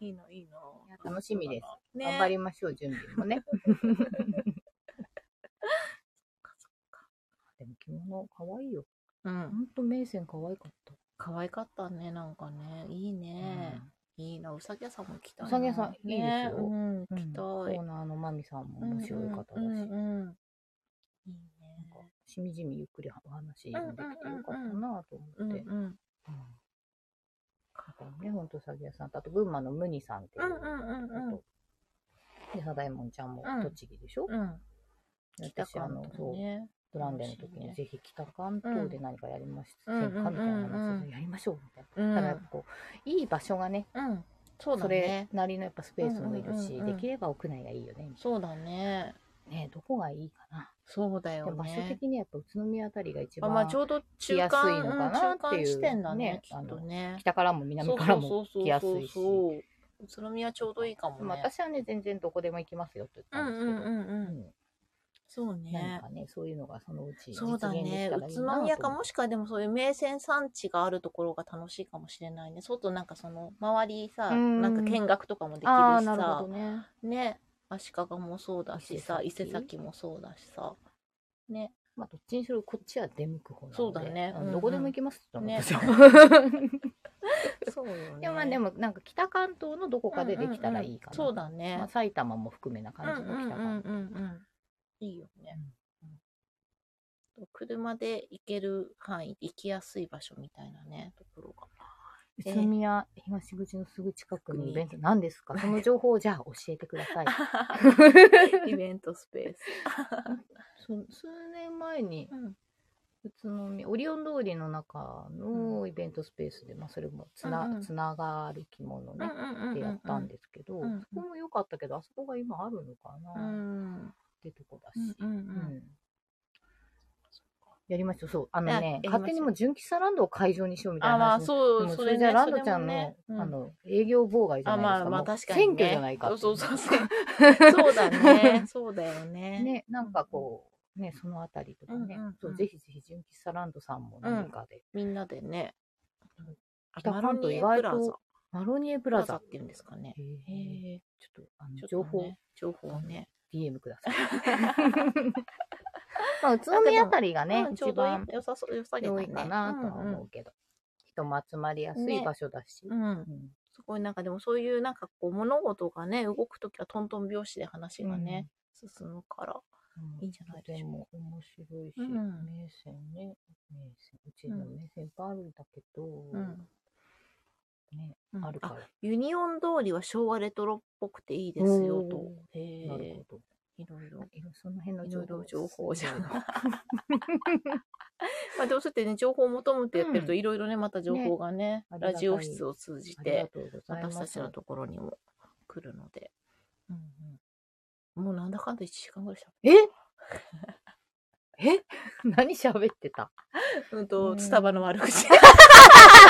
S1: いいの、いいの。
S2: な。楽しみです。
S1: ね、
S2: 頑張りましょう、準備
S1: [laughs]
S2: もね。でも着物可愛いよ。
S1: うん。
S2: 本当名線可愛かった。
S1: 可愛かったね、なんかね。いいね。いいな、うさぎ屋さんも来たいな。
S2: うさぎ屋さんいい
S1: ね
S2: ですよ
S1: うん、
S2: うん
S1: 来た
S2: コ
S1: い
S2: ー。ナーのまみさんも面白い方だし、
S1: うんうんうんいい
S2: なんかしみじみゆっくりお話読んできてよかったなと思って。
S1: ね。うんうん。
S2: ね、ほんと、さぎ屋さんと、あと、群馬のムニさんっていう。
S1: うんうんうんうん
S2: あとで、さだいもんちゃんも
S1: うん
S2: 栃木でしょ、
S1: うん。
S2: で
S1: 来た
S2: 私、あ
S1: か
S2: の
S1: も、
S2: そう、
S1: ね。
S2: ブランデの時に、ぜひ北関東で何かやりまし
S1: うん
S2: せんかみたい
S1: うんう
S2: な
S1: んうん
S2: 話
S1: う
S2: を
S1: ん
S2: やりましょうみたいな。
S1: う
S2: だからやっ
S1: ん
S2: ぱ。こう、いい場所がね、
S1: うん。そうだ
S2: そ
S1: ね
S2: れ。なりのやっぱスペースもいる
S1: うん
S2: し、
S1: うんうんうん
S2: できれば屋内がいいよね。
S1: そうだね。
S2: ね、どこがいいかな。
S1: そうだ
S2: で
S1: よ
S2: も場所
S1: ね。
S2: 的にはやっぱ宇都宮あたりが一
S1: あまあ
S2: 番
S1: ち、ょうど中間
S2: 来やすいのかなってい
S1: う
S2: う
S1: ん中間地点だね
S2: ね
S1: きっとね。
S2: 北からも南からも。
S1: そうそうそうそう
S2: 来やすいし
S1: そう宇都宮ちょうどいいかもね。
S2: まあ私はね、全然どこでも行きますよって
S1: う
S2: 言った
S1: ん
S2: んです
S1: う
S2: けど。
S1: んうんうん。
S2: うん
S1: そう
S2: 何
S1: ね
S2: か。ね、そういうのがそのうち実
S1: そう
S2: 現
S1: だ
S2: でき
S1: ね
S2: た。らいいなと思って。
S1: 宇都宮かもしくはでもそういう名船産地があるところが楽しいかもしれないね。外なんかその周りさ、
S2: うん
S1: なんか見学とかもできるし
S2: ああ、なるほ
S1: さ
S2: ど、ね。
S1: ね、足利もそうだしさ、
S2: 伊
S1: 伊
S2: 勢
S1: 勢
S2: 崎
S1: 崎もそうだしさ、ね、
S2: まあ、どっちにしろこっちは出向く方なので。
S1: そうだね
S2: あ
S1: うんう
S2: の
S1: ん
S2: どこでも行けますって思っ
S1: ね
S2: たんですよ。
S1: [laughs] そうよね。
S2: でもまあでもなんか北関東のどこかでできたらいいか
S1: う
S2: な。
S1: んうんうんそうだね。
S2: まあ、埼玉も含めな
S1: うんう
S2: 感じの
S1: ん
S2: 北
S1: うん
S2: 関
S1: うんうん。いいよね。車で行ける範囲、行きやすい場所みたいなね、ところが。
S2: 東。宇都宮東口のすぐ近くにイベント何です
S1: [laughs]
S2: かその情報をじゃあ教えてください。
S1: [laughs] イベントスペース。
S2: [laughs] そ数年前に
S1: うん
S2: 宇都宮オリオン通りの中のイベントスペースで、まあ、それもつな,、
S1: うんうん
S2: つながる着物ね、
S1: う
S2: ってやったん
S1: す。
S2: ですけど、
S1: うんうん
S2: そこも良かったけどあそこが今あるのか
S1: う
S2: な、っ
S1: ん。
S2: てとこだ
S1: う
S2: し
S1: ん、うんうん。
S2: うんやりましょうそうあ
S1: い
S2: の
S1: やや
S2: ね
S1: りましょう
S2: 勝手にもう純喫茶ランドを会場にしようみたい
S1: あ、
S2: な
S1: まあ、
S2: 話も
S1: そ
S2: でも
S1: う、
S2: そ
S1: そ
S2: れ
S1: れ
S2: じゃあ
S1: ね
S2: ランドちゃんの,、あ、の営業妨害じゃ
S1: あ、
S2: ない
S1: ま
S2: ですか、
S1: あまあ
S2: もう
S1: 確かに。
S2: 選挙じゃないかってい
S1: そうそうそう。
S2: [laughs]
S1: そうだね。そうだよね。
S2: ねなんかこうねそのあたりとかね、
S1: うんうんうん
S2: そうぜひぜひ純喫茶ランドさんも何かで、
S1: みんなでね。
S2: 北関東意外とマロニエプ
S1: プ
S2: ラ
S1: ラザプラザ
S2: ザ
S1: って言うんですかね。
S2: へー
S1: へえ。
S2: ちょっとあの
S1: ちょっとね
S2: 情
S1: 情
S2: 報、
S1: 報をね。
S2: DM くだ
S1: [laughs]
S2: さい。 [laughs] まあ、宇都宮あたりがね、
S1: うんちょ
S2: 一
S1: うどいい
S2: 番
S1: 良さそう、良さげだ
S2: 良
S1: ね
S2: いかなとは思うけど、人も集まりやすい
S1: ね
S2: 場所だし、
S1: うんうん。うん
S2: うん
S1: すごいなんかでもそういうなんかこう物事がね、動くときはトントン拍子で話がね、進むから。
S2: うん
S1: いいんじゃないでしょう
S2: とても面白いし、
S1: うん
S2: 名線ね、名線、うちの名線いっぱいあるんだけど、
S1: うん。
S2: ね、
S1: うん
S2: あるから。
S1: ユニオン通りは昭和レトロっぽくていいですよと
S2: お。
S1: へえ
S2: なるほど。
S1: いろいろ。
S2: いろその辺の
S1: いろいろ情報じゃん。
S2: すごい
S1: まあでもそうやってね、情報を求めてやってると、
S2: うん
S1: いろいろね、また情報がね、
S2: ありがたい
S1: ラジオ室を通 [laughs] じ
S2: ありが
S1: て、
S2: とうございます。
S1: 私たちのところにも来るので。うんうん、もうなんだかんだ1時間ぐらいしゃ
S2: ええ [laughs] 何喋ってた
S1: べうん
S2: う
S1: と、
S2: ん
S1: スタバの悪口。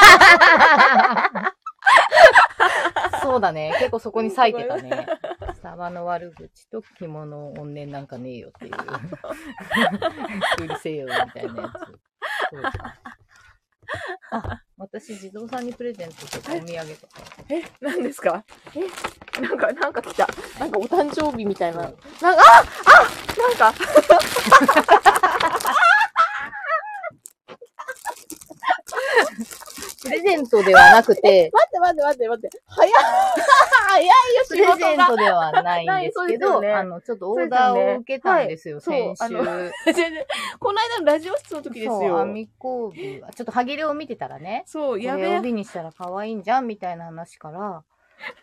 S2: [laughs] そうだね。結構そこに割いてたね。スタバの悪口と着物怨念なんかねえよっていう。
S1: [laughs]
S2: うるせえよみたいなやつ。そうかあ、私、児童さんにプレゼントとかお土産とか。
S1: え、 [laughs] 何ですかえ、なんか、なんか来た。なんかお誕生日みたいな。なんか、ああなんか。
S2: プレゼントではなく
S1: [laughs]
S2: て、
S1: 待って待って待って待って。 [laughs] 早い早いよ、
S2: プ
S1: 仕
S2: レ
S1: 事
S2: ゼン
S1: が。
S2: トではないんですけ
S1: ないそ
S2: ど、
S1: うですよね
S2: あの、ちょっとオーダーを受けたんですよ、
S1: そうですよ
S2: 先
S1: ね
S2: 週。
S1: はい全然この間のラジオ室の時です
S2: そう、
S1: よ
S2: 編。み工具は。ちょっとハギレを見てたらね、
S1: そう、
S2: こ
S1: やべ
S2: れ
S1: え。
S2: 帯にしたら可愛いんじゃんみたいな話
S3: [laughs]
S2: から、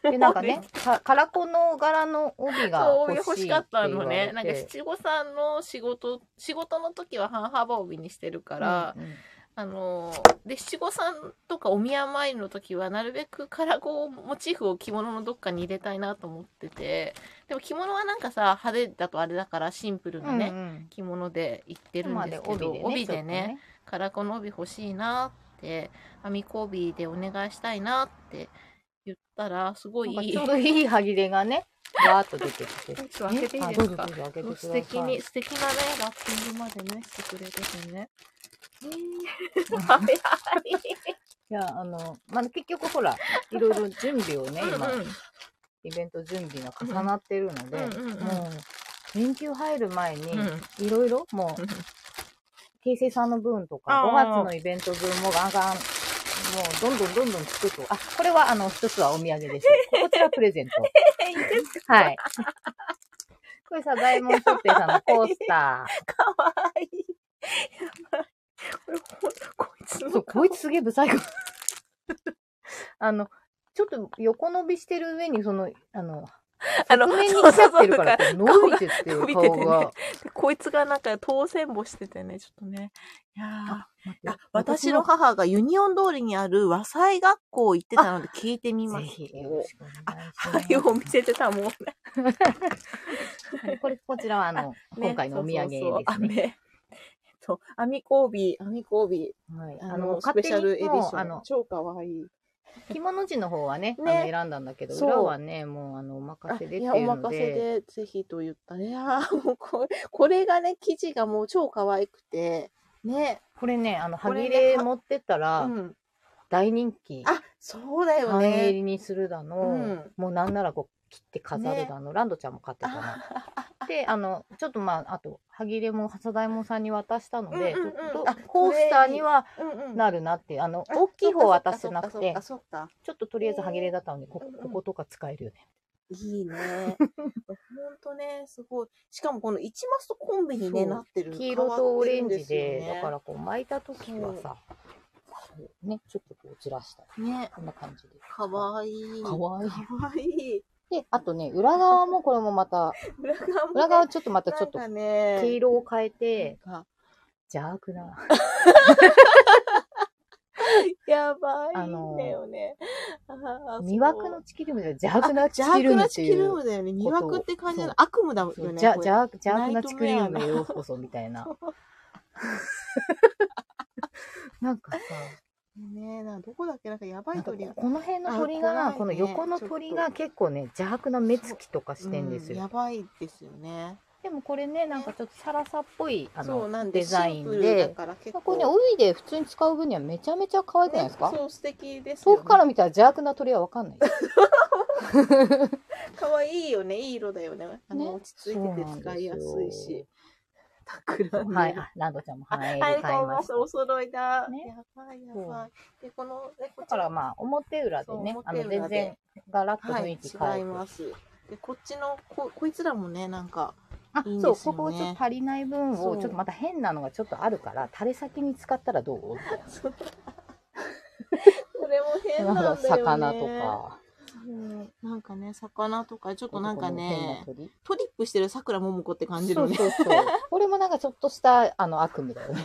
S2: で、なんかね、かカラコの柄の帯が
S3: そう帯
S2: 欲
S3: 欲
S2: しい
S3: し
S2: って言わ
S3: かった
S2: れて。
S3: のねなんか七五三の仕事仕事の時は半幅帯にしてるから、
S2: うんうん
S3: あので七五三とかお宮参りの時はなるべくカラゴモチーフを着物のどっかに入れたいなと思っててでも着物はなんかさ派手だとあれだからシンプルなね、
S2: うん
S3: 着物で行って
S2: う
S3: る
S2: ん。まあ
S3: んで
S2: です
S3: け
S2: 帯
S3: ど
S2: でね。
S3: 帯
S2: ちょっ
S3: で
S2: と
S3: ね。カラコの帯欲しいなって編み子帯でお願いしたいなって言ったらすごい
S2: なん
S3: い
S2: か
S3: い
S2: ちょうどいいハギレがね、わーっと出てきて。
S3: ちょっ [laughs] と開けていい
S2: あ
S3: です
S2: どう
S3: か
S2: ぞどうぞ開けてくださ
S3: 素
S2: い。
S3: 敵に、素敵なね、ラッピングまでね、してくれてて
S2: [laughs]
S3: ね。
S2: いや、あの、まあ、結局ほら、いろいろ準備を
S3: [laughs]
S2: ね、
S3: うんう
S2: 今、
S3: ん
S2: イベント準備が重なってるので、
S3: うんうんうん
S2: もう、連休入る前に、
S3: うん
S2: いろいろ、もう、平成さんの分とか、
S1: あー
S2: 5月のイベント分もガンガン、もう、どんどんどんどん作って、あ、これは、あの、一つはお土産です。
S1: [laughs]
S2: こちらプレゼント。はい。これさ、大門特定さんのポスタ
S1: かわいい。やばい。これ、ほんこいつ
S2: ー。
S1: の
S2: そう、こいつすげえ不細工。 [laughs] あの、ちょっと横伸びしてる上に、その、あの、
S1: あの
S2: 側面に来ちゃってるから、こう伸びてって
S1: 顔が伸びててね
S2: 顔が。
S1: こいつがなんか当選簿しててね、ちょっとね。いやーあ私の
S2: 母
S1: 母がユニオン通りにある和裁学校行ってたので聞いてみま
S2: ぜ
S1: す。
S2: ひ、よろしくお願いします。
S1: はい、お店でたもんね。
S2: はいこれ、こちらは、あの、
S1: ね
S2: 今回のお土産です
S1: そうそうそうあ
S2: ね。
S1: めえっと、編み交尾、編み交
S2: はい
S1: 尾、
S2: あ
S1: あ
S2: の、
S1: の、ス
S2: 勝
S1: ペ
S2: 手
S1: シャルエ
S2: に
S1: ディ
S2: も
S1: シ
S2: う、あ
S1: ョン
S2: の。、
S1: 超かわいい。
S2: 着物地の方はね、あの、
S1: ね
S2: 選んだんだけど、
S1: そう
S2: 裏はね、もう、あの、お任せでっ
S1: い
S2: て
S1: や、お
S2: いうの
S1: 任せで、
S2: で、
S1: ぜひと言ったね。い [laughs] やーもうこれ、これがね、生地がもう超可愛くて、ね。
S2: これね、あの、
S1: こ
S2: 歯
S1: れね
S2: 切れ持ってった
S1: う
S2: ら、
S1: ん。
S2: 大人気。
S1: あ、そうだよ
S2: 半入
S1: ね。
S2: りにするだ
S1: う
S2: の
S1: ん、
S2: もうなんならこう、切って飾るだの、ランドちゃんも買ってたな。で、あの、ちょっとまあ、あと、はぎれも、笹大門さんに渡したので、
S1: うんうんうん
S2: ちょっ
S1: あ
S2: とコースターには
S1: うんうん。
S2: なるなっていう、あの、
S1: あ
S2: 大きい方は渡してなく
S1: そってか、そっか。
S2: ちょっととりあえずはぎれだったので、こ
S1: うんうん
S2: こことか使えるよね。
S1: いいね。ほんとね、すごい。しかもこの一マスとコンビにね、
S2: そう
S1: なってる。。
S2: 黄色とオレンジで、だかららこう巻いた時はさ、こうね、ちょっとこうずらしたり、
S1: ね。
S2: こんな感じで。
S1: かわいい。
S2: かわいい。
S1: かわいい。
S2: で、あとね、裏側もこれも
S1: [laughs]
S2: また、
S1: 裏側もね
S2: 裏側ちょっとまたちょっと
S1: なんかね、
S2: 毛色を変えて、
S1: なんか
S2: 邪悪な。
S1: [laughs] やばい
S2: あ
S1: ん
S2: の
S1: だよね。あー
S2: 魅惑のチキルムで邪悪なチキル
S1: あ邪悪
S2: ムって
S1: なチキ
S2: い
S1: ル
S2: う
S1: ム。だよね。魅惑って感じ
S2: そ
S1: の
S2: う
S1: 悪夢だよ
S2: そう
S1: ね。
S2: じゃ
S1: これ
S2: 邪悪邪悪
S1: ナ
S2: な
S1: イト
S2: チクリ
S1: メア
S2: ー
S1: の
S2: ムへようこそみたい
S1: [laughs]
S2: な。なんかさ、
S1: ねえ、なんかどこだっけなんかやば
S2: な
S1: い
S2: んか
S1: 鳥が
S2: ここの辺の鳥
S1: あ
S2: が、
S1: 怖いね
S2: この横の鳥が結構ね、邪悪な目つきとかしてんです
S1: う
S2: よ。
S1: やばいですよね。
S2: でもこれね、なんかちょっとサラサっぽいあ
S1: そう
S2: の
S1: なんで
S2: デザイ
S1: シ
S2: ン
S1: プルだ
S2: で、
S1: から結構
S2: これね、帯で普通に使う分にはめちゃめちゃ可愛くないですか、
S1: ねそう素敵ですよね、
S2: 遠くから見たら邪悪な鳥はわかんない。
S1: 可愛いよね。いい色だよね。あの
S2: ね
S1: 落ち着いてて使いやすい
S2: そうなんですよ
S1: し。たくらんでる
S2: はい、あランドちゃんも
S1: あ
S2: はい、
S1: あ
S2: 買
S1: り
S2: い
S1: がとうござい
S2: ま
S1: ま
S2: し
S1: す。
S2: た。
S1: お揃いだ。
S2: ね
S1: やばいやばい。で、この、ね、こ
S2: だ
S1: ち
S2: かららまあ、表裏でね
S1: そう、
S2: あの、
S1: 表裏
S2: 全
S1: で
S2: 然ガラッと
S1: は
S2: 雰
S1: い、
S2: 囲気変えて。
S1: 違います。で、こっちの、こ、こいつらもね、なんか、
S2: あ、
S1: いいんです
S2: そ
S1: よね
S2: う、ここちょっと足りない分
S1: そ
S2: を、
S1: う
S2: ちょっとまた変なのがちょっとあるから、垂れ先に使ったらどうみたい
S1: これも変
S2: な。
S1: なんだ
S2: [laughs]
S1: よね。
S2: 魚と。か、
S1: うん、なんかね、魚とか、ちょっとなんかね、
S2: この変な
S1: トリップしてる桜ももこって感じ
S2: 鳥。そ
S1: る
S2: う
S1: ね。
S2: そうそう。
S1: [laughs]
S2: これもなんかちょっとした、あの、悪夢だよね。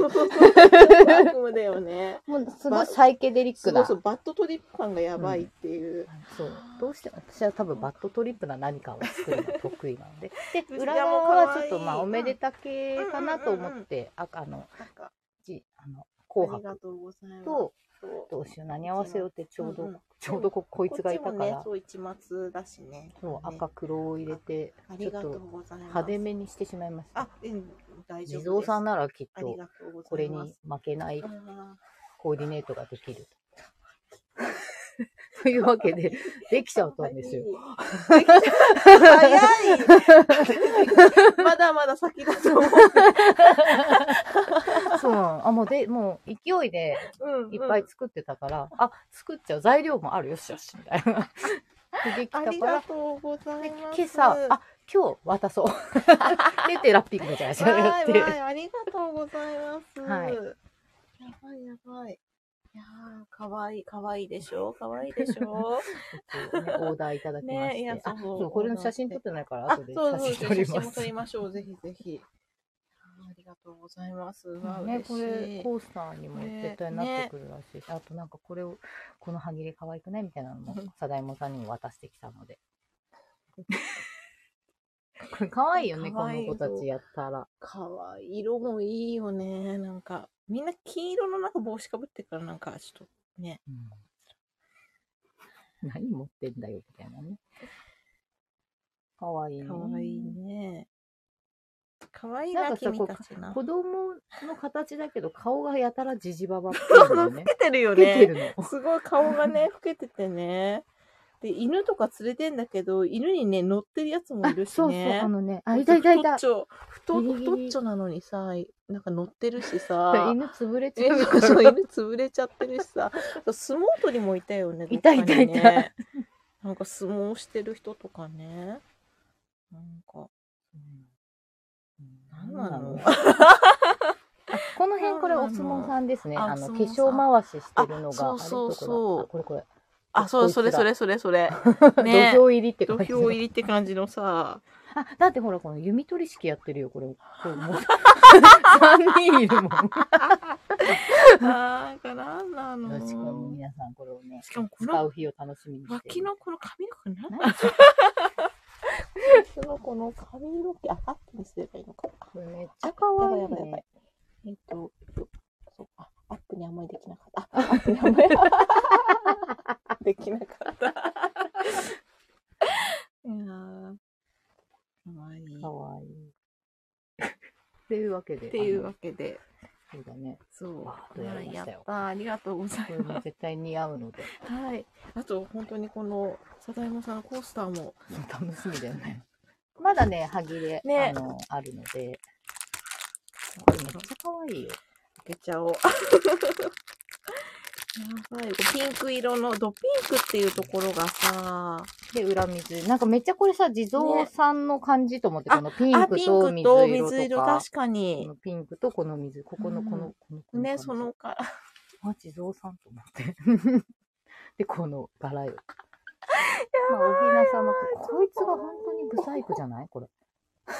S1: 悪夢だよね。
S2: もう、すごいサイケデリッ
S1: す
S2: ク
S1: ごい [laughs]
S2: な。
S1: そう、バットトリップ感がやばいっていう。
S2: そう。どうしても、私は多分バッドトリップな何かを作るのが得意なので。で、
S1: いや
S2: 裏側
S1: もう
S2: は
S1: 可
S2: ち
S1: 愛
S2: ょ
S1: い
S2: っと、まあ、おめでた系かなと思って、ああの、
S1: なんか、
S2: じあの紅
S1: あり
S2: 白
S1: がとうございます。
S2: と、
S1: そう
S2: どうしよう、何合わせようってちょうど、
S1: うんうん
S2: ちょうどここいつがいた
S1: こ
S2: か
S1: っちもね
S2: ら、、
S1: そう、一末だしね。
S2: そう、
S1: ね
S2: 赤黒を入れて
S1: あ、
S2: ち
S1: り
S2: ょっ
S1: がと
S2: と
S1: うございます。
S2: 派手めにしてしまいました。
S1: あ、うん、大丈夫です。
S2: 地蔵さんならきっ
S1: あり
S2: と、
S1: がとうございます。
S2: これに負けない
S1: あ
S2: コーディネートができる。 [laughs] というわけで、できちゃったんで
S1: [laughs]
S2: すよ。
S1: ー。でき
S2: [laughs]
S1: た早いまだまだ先だと思う。
S2: そうあ、もうで、もう勢いで
S1: うんうん
S2: いっぱい作ってたから、あ、作っちゃう材料もあるよしよし、みたいな。できた
S1: あ
S2: か
S1: りが
S2: ら、
S1: とうございます。
S2: 今朝、あ、今日渡 [laughs] そう。で、テラピックみたいな人や
S1: わ
S2: っ
S1: ーい
S2: て。
S1: わーい、ありがとうございます。
S2: はい
S1: やばいやばい。いやー、かわいい、かわいいでしょかわいいでし
S2: [laughs]
S1: ょ
S2: ちょっとねオーダーいただきま
S1: ねい
S2: して。
S1: や
S2: あ、
S1: そうそう
S2: そう、これの写真撮ってないから、
S1: あ、
S2: 後で
S1: そうそう、
S2: 写真撮り
S1: 写真
S2: ま
S1: も撮
S2: す
S1: り。ましょう。ぜひぜひ。あーありがとうございます。うわ、
S2: ね、
S1: 嬉し
S2: これ
S1: い。
S2: コースターにも絶対なってくるらしいし、あとなんかこれをこの歯切れ可愛くないみたいなのも
S1: うん
S2: サダイモさんにも渡してきた
S1: [laughs]
S2: のでこれ可愛いよね
S1: 可愛い
S2: この子たちやったら
S1: かわいい。色もいいよね。なんか、みんな金色のなんか帽子かぶってるから、なんか、ちょっとね。
S2: うん何持ってんだよみたいなね可愛いね
S1: かわいいね。かわいい
S2: なん
S1: な、
S2: かさ
S1: 君たちな。 [laughs]
S2: 子供の形だけど顔がやたらジジババっぽいんだよね
S1: てるよ
S2: 老けてる [laughs] の
S1: すごい顔がね、老けててね。で、犬とか連れてんだけど、犬にね、乗ってるやつもいるしね。
S2: そうそうあのねあいたいたい
S1: 太
S2: た
S1: っちょ、太
S2: ギリギリ
S1: 太っちょなのにさ、なんか乗ってるしさ。
S2: [laughs] 犬潰れち
S1: え
S2: ゃう
S1: そう [laughs] そう犬潰れちゃってるしさ。相撲取りもいたよね。どっかにね
S2: いたいたいた。
S1: なんか相撲してる人とかね。なんか、
S2: うん
S1: なんなの
S2: あこの辺これお相撲さんですね。
S1: あ
S2: あ
S1: お
S2: の
S1: 相
S2: 化
S1: 撲さん
S2: 粧回ししてるのが、あ
S1: あ
S2: れ
S1: そうそう
S2: どこ
S1: そう
S2: だあこれこれ。
S1: あ、そう、それそれそれそれ。ね
S2: 土俵入りって
S1: [laughs] 土
S2: 感じ。
S1: 俵入りって感じの [laughs] さ。
S2: あ、だってほらこの弓取り式やってるよ
S1: [laughs]
S2: これ。これもう [laughs] 三人いるもん。
S1: なんかなんなの
S2: 確かに皆さんこれをね、
S1: しかもこの
S2: 使う日を楽しみにして
S1: 脇
S2: る。
S1: のこの髪の毛何
S2: 何
S1: [laughs]
S2: こ
S1: そのこの髪の毛、あ、カットにすればいいのか。
S2: れめっち
S1: あ、
S2: ゃ
S1: か
S2: 可愛
S1: やばいやばいやば
S2: い
S1: い
S2: ね。。
S1: えっと、よそうあ、アップにあんまりできなかった。あ、アップにあんまり [laughs] できなかった。いやー。かわいい。
S2: 可
S1: っ
S2: 愛い。っていうわ [laughs] けで。
S1: ていう
S2: あ
S1: わ
S2: の
S1: けで、
S2: そうだね。
S1: そう。
S2: わーっとやりました
S1: あーやっ
S2: よ
S1: たーありがとうござい
S2: これ
S1: ま
S2: も絶対似合うので、
S1: す。はい。あと、本当にこの、サダイモさんのコースターも、
S2: 楽しみだよね。まだね、歯切れ、
S1: ね
S2: あの、あるので。これめっちゃ可愛いよ。
S1: 開けちゃ [laughs] おう。やばい。ピンク色の、ドピンクっていうところがさ、
S2: で、裏水。なんかめっちゃこれさ、地蔵さんの感じと思って、
S1: ね
S2: このピン
S1: あ、
S2: ク
S1: ピン
S2: と
S1: ク
S2: 水
S1: と
S2: 色
S1: 水
S2: と
S1: 色、
S2: か。
S1: 確か
S2: こ
S1: に
S2: の。ピンクとこの水、ここの
S1: うん
S2: この、この、この
S1: ね、
S2: 感じ
S1: そのか、
S2: あ、地蔵さんと思って。 [laughs] で、この
S1: [laughs]
S2: 柄よ。まあ、おびなさまと、こいつが本当にブサイクじゃないこれ。こ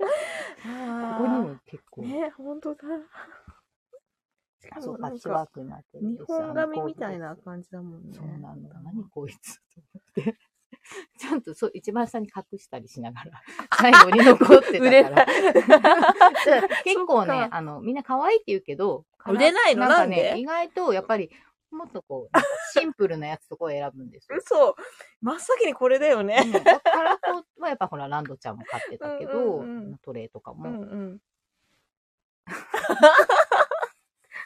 S2: こにも結構。
S1: ね、本当だ。しか
S2: そ
S1: も
S2: う、
S1: な
S2: パ
S1: ん
S2: ッチワ
S1: か
S2: ー、クになってるん
S1: 日
S2: ですよ
S1: 本髪みたい
S2: あ
S1: な
S2: の
S1: 感じだもんね。
S2: そうなの。何こいつと思って。 [laughs] ちゃんとそう一番下に隠したりしながら、 [laughs] 最後に残って
S1: 売れ
S2: た [laughs]
S1: な
S2: か
S1: い
S2: ら。。結構
S1: そっか
S2: ね、あの、みんな可愛いって言うけど、
S1: 売れないの
S2: んか
S1: なん
S2: ね、
S1: で
S2: 意外とやっぱり、もっとこ
S1: [laughs]
S2: う、なんかシンプルなやつとかを選ぶんですよ。
S1: [laughs] 嘘真っ先にこれだよ
S2: う
S1: ね。
S2: んだからこはやっぱほら、ランドちゃんも買ってたけど、
S1: うんうんうん
S2: トレイとか
S1: う
S2: も
S1: んうん。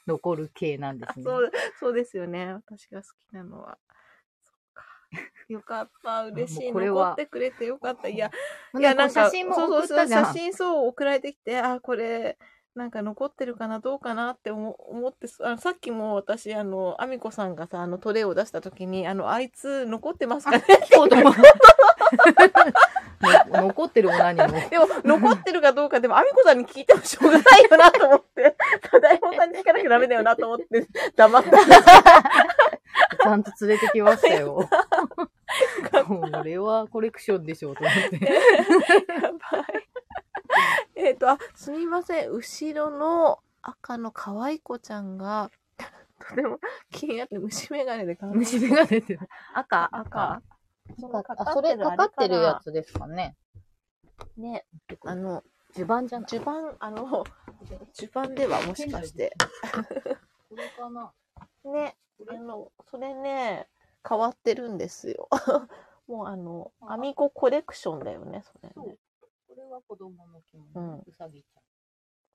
S2: 残る系なんですね。
S1: そう、そうですよね。私が好きなのは。そっかよか
S2: [laughs]
S1: った。嬉し
S2: も。
S1: いう
S2: これ
S1: 残
S2: は
S1: ってくれてよかった。いや、
S2: まあ
S1: いや、
S2: ねこ
S1: な
S2: うん
S1: か、
S2: 写真も送ったじゃん。
S1: そうそうそう写真そう送られてきて、あ、これ、なんか残ってるかな、どうかなって思思って、あのさっきも私、あの、あみこさんがさ、あのトレイを出した時に、あの、あいつ残ってますかね
S2: [laughs]
S1: [laughs]
S2: そうと思う [laughs] 残ってるも何も。
S1: でも、残ってるかどうか、でも、あみこさんに聞いてもしょうがないよなと思って、 [laughs] ただいもさんに聞かなきゃダメだよなと思って、黙って
S2: ちゃんと連れてきましたよ。 [laughs] これはコレクションでしょうと思って。
S1: やばい。 [laughs] えっと、あ、すみません。後ろの赤の可愛い子ちゃんが、 [laughs] とても気になって虫眼鏡で顔見
S2: [laughs] 虫眼が出てる。赤、
S1: 赤。
S2: あ、それかかってるやつですかね。
S1: つ。ね。あの、
S2: 襦袢じゃない
S1: 襦袢、あの、襦袢ではもしかして。
S2: これかな
S1: ね。あの、それね、変わってるんですよ。 [laughs] もうあの、アミココレクションだよね、それ
S2: そう
S1: ね。
S2: これは子供の着
S1: うん
S2: 物。うさぎちゃん。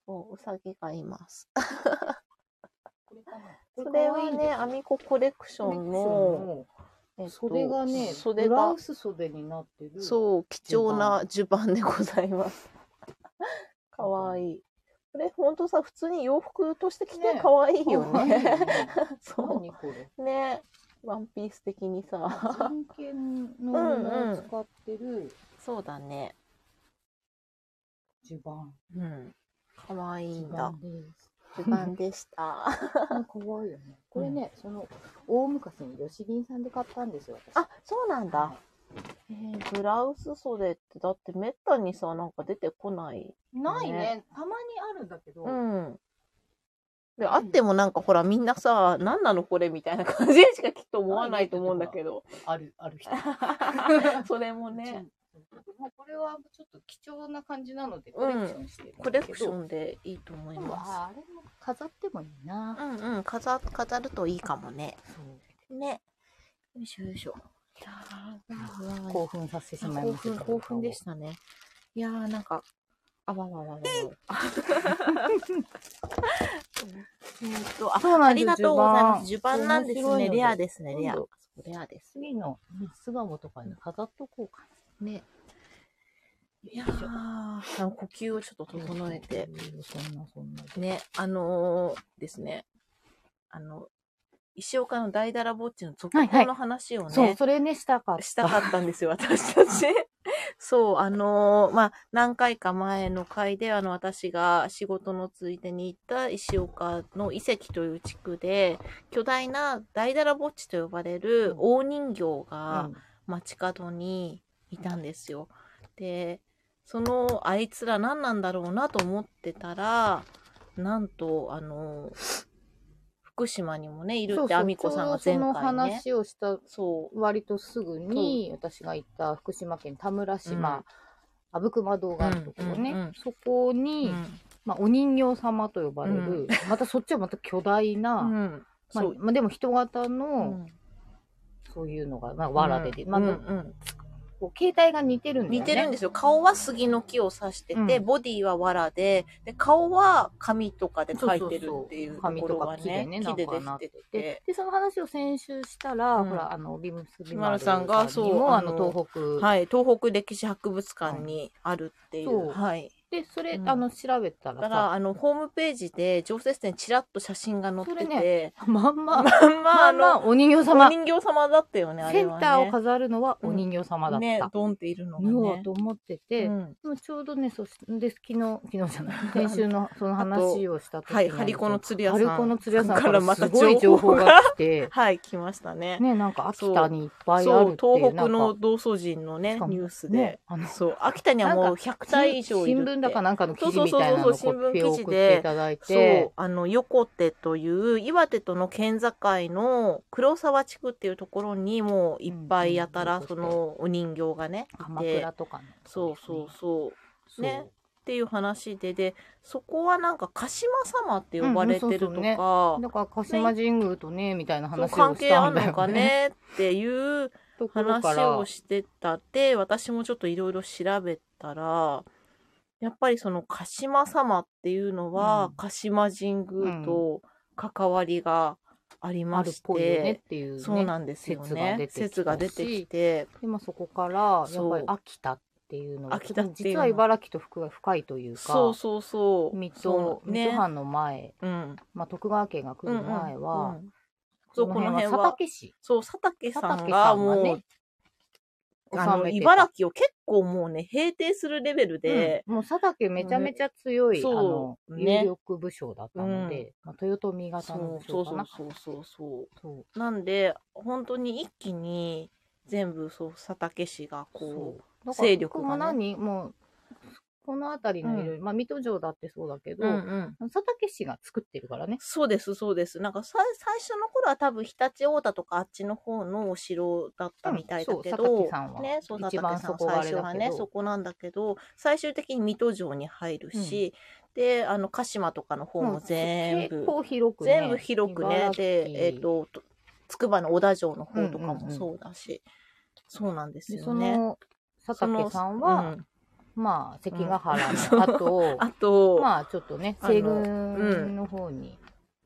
S1: そう、うさぎがいます。
S2: これかな
S1: それはね、アミココレクションの、、えっと
S2: 袖がね、
S1: 袖
S2: ブラ
S1: が
S2: ウス袖になってる。
S4: [laughs]
S2: う。
S1: そう、貴重な襦袢でございます。
S4: かわいい。これ、ほんとさ、普通に洋服として着て
S2: ね
S4: かわいいよ
S2: 可愛い
S4: ね。
S2: ね
S4: [laughs] そ
S2: 何これ。
S4: う。ね。ワンピース的にさ。
S2: 人権の布を使ってる
S4: そうだね。
S2: 襦袢。
S4: うん。かわいい
S2: 襦
S4: んだ
S2: 袢。です。
S4: 自慢で [laughs] した。
S2: 可 [laughs] 愛いよね。これね、その大昔にヨシリンさんで買ったんですよ。私
S4: あ、そうなんだ。。えーブラウス袖って、だってめったにさ、なんか出てこない。
S2: ない
S4: ね
S2: ね。たまにあるんだけど。
S4: うん。で、あってもなんかほら、みんなさ、何なのこれみたいな感じしかきっと思わないと思うんだけど。
S2: あるある人。
S1: [laughs]
S4: それもね、
S2: もうこれはちょっと貴重な感じなので
S4: うん
S2: コレクションしてるんですけど、
S4: コレクションでいいと思い
S2: でも
S4: ま
S2: ああれも飾ってもいいな
S4: す。。うんうん、飾飾るといいかもね。
S2: そう
S4: ね。
S1: よいしょよいしょ。いやー
S2: 興奮させてしまい
S1: 興
S2: ました
S1: 奮、
S2: けど。
S1: 興奮でしたね。いやー、なんか、あわ [laughs] わわわわ。えーっと、あ、
S2: そうな
S1: あ
S2: んで
S1: り
S2: す
S1: がとうございます。
S2: 襦
S1: 序盤なんです
S2: 面白い
S1: ね。
S2: ので
S1: レアですね、レア
S2: 今度。
S1: レアです。
S2: 次の巣鴨とかに飾っとこうか
S1: ね。いや
S2: よいし
S1: ー、あの呼吸をちょっと
S2: な。
S1: 整えて。。
S2: そんなそんな。
S1: ね、あのーですね、あの、石岡の大だらぼっちの続
S2: はいは
S1: 報
S2: い
S1: の話をね、
S2: そう、それね、したかった。
S1: したかったんですよ、私たち。 [laughs] そう、あのーまあ、何回か前の回で、あの、私が仕事のついでに行った石岡の遺跡という地区で、巨大な大だらぼっちと呼ばれる大人形が
S2: うん
S1: 街角にいたんですよ。で、そのあいつら何なんだろうなと思ってたら、なんと、あのー福島にもね、いる
S2: そう
S1: って、
S2: そう
S1: あみこさんが
S2: ちょう
S1: 前
S2: どその
S1: 回ね。
S2: 話をした
S1: そう。
S2: 割とすぐに私が行った福島県田村
S1: うん
S2: 島阿武隈堂があるところね、
S1: うんうんうん
S2: そこに、
S1: うん
S2: まあ、お人形様と呼ばれる、
S1: う
S2: またそっちはまた巨大な、
S1: うん、
S2: まあ
S1: そう、
S2: まあでも人型
S1: う
S2: の
S1: ん
S2: そういうのが、まあ、藁でで、まあ
S1: うんうん
S2: こう形態が似てるんだよね
S1: 似てるんですよ顔は杉の木を刺してて、
S2: うん
S1: ボディは藁でで顔は紙とかで描いてるっていう
S2: そ
S1: と
S2: そそ
S1: ころが
S2: 紙とか木で
S1: ね
S2: ね
S1: 木で
S2: なん
S1: で
S2: かなっ
S1: き
S2: て
S1: て
S2: で
S1: て。
S2: でその話を先週したら、
S1: うん
S2: ほらあのビームスビ
S1: 丸さんが
S2: に
S1: そう
S2: もあの
S1: あの
S2: 東北、
S1: はい、東北歴史博物館にあるってい、
S2: そうう
S1: はい、
S2: でそれ、
S1: うん
S2: あの調べた
S1: だ
S2: ら
S1: か
S2: さ
S1: らあのホームページで常設展ちらっと写真が載ってて、
S2: それまん
S1: ま
S2: ま
S1: あ [laughs] ま
S2: ま
S1: あ
S2: あ
S1: あ
S2: ま
S1: の
S2: あ、お人形
S1: お
S2: 様。
S1: 人形様だったよねあ
S2: セ
S1: れ
S2: ン
S1: はね
S2: ターを飾るのはお人形様だった。
S1: ねドンっているのが
S2: 見よ
S1: ね
S2: うと思ってて、
S1: うん
S2: でもちょうどね、そしで昨日、昨日じゃ
S1: [laughs]
S2: ない、先週のその話をした時に
S1: はいハリコの釣り屋さ
S2: ハ
S1: ん
S2: リコの釣り屋さん
S1: か
S2: からら
S1: また
S2: すごい情報が来て、
S1: はい来ましたね
S2: ね、なんか秋田にいっぱいある
S1: そ
S2: っ
S1: う
S2: ていう、
S1: 東北
S2: な
S1: の
S2: んか
S1: 同祖人のね
S2: しかも
S1: ニュースで、
S2: ね、あの、
S1: そう秋田にはもう
S2: なん
S1: 100体以上いる
S2: 新
S1: って
S2: 聞だかなんかの記事みたいなの
S1: そ
S2: を
S1: うそうそうそう
S2: コピーを送
S1: 新聞記
S2: っ
S1: 事で
S2: ていただい
S1: そう
S2: て、
S1: あの横手という岩手との県境の黒沢地区っていうところにもういっぱいやたら
S2: うんうん
S1: そのお人形がね
S2: 鎌
S1: いて
S2: 倉とかの、
S1: そうそうそう
S2: そう
S1: ねっていう話ででそこはなんか鹿島様って呼ばれてるとか、
S2: うんうんそうだから鹿島神宮とね、みたいな
S1: そう
S2: 話を
S1: 関
S2: し
S1: 係あ
S2: たん
S1: ん
S2: だよね。
S1: のかねっていう
S2: ところから
S1: 話をしてたって私もちょっといろいろ調べたらやっぱりその鹿島様っていうのは、
S2: うん
S1: 鹿島神宮と関わりがあり
S2: あ
S1: ま
S2: るっ
S1: して、
S2: ぽいよねっていう、ね、
S1: そうなんですよね説
S2: 説
S1: が
S2: が
S1: 出
S2: 出
S1: て
S2: て
S1: き
S2: き
S1: て
S2: でまあそこからや
S1: そ
S2: っ
S1: う
S2: ぱり秋田っていうのは
S1: 秋田っていうの
S2: 実は茨城と福が深いというか
S1: そうそうそう
S2: 水
S1: そ
S2: 戸
S1: うね
S2: 水戸藩の前、
S1: うん
S2: まあ、徳川家が来る前は、
S1: うんうんそうこの辺は
S2: 佐竹市
S1: そう佐竹さん
S2: 佐竹
S1: が
S2: さんが
S1: もう
S2: ね
S1: あの
S2: 治めてた
S1: 茨城を結構もうね平定するレベルで、
S2: うんもう佐竹めちゃめちゃ強い、
S1: ね
S2: あの
S1: そうね
S2: 有力武将だったので、まあ、豊臣
S1: そ
S2: 方の
S1: う
S2: 武
S1: そ
S2: 将
S1: う
S2: か
S1: そ
S2: な
S1: うそうそうそう
S2: そう
S1: なんで本当に一気に全部そう佐竹氏が
S2: そ
S1: こう
S2: うだから
S1: 勢力がね
S2: もう何もうこの辺りのいろいろ、まあ水戸城だってそうだけど、
S1: うん
S2: 佐竹氏が作ってるからね
S1: そうですそうですなんかさ最初の頃は多分常陸太田とかあっちの方のお城だったみたいだけど、
S2: うんそう佐竹さんは
S1: ねそう佐
S2: 一
S1: 竹
S2: 番
S1: さん
S2: 底
S1: 最
S2: 割れ
S1: 初
S2: だけど
S1: はねそこなんだけど最終的に水戸城に入るし、であの鹿島とかの方も全部、
S2: 結構広くね。
S1: 全部広くね
S2: 茨城
S1: でえっ、とと筑波の小田城の方とか
S2: うんうん
S1: も
S2: うん
S1: そうだし、そうなんです
S2: で
S1: よ
S2: そ
S1: ね。
S2: の佐竹さ
S1: その
S2: ん
S1: う
S2: は、
S1: ん
S2: まあ関ヶ
S1: うん
S2: 原の後、
S1: あと、
S2: まあちょっとね
S1: あの
S2: 西軍の方に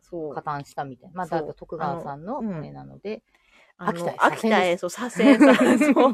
S1: そう
S2: 加担したみたいな、まあ
S1: そう
S2: だから徳川さんの
S1: あのうん
S2: あれなので、
S1: あの
S2: 秋
S1: 秋
S2: 田
S1: 田
S2: へ
S1: へそう左遷され
S2: [laughs]
S1: そう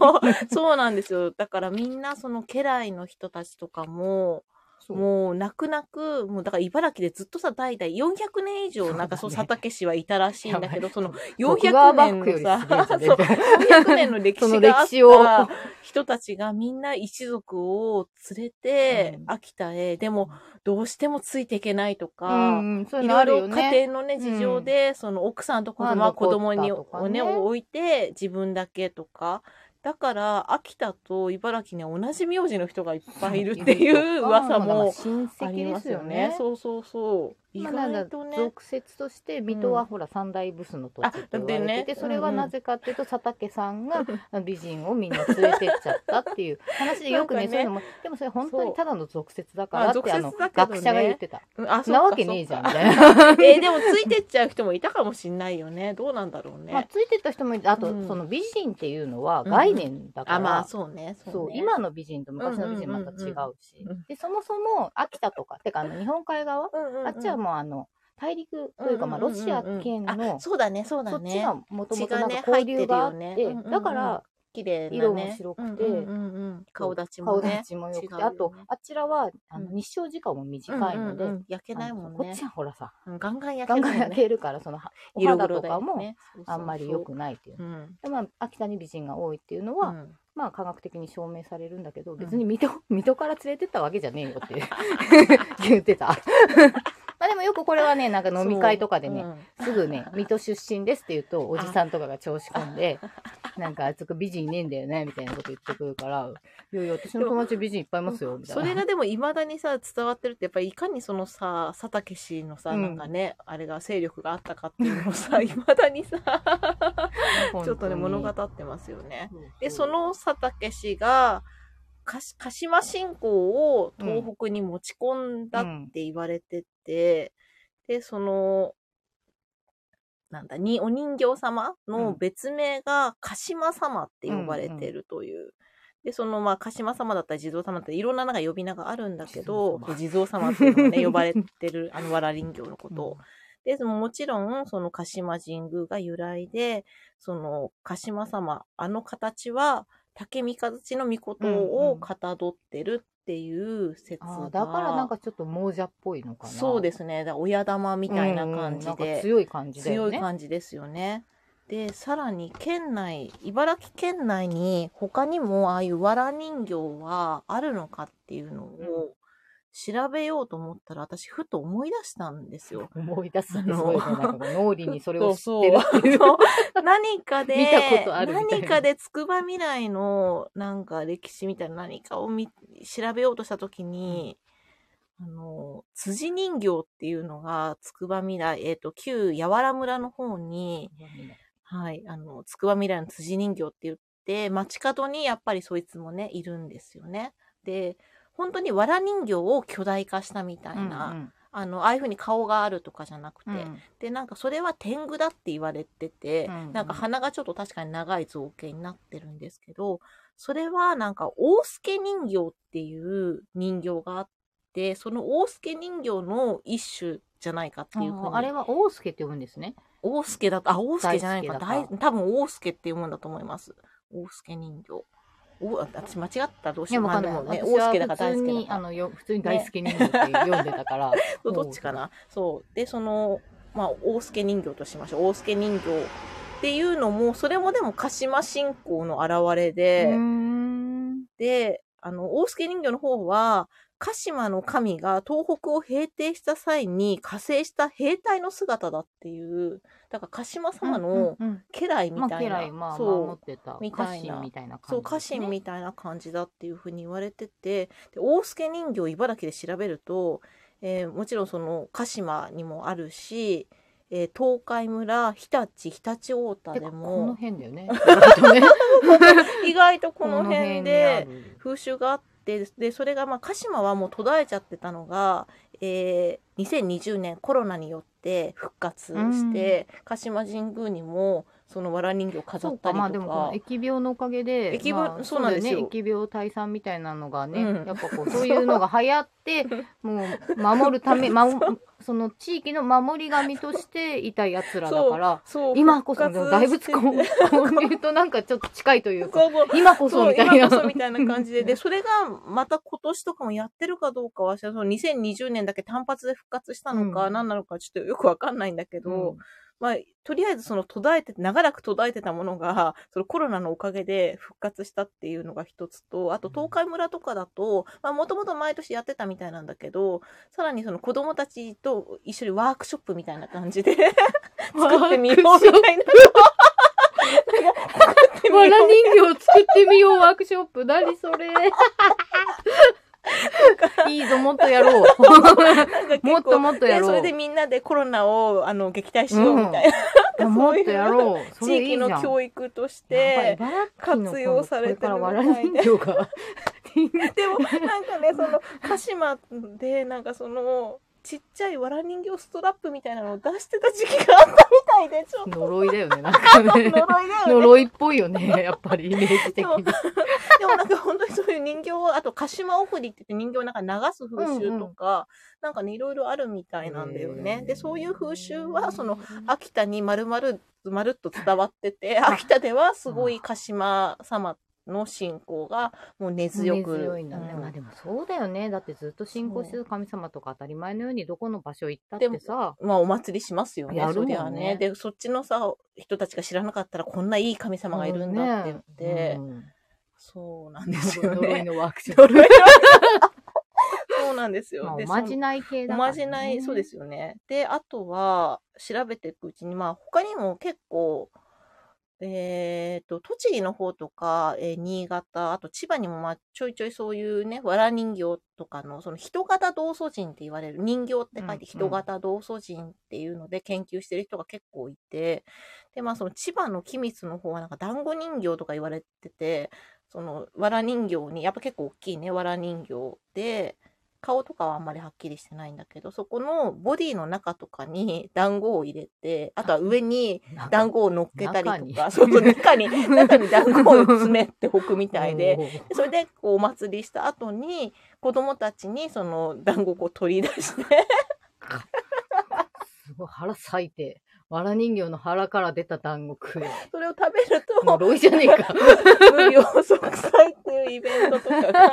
S1: そうなんですよだからみんなその家来の人たちとかも
S2: そう
S5: もう
S1: 泣く泣く、もうだから茨城でずっとさ、代々400年以上、なんかそう、
S2: そうだね
S1: 佐竹氏はいたらしいんだけど、その
S2: もうクガーバッ
S1: 400
S2: クよ
S1: 年
S2: り
S1: のさ、
S2: すげえ
S1: [laughs] そ
S2: ぞ
S1: う400年の歴
S2: その
S1: 史
S2: 歴
S1: があっ
S2: 史を
S1: た人たちがみんな一族を連れて
S2: うん
S1: 秋田へ、でもどうしてもついていけないと
S2: う
S1: か、
S2: んうん、そういう
S1: い
S2: の
S1: ろ
S2: あ
S1: い
S2: るよ
S1: ろ
S2: ね。
S1: 家庭のね、事情で、その奥さんと子供
S2: まあ
S1: は子供に、
S2: 残ったとか
S1: をね、
S2: ね
S1: 置いて自分だけとか。だから、秋田と茨城には同じ名字の人がいっぱいいるって
S2: [laughs]
S1: いう噂も
S2: 親
S1: あり
S2: 戚で
S1: ますす
S2: よ
S1: よ
S2: ね
S1: ね。。そうそうそう。意
S2: まあなん
S1: 外
S2: か
S1: とね。
S2: 俗説として水戸はほら三大ブスの土地って言われて
S1: あだ
S2: て、
S1: ってね
S2: それはなぜかっていうと佐竹さんが美人をみんな連れてっちゃったっていう話でよくね
S1: なんかね
S2: そういうのもでもそれ本当にただの俗説だからって、
S1: そうま
S2: あ
S1: あ
S2: の
S1: 俗説だけどね
S2: 学者が言ってた。
S1: うんあ
S2: なわけねえじゃんみ。たいな。 [laughs]
S1: そっかそっか [laughs] えーでもついてっちゃう人もいたかもしんないよね。どうなんだろうね。
S2: まあついてった人もいてあと、
S1: うん
S2: その美人っていうのは概念だから。
S1: あ、まあそうね。
S2: そう、
S1: ね
S2: 今の美人と昔の美人また違うし、
S1: うんうんうんうん
S2: でそもそも秋田とかてかあの日本海側、
S1: うんうんうん
S2: あっちはもうあの大陸というか、まあ、
S1: うんうんう
S2: ロ
S1: んうん
S2: シア圏の、
S1: あそうだね、そう
S2: そ
S1: だ
S2: っち
S1: ね。
S2: がもともとな
S1: 血が
S2: んか
S1: ね
S2: 交流があって
S1: 入ってるよねうんうんうん
S2: だから
S1: 綺麗なね。
S2: 色も白くて
S1: うんうんうんうん顔立ちも
S2: 顔
S1: ね。
S2: 立ちも良くて、
S1: 違うよね
S2: あとあちらはあの
S1: うん
S2: 日照時間も短いので、
S1: うんうんうん焼けないも
S2: あ
S1: ん
S2: の
S1: ね。
S2: こっちはほらさ
S1: うんガンガン焼け
S2: ガン
S1: る
S2: ガ
S1: も
S2: ン
S1: んね
S2: 焼けるからそのは
S1: [laughs]
S2: お
S1: 色
S2: 肌
S1: 黒
S2: と
S1: だ
S2: か
S1: よ
S2: も
S1: ねそうそうそう
S2: あんまり良くないっていう。
S1: うん
S2: でまあ、秋田に美人が多いっていうの
S1: う
S2: は、
S1: ん
S2: まあ科学的に証明されるんだけど
S1: ん
S2: 別に水戸,、 [laughs] 水戸から連れてったわけじゃねえよって
S1: [laughs]
S2: 言ってた [laughs] まあでもよくこれはねなんか飲み会とかでね、す
S1: [laughs]
S2: ぐね水戸出身ですって言うとおじさんとかが調子こんでなんかあそこ美人いねえんだよねみたいなこと言ってくるからいやいや私の友達美人いっぱいいますよみたい
S1: そ
S2: な
S1: れがでもいまだにさ伝わってるってやっぱりいかにそのさ佐竹氏のさ、
S2: うん
S1: なんかねあれが勢力があったかっていうのを
S2: [laughs]
S1: さいまだにさちょっとね物語ってますよね。でその佐竹氏が鹿し鹿島信仰を東北に持ち込んだって言われてて、でそのなんだにお人形様の別名が鹿島様って呼ばれてるという。で、その、まあ、鹿島様だったり、地蔵様だったり、いろんななんか呼び名があるんだけど、そう地蔵様っていうのが
S2: [laughs]
S1: ね、呼ばれてる、あの、わら人形のことを。で、そのもちろん、その鹿島神宮が由来で、その鹿島様、あの形は竹三形の御事をかたどってるっていう説が、
S2: あーだからなんかちょっと亡者っぽいのかな
S1: そうですね、だから親玉み
S2: み
S1: たいな感じで、
S2: 強い感じだよ
S1: 強
S2: ね
S1: い感じですよね。で、さらに県内、茨城県内に他にもああいうわら人形はあるのかっていうのを調べようと思ったら、私ふと思い出したんですよ。
S2: 思い出す
S1: あの
S2: のすごいねなんか脳裏にそれを知
S1: そ
S2: ってる
S1: う
S2: [laughs] っていう
S1: そう何かで
S2: 見たことあるみたいな
S1: 何かでつくば未来のなんか歴史みたいな何かを見調べようとした時に、あの辻人形っていうのがつくば未来、えっと旧やわら村の方に、はい、あのつくば未来の辻人形って言って街角にやっぱりそいつもねいるんですよね。で本当にわら人形を巨大化したみたいな、あのああいうふうに顔があるとかじゃなくて、
S2: うんうんうん
S1: でなんかそれは天狗だって言われてて、
S2: うんうん
S1: なんか鼻がちょっと確かに長い造形になってるんですけどそれはなんか大助人形っていう人形があってその大助人形の一種じゃないかっていうふう
S2: あ
S1: に
S2: ーあれは大助って呼ぶんですね。
S1: 大助だとあ大助じゃないか
S2: 大助だから
S1: 大多分大助っていうもんだと思います大助人形お私間違ったらどうし
S2: い
S1: よう
S2: や、わかん
S1: で
S2: ない。
S1: ね
S2: 私
S1: 大
S2: は
S1: 助だから
S2: 普
S1: 大
S2: 通
S1: 助だ
S2: に、
S1: か
S2: あ
S1: ら
S2: の、よ普通に大助人形って読んで
S1: [laughs]
S2: たから。
S1: どどっちかなそう。で、その、まあ、大助人形としましょう。大助人形っていうのも、それもでも鹿島信仰の現れ
S2: う
S1: で、
S2: ーん。
S1: で、あの、大助人形の方は、鹿島の神が東北を平定した際に加勢した兵隊の姿だっていう、だから鹿島様の
S2: うんうんうん
S1: 家来み
S2: まあ、
S1: た
S2: 家
S1: いな、
S2: 来、まあ、
S1: そう
S2: 守ってた。
S1: み
S2: 家
S1: たいな
S2: 臣みたいな感じ。
S1: そう、家臣。みたいな感じだっていうふうに言われてて、で大助人形茨城で調べると、えーもちろんその鹿島にもあるし、えー東海村、日立、日立太田
S2: て
S1: で
S2: か、この
S1: も、
S2: 辺だよね。 [laughs] 割とね
S1: 意外とこ
S2: こ
S1: の
S2: の辺
S1: 辺
S2: にあ
S1: で
S2: る
S1: 風習があって、で、それがまあ鹿島はもう途絶えちゃってたのが、えー2020年コロナによって復活して、鹿島神宮にもその藁人形を飾
S2: そ
S1: っ
S2: う
S1: た
S2: か、
S1: り
S2: まあで
S1: と
S2: もこの
S1: か。
S2: 疫病のおかげで、
S1: 疫病
S2: まあ
S1: そうなんですよ
S2: だね、疫病退散みたいなのがね、
S1: うん
S2: やっぱこう、そういうのが流
S1: [laughs]
S2: 行って、もう、守るため、ま、その地域の守り神としていた奴らだから、
S1: そう
S2: 今こそ、
S1: 復活
S2: 大仏
S1: してて
S2: 交流となんかちょっと近いというか、
S1: そうそう
S2: 今こそ
S1: そう
S2: みたい
S1: 今
S2: な。
S1: こそみたいな感じで。で、それがまた今年とかもやってるかどうかは、その2020年だけ単発で復活したのか、
S2: うん
S1: 何なのかちょっとよくわかんないんだけど、
S2: うん
S1: まあ、とりあえずその途絶えて、長らく途絶えてたものが、そのコロナのおかげで復活したっていうのが一つと、あと東海村とかだと、まあもともと毎年やってたみたいなんだけど、さらにその子供たちと一緒にワークショップみたいな感じで [laughs] 作ってみようみ
S2: ワークショップ
S1: たいな。 [laughs] 作ってみよ
S2: わ
S1: う
S2: ら人形作ってみようワークショップ。何それ。いいぞ、もっとやろう。
S1: なんか結構
S2: もっともっとやろう
S1: でそれでみんなでコロナをあの撃退しようみたいな、
S2: いやもっとやろう。そ
S1: 地
S2: れいい
S1: 域
S2: じゃん
S1: の教育とし
S2: やば
S1: て。
S2: い茨城の
S1: 活用されてるみ
S2: こ
S1: たい
S2: れ
S1: で
S2: からわら人形が。
S1: でもなんかねその鹿島でなんかそのちっちゃいわら人形ストラップみたいなのを出してた時期があったみたい
S2: [laughs]
S1: でちょっと
S2: [laughs] 呪いだよね、なんか
S1: 呪い
S2: ね
S1: だ。よね
S2: 呪いっぽいよね、やっぱりイメージ的
S1: で
S2: に。
S1: もなんか本当にそういう人形をあと鹿島おふりって言って人形をなんか流す風習とか、なんかねいろいろあるみたいなんだよね。でそういう風習はその秋田にまるまるまるっと伝わってて秋田ではすごい鹿島様の信仰がもう根強く
S2: 根強いんだね、
S1: うん
S2: まあでもそうだよねだってずっと信仰してる神様とか当たり前のようにどこの場所行ったっ
S1: でも
S2: てさ
S1: まあお祭りしますよね
S2: やるも
S1: そ
S2: んね
S1: りゃねでそっちのさ人たちが知らなかったらこんないい神様がいるんだって言って、
S2: うん
S1: そうなんですよ
S2: [laughs] 呪い
S1: ね。
S2: のワークショッ
S1: 呪
S2: プ、
S1: い [laughs] はそうなんですよ。
S2: まあ、
S1: で
S2: お
S1: その
S2: まじない系だ
S1: お
S2: から、ね、
S1: まじない、そうですよね。で、あとは、調べていくうちに、まあ、他にも結構、えっ、と、栃木の方とか、えー新潟、あと千葉にも、まあ、ちょいちょいそういうね、わら人形とかの、その人型同祖人って言われる、人形って書い
S2: うんうん
S1: て人型同祖人っていうので研究してる人が結構いて、で、まあ、その千葉の君津の方は、なんか団子人形とか言われてて、その、わら人形に、やっぱ結構大きいね、わら人形で、顔とかはあんまりはっきりしてないんだけど、そこのボディの中とかに団子を入れて、あとは上に
S2: なんか
S1: 団子を乗っけた
S2: 中
S1: り
S2: に
S1: とか、そうそう、中
S2: [laughs]
S1: に、中に団子を詰めておくみたいで、
S2: おー
S1: それでこうお祭りした後に、子供たちにその団子をこう取り出して、
S2: すごい腹裂いてわら人形の腹から出た団子食え
S1: それを食べると、
S2: 呪いじゃねえ
S1: [laughs]
S2: か
S1: 無料息災っていうイベントとかが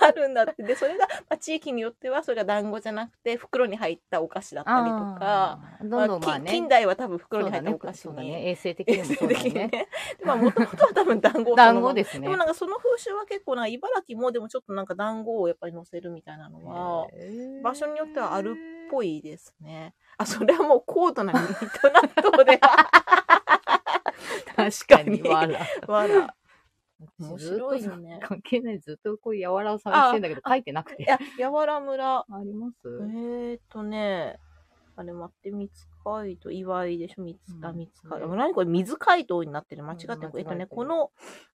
S1: あるんだって。で、それが、まあ、地域によっては、それが団子じゃなくて、袋に入ったお菓子だったりとか、
S2: あーどんどんま
S1: まあ
S2: あ
S1: き
S2: ね
S1: 近代は多分袋
S2: そ
S1: に入
S2: うだ
S1: った
S2: ね
S1: お菓子
S2: そうだ
S1: に。
S2: ね衛生的に
S1: 衛
S2: もそ
S1: 生
S2: うだ
S1: 的に
S2: よね
S1: ね。でまあ、もともとは多分団子
S2: 団子です
S1: す
S2: ね
S1: でもなんかその風習は結構な、茨城もでもちょっとなんか団子をやっぱり乗せるみたいなのは、場所によってはあるっぽ
S2: い
S1: いですね。あ、それはもう高度なミッドナットで、
S2: 確かに [laughs] わら
S1: わら。
S2: 面
S1: 面
S2: 白
S1: 白
S2: い
S1: いよね。
S2: 関係ない。ずっとこう、柔らを探してんだけど、書いてなく
S1: [laughs] い
S2: て。あ
S1: や、やわら村。
S2: ります
S1: えーとね、あれ待って、三つ街道、岩井でしょ、三つ
S2: う、ん
S1: あ、三つ街道。もう何これ、水街道になってる。間違ってる。
S2: うん
S1: えっと
S2: 間違えて
S1: ね、
S2: る
S1: この、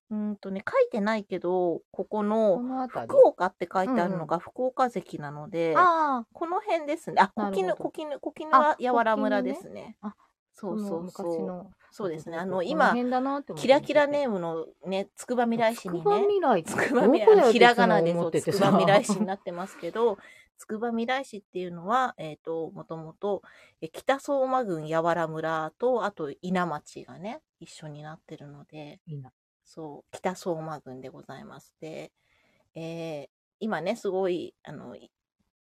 S1: うーんとね、書いてないけど、ここ
S2: こ
S1: の、
S2: の辺り。
S1: 福岡って書いてあるのが福岡関なので、
S2: あ
S1: この辺ですね。あ、こ
S2: なるほ
S1: き
S2: ど
S1: ぬ、こきぬ、こきぬは
S2: あ
S1: やわら村ですね。
S2: ああ、
S1: そ
S2: こ
S1: う
S2: の
S1: そう
S2: 昔
S1: そう。
S2: の。
S1: そうですね。あ
S2: こ
S1: の、
S2: こ
S1: 今、
S2: 辺だなって思って
S1: キラキラネームのね、つくば未来市に
S2: つくば
S1: ね、
S2: 未来って
S1: つ
S2: ど
S1: く
S2: こだよ
S1: ば未来、あのひらがなで
S2: 思
S1: そ
S2: っ
S1: う、
S2: てて
S1: つく
S2: さ
S1: ば未来市になってますけど、つくば未来市っていうのは、えっ、と、もともと、え北相馬郡やわら村と、あと稲町がね、一緒になってるので、
S2: いいな
S1: そう、北相馬郡でございます。で、えー今ね、すごい、あの、い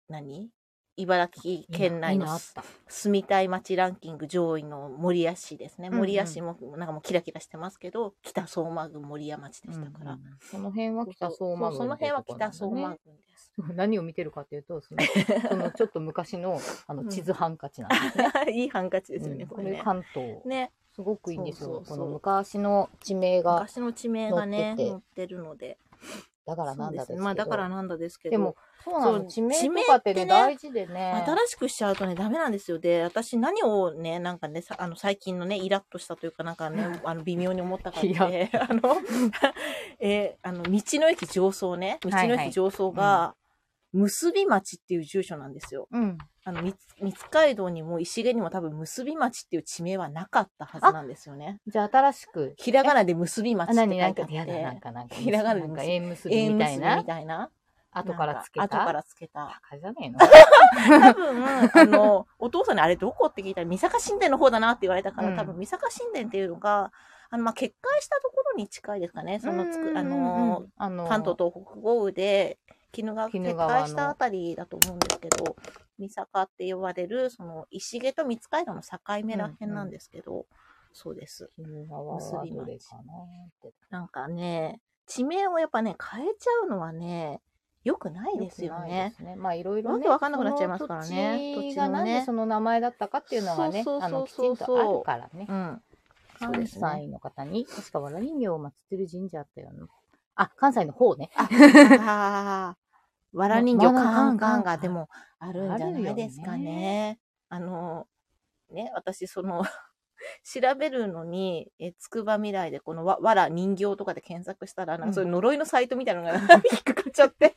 S1: 何茨城県内
S2: いいな
S1: の
S2: あった
S1: 住みたい街ランキング上位の守谷市ですね。
S2: うんうん
S1: 守谷市も、なんかもうキラキラしてますけど、北相馬郡守谷町でしたから。
S2: うんうんこの辺は北相馬
S1: そう
S2: 郡
S1: その辺は北相馬
S2: ね
S1: 郡です。
S2: 何を見てるかっていうと、
S1: [laughs]
S2: その、そのちょっと昔の、あの、地図ハンカチなんですね。 [laughs]
S1: いいハンカチですよ
S2: う
S1: ね、
S2: ん
S1: こ
S2: こ
S1: れ
S2: れ
S1: ね。
S2: 関東。
S1: ね、
S2: すごくいいんです
S1: そ
S2: よ。
S1: うそ
S2: こ
S1: うそう
S2: の昔の地名が。
S1: 昔の地名がね、
S2: 載
S1: 載
S2: っ
S1: ってるので。
S2: だからな
S1: そう
S2: んだですけ
S1: ね
S2: ど。
S1: まあだからなんだですけど。
S2: でも、そうな
S1: そ
S2: の。
S1: う
S2: 地名
S1: 地名
S2: とかって
S1: っ
S2: ね、
S1: てね
S2: 大事でね。
S1: 新しくしちゃうとね、ダメなんですよ。で、私何をね、なんかね、さあの、最近のね、イラッとしたというか、なんか
S2: [laughs]
S1: ね、あの、微妙に思ったかっ
S2: イラ
S1: て、 [laughs] あの、えーあの、道の駅上層ね、道
S2: はい
S1: の
S2: はい
S1: 駅上層が、結び町っていう住所なんですよ。
S2: うん。
S1: あの、三つ三つ街道にも石毛にも多分結び町っていう地名はなかったはずなんですよね。
S2: じゃあ新しく。
S1: ひらがなで結び町って
S2: あ、
S1: 書い
S2: 何
S1: てあ
S2: な
S1: っ
S2: んか、
S1: て。
S2: やだ、なんか、なんか、
S1: ひらがなで
S2: なんか、縁結び
S1: 縁
S2: みたい
S1: 結びみ
S2: な。
S1: たいな。
S2: 後からつけた。
S1: 後からつけた。
S2: [laughs] バカじゃねえの
S1: 多分、あの、お父さんにあれどこって聞いたら、三坂神殿の方だなって言われたから、
S2: うん
S1: 多分三坂神殿っていうのが、あの、まあ、決壊したところに近いですかね。そのつ
S2: うんうんうん
S1: く、あの、、
S2: あの
S1: 関東東北豪雨で、鬼怒川が
S2: 鬼
S1: 決
S2: 怒川の
S1: 壊したあたりだと思うんですけど、三坂って呼ばれる、その、石毛と三街道の境目らへんなんですけど、そうです。
S2: 鬼怒川はどれかなって。
S1: なんかね、地名をやっぱね、変えちゃうのはね、良くないですよ
S2: 良くない
S1: ね
S2: で。すね。まあいろいろ
S1: わ
S2: ね。
S1: けわかんなくなっちゃいますからね
S2: その土地
S1: 土地の
S2: が
S1: ね
S2: なんでその名前だったかっていうのがね、
S1: そうそう
S2: あのきち
S1: そ
S2: ん
S1: うそう
S2: とあるからね。
S1: うん。そう
S2: 関
S1: ですね
S2: 西の方に、確かわら人形を祀ってる神社あったよな。あ、関西の方ね。
S1: ああ、わら人形
S2: わら
S1: カン
S2: カ
S1: カ
S2: ン
S1: ン
S2: カ
S1: が
S2: ン
S1: でもあるんじゃないですか
S2: あるよ
S1: ね。あの、ね、私その、調べるのに、え、つくば未来でこのわわら人形とかで検索したら、なん
S2: うん
S1: かそういう呪いのサイトみたいなのが引っかかっちゃって。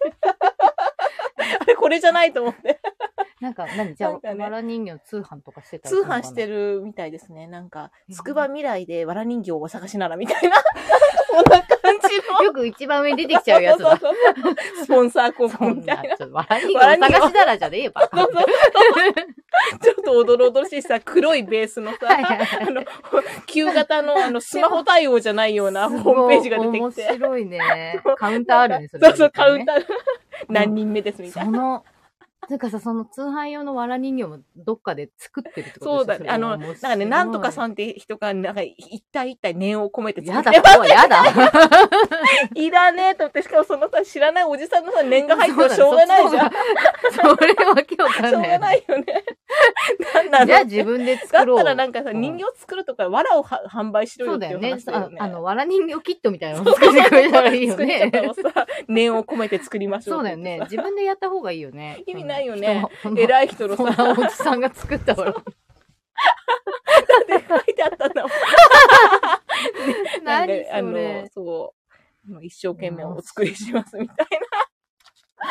S1: あれこれじゃないと思って。
S2: なんか何じゃあ、
S1: なんかね
S2: わら人形通販とかしてたり
S1: 通販して
S2: る
S1: るみたいですね。なんか
S2: う、ん
S1: つくば未来でわら人形をお探しならみたいな、こんな感じ
S2: のかな。
S1: の。
S2: [laughs] よく一番上に出てきちゃうやつだ。
S1: [laughs] そうそうそうそうスポンサー広
S2: そ
S1: 告
S2: ん
S1: みたい
S2: な、
S1: な
S2: ちょ。っとわら人形を探しならじゃねえよ、バ
S1: [laughs]
S2: カ。
S1: ちょっとおどろおどろしいさ、黒いベースのさ、
S2: はいはいはい
S1: あの、旧型のあの、スマホ対応じゃないようなホームページが出てき
S2: 面
S1: て。
S2: 白
S1: [laughs]
S2: いね。カウンターあるね、それ。
S1: そうそう、カウンター。何人目ですみたい
S2: そ
S1: な。
S2: の、なんかさ、その通販用のわら人形もどっかで作ってるってこと
S1: そうだね。あの、なんかね、なんとか
S2: ん。
S1: さんって人が、なんか、一体一体念を込めて
S2: や
S1: 作
S2: だ、
S1: って、
S2: 怖い、やだ。
S1: いらねえと思って、しかもそのさ、知らないおじさんのさ、念 [laughs] が入って
S2: そう
S1: も
S2: だね
S1: しょうがないじゃん。し。
S2: [laughs] そっちの方がそれはわけわか
S1: ょ
S2: ん
S1: う
S2: ない
S1: が
S2: よね。
S1: ないよね。なんだろう。
S2: じゃあ自分で
S1: だ
S2: 作
S1: っ
S2: ろう。
S1: たらなんかさ、
S2: うん
S1: 人形作るとか、藁をは販売しろ
S2: そ
S1: よ
S2: う
S1: って
S2: だ
S1: い
S2: よ
S1: う
S2: ね
S1: 話。だよ
S2: あ
S1: ね。
S2: あの、わら人形キットみたいなの作ってくれたらいいよ
S1: 作り
S2: ね。
S1: 方をさ、念を込めて作りましょうっ
S2: そう
S1: て
S2: だ
S1: 言
S2: よ
S1: ってさ
S2: ね。自分でやった方がいいよね。
S1: 意味ないよね
S2: うん。
S1: 偉い人の
S2: そん
S1: さ、
S2: なおじさんが作ったわら。
S1: 書いてあったんだもん。なん
S2: [laughs] 何
S1: であ
S2: それ
S1: の、。そう。もう一生懸命お作りしますみたいな。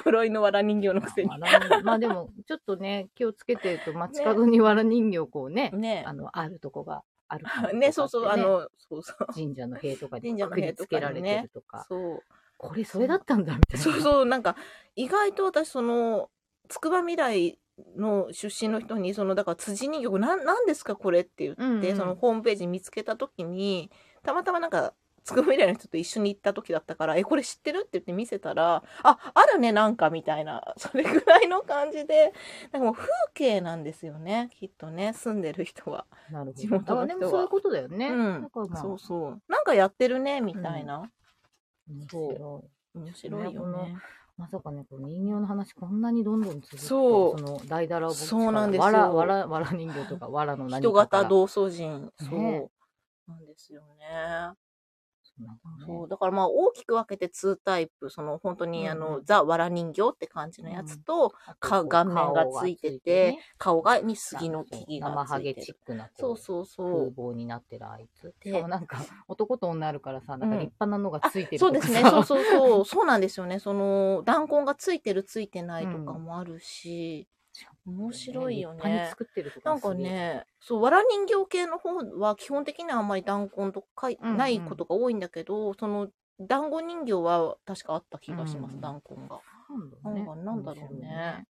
S1: [laughs] 呪いのわら人形のくせに。
S2: まあまあでも、ちょっとね、気をつけてると、街角にわら人形こうね、
S1: ね
S2: あの、あるとこがあるからとか
S1: え。
S2: って
S1: [laughs] ね、そうそう、あ、の、そうそう。
S2: 神社の塀とかに
S1: 神社の
S2: くくり
S1: 塀
S2: つ
S1: と
S2: け
S1: からにね
S2: れてるとか、
S1: そう。
S2: これそれだったんだみたいな。
S1: そうそう、なんか、意外と私、その、つくば未来の出身の人に、その、だから、辻人形、なん、なんですか、これって言って、
S2: うんうん
S1: その、ホームページ見つけたときに、たまたまなんか、つくば未来の人と一緒に行った時だったから、え、これ知ってるって言って見せたら、あ、あるね、なんか、みたいな、それぐらいの感じで、なんかもう風景なんですよね、きっとね、住んでる人は。
S2: なる
S1: 地
S2: ほ
S1: 元の人は
S2: ど。あでもそういうことだよね。
S1: うん
S2: だからまあ、
S1: そうそう。なんかやってるね、みたいな。
S2: 面
S1: そう
S2: 白い
S1: 面白いよね。
S2: まさかね、この人形の話こんなにどんどん続く。
S1: そう
S2: その、大だらぼっちから
S1: そうなんですよ
S2: わら、わら、わら人形とか、わらの何か
S1: 人
S2: から。
S1: 型同祖人。そう。
S2: ね
S1: なんですよね。
S2: そうなんだね
S1: そうだからまあ大きく分けて2タイプその本当にあの、
S2: うんうん
S1: ザ・わら人形って感じのやつと、
S2: あと
S1: か顔面がついてて、顔がに
S2: 顔がついてね
S1: 杉の木
S2: なんか
S1: が
S2: そう生ハ
S1: つ
S2: ゲ
S1: い
S2: チ
S1: て
S2: ッ
S1: る
S2: クな。
S1: そうそう
S2: 風
S1: そ
S2: 貌になってるあいつ。
S1: で
S2: しかもなんか、男と女あるからさ、なんか
S1: うん
S2: 立派なのがついて
S1: う
S2: る
S1: そう
S2: と
S1: で
S2: か
S1: す
S2: さ
S1: ね
S2: [laughs]
S1: そうそうそうそうなんですよねその弾痕がついてるついてないとかもあるし、面白いよ
S2: 立派に
S1: ね
S2: 作ってるとか。
S1: なんか。ねそうわら人形系の方は基本的にはあんまり弾痕とかい
S2: うんうん
S1: ないことが多いんだけど、その団子人形は確かあった気がします、
S2: うん
S1: 弾痕が。
S2: なんだろうね
S1: なんかなんだろうね。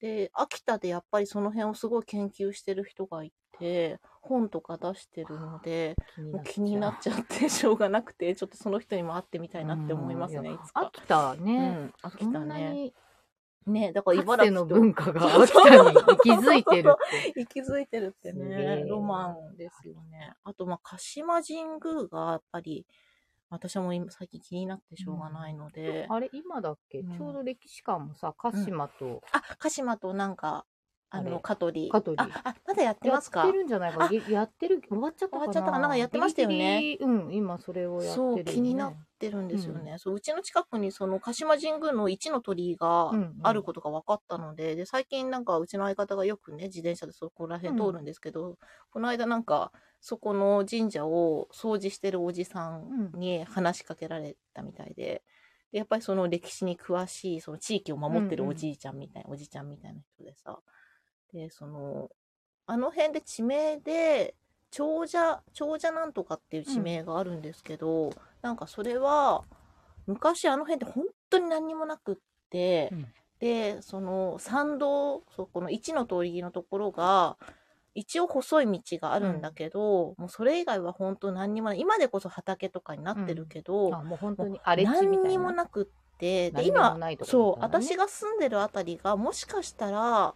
S1: で秋田でやっぱりその辺をすごい研究してる人がいて本とか出してるのでもう
S2: 面白いね
S1: 気になっちゃってしょうがなくてち [laughs] ょっとその人にも会ってみたいなって思います
S2: うん
S1: ね
S2: や
S1: いつか。
S2: 秋田
S1: う
S2: ね。
S1: ん、
S2: そ
S1: 秋
S2: ん
S1: 田
S2: な
S1: ね。
S2: に、
S1: ねだから
S2: かつ
S1: 茨
S2: ての
S1: 城
S2: 文
S1: と
S2: 化が秋田に息づいてるって。
S1: 息づいてるって
S2: すげえ
S1: ねロマンですよね。あとまあ鹿島神宮がやっぱり私はもう今最近気になってしょうがないので、
S2: [laughs] あれ、今だっけ、
S1: うん
S2: ちょうど歴史館もさ、鹿島と、
S1: あ鹿島となんかあ
S2: あれ
S1: の香取
S2: 香取
S1: ああまだやって
S2: や
S1: ますか
S2: ってるんじゃないか。やってる、終わっちゃった
S1: 終
S2: かな。
S1: わっちゃったかななんかやってましたよね
S2: ギリギリうん、今それをやってる
S1: そ
S2: よ、
S1: う
S2: ね。
S1: 気になってるんですよね、うそううちの近くにその鹿島神宮の一の鳥居が
S2: うんうん
S1: あることが分かったので,、で最近なんかうちの相方がよくね自転車でそこら辺通るんですけど、この間なんかそこの神社を掃除してるおじさんに話しかけられたみたいで。でやっぱりその歴史に詳しいその地域を守ってるおじいちゃんみたいな、おじいちゃんみたいな人でさでそのあの辺で地名で長者長者なんとかっていう地名があるんですけど、なんかそれは昔あの辺って本当に何にもなくって、
S2: うん
S1: でその参道そうこの一の通りのところが一応細い道があるんだけど、もうそれ以外は本当何にもない今でこそ畑とかになってるけど、
S2: あもう本当に荒れ地みたいな。
S1: 何にもなくってで
S2: 何にも
S1: 今
S2: ないとこ
S1: そう
S2: みたいなね
S1: 私が住んでるあたりがもしかしたら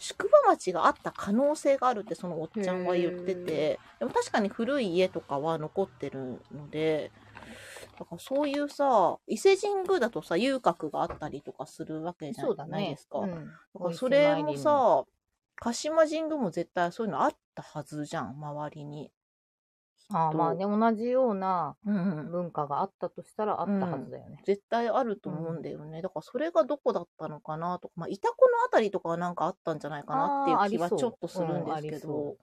S1: 宿場町があった可能性があるってそのおっちゃんは言っててでも確かに古い家とかは残ってるのでだからそういうさ伊勢神宮だとさ遊郭があったりとかするわけじゃ
S2: そうだ
S1: ない
S2: ね。
S1: ですか。
S2: う
S1: だ
S2: ん
S1: からそれも、さ鹿島神宮も絶対そういうのあったはずじゃん周りに。
S2: あーまあね、同じような
S1: うん
S2: 文化があったとしたらあったはずだよね。
S1: 絶対あると思うんだよね、だからそれがどこだったのかなとか、まあ、イタコのあたりとかはなんかあったんじゃないかな
S2: あー
S1: っていう気
S2: あ
S1: は
S2: りそう
S1: ちょっとするんですけど、
S2: うんありそ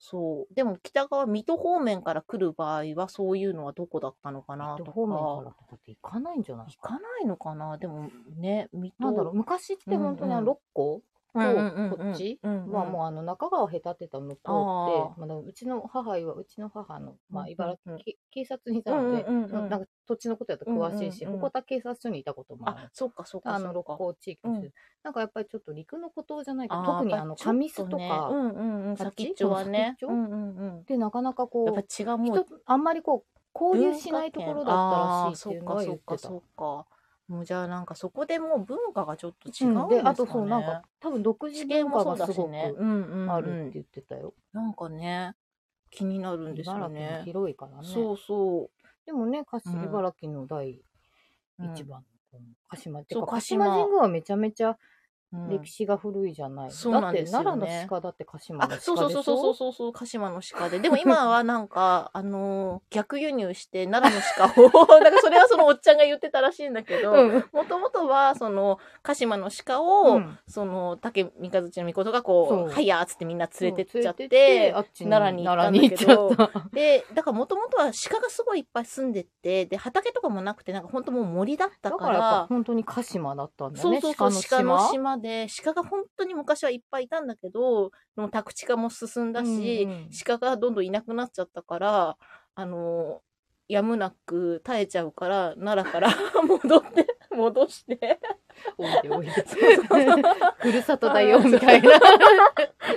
S1: そうでも北側水戸方面から来る場合はそういうのはどこだったのかなと
S2: ど
S1: か
S2: 方面か
S1: 行
S2: らとかって行かないんじゃない
S1: かないのかなでもね水戸
S2: なんだろう、昔って本当にあの六甲
S1: う
S2: と
S1: んうんうんうん
S2: こっち
S1: うんうん
S2: はもうあの中川を隔てた向こうっ
S1: あ
S2: て、まだうちの母は、うちの母の、ま
S1: うん
S2: あ
S1: うん
S2: 茨
S1: う
S2: 城
S1: ん
S2: け警察にいたので、
S1: うんうんうんうん
S2: なんか土地のことやと詳しいし、
S1: うんうんうん
S2: 鉾田警察署にいたこともある
S1: あ。そっかそっか
S2: あ
S1: そ
S2: の
S1: っ
S2: 六
S1: か
S2: 甲地域の人で、
S1: う
S2: なんかやっぱりちょっと陸の孤島じゃないけ
S1: あ
S2: ど
S1: ー
S2: 特にあの上須と
S1: やっぱ
S2: か
S1: ちょっとねうんうんうん
S2: あっち
S1: 先っちょはね
S2: こ
S1: う
S2: の
S1: んうんうん
S2: でなかなか
S1: やっぱ
S2: こう
S1: 血がもう
S2: 人あんまりこう交流しないところだったらしいっていうのは言って
S1: あー
S2: た。
S1: そっかそっかそっかもうじゃあなんかそこでもう文化がちょっと違
S2: う
S1: うんんですかね、
S2: であとそうなんか多分独自
S1: 地
S2: 文
S1: 形
S2: 化
S1: もそ
S2: が
S1: うだ
S2: す
S1: し
S2: ご
S1: ね
S2: く
S1: うんうんうん
S2: あるって言ってたよ。
S1: なんかね気になるんですよ
S2: 茨城も
S1: ね
S2: 広いからね。
S1: そうそ
S2: でもね、鹿
S1: うん
S2: 島茨城の第
S1: う、
S2: 一番の鹿島って
S1: そう
S2: か、鹿
S1: 鹿
S2: 島
S1: 島
S2: 神宮はめちゃめちゃ
S1: うん
S2: 歴史が古いじゃない。
S1: そう
S2: だ
S1: な
S2: っ
S1: ん
S2: て
S1: ですよね
S2: 奈良の鹿だって鹿島の鹿
S1: あ
S2: でし
S1: そ
S2: ょ。
S1: うそうそうそうそうそう鹿島の鹿
S2: [laughs]
S1: ででも今はなんかあのー逆輸入して奈良の鹿を [laughs] なんかそれはそのおっちゃんが言ってたらしいんだけど
S2: ん。
S1: もともとはその鹿島の鹿
S2: う
S1: を、
S2: ん
S1: その竹三日月のことが
S2: そ
S1: こ
S2: う
S1: う「はいや」っつってみんな連れてっちゃっ
S2: 連
S1: て
S2: あっち
S1: 奈良に行ったんだけど
S2: 奈良に行っちゃっ
S1: で、だからもともとは鹿がすごいいっぱい住んでて、で、畑とかもなくて、なんか本当もう森だったた
S2: だ
S1: か
S2: からやっぱ
S1: ら、
S2: 本当に鹿島だったんだ
S1: そう
S2: ね。
S1: そう
S2: 鹿
S1: そう、
S2: の
S1: 鹿
S2: 島。
S1: の島で、鹿が本当に昔はいっぱいいたんだけど、でも宅地化も進んだし、
S2: うんうん
S1: 鹿がどんどんいなくなっちゃったから、あの、やむなく耐えちゃうから、奈良から [laughs] 戻って、戻して、
S2: おいでおいで
S1: うそう。
S2: ふるさとだよ、み
S1: [laughs]
S2: たいな。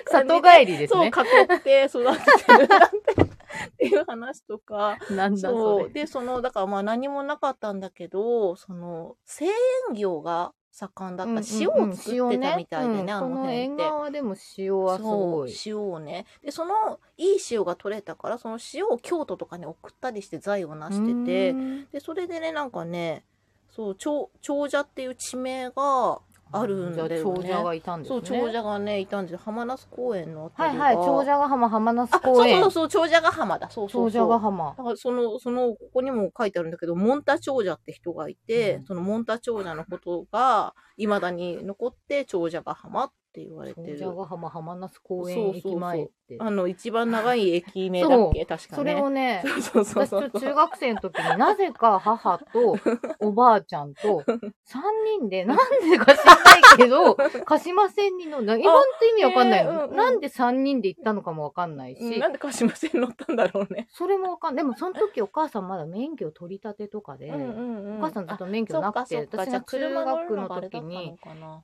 S2: 里帰りです
S1: そう、囲
S2: ね。
S1: って育ててるなんて、 [laughs] っていう話とか、
S2: なんだそ
S1: そう
S2: れ。
S1: でそのだからまあ何もなかったんだけどその製塩業が盛んだった、
S2: うんうん
S1: 塩
S2: うん
S1: を作ってたみたいでね,、
S2: 塩うん
S1: あ
S2: こ
S1: の
S2: の
S1: 辺っ
S2: 縁
S1: て。
S2: 側はでも塩はす
S1: そ
S2: ご
S1: う
S2: い。
S1: 塩をねでそのいい塩が取れたからその塩を京都とかに送ったりして財を成してて
S2: うん
S1: でそれでねなんかねそう長長者っていう地名があるんだよね
S2: じゃあ長者がいたんです
S1: そ
S2: ね。
S1: う長者がねいたんですよ浜那須公園のあた
S2: はい
S1: りが
S2: はい、長者ヶ浜浜那須
S1: あ
S2: 公園。
S1: そうそうそう長者ヶ浜だそうそうそう
S2: 長者ヶ浜。
S1: だからその、その、ここにも書いてあるんだけど、モンタ長者って人がいて、
S2: うん
S1: そのモンタ長者のことが、未だに残って、長者ヶ浜って言われて
S2: 長
S1: る。
S2: 者ヶ浜浜那須公園駅前って。
S1: あの、一番長い駅名だっけ確かね。
S2: それを [laughs] ね、
S1: そうそう
S2: 私ち
S1: そう
S2: ょ
S1: そう。
S2: 中学生の時になぜか母と [laughs] おばあちゃんと3人で、なんでか知らないけ [laughs] ど、鹿島線に乗る。日本って意味わかんない
S1: あ
S2: の。
S1: ねうん
S2: なんで3人で行ったのかもわかんないし、
S1: うんなんで鹿島線乗ったんだろうね。
S2: それもわかんない。でもその時お母さんまだ免許取り立てとかで、
S1: ん
S2: お母さんずっと免許なくて、私が中学の時に、、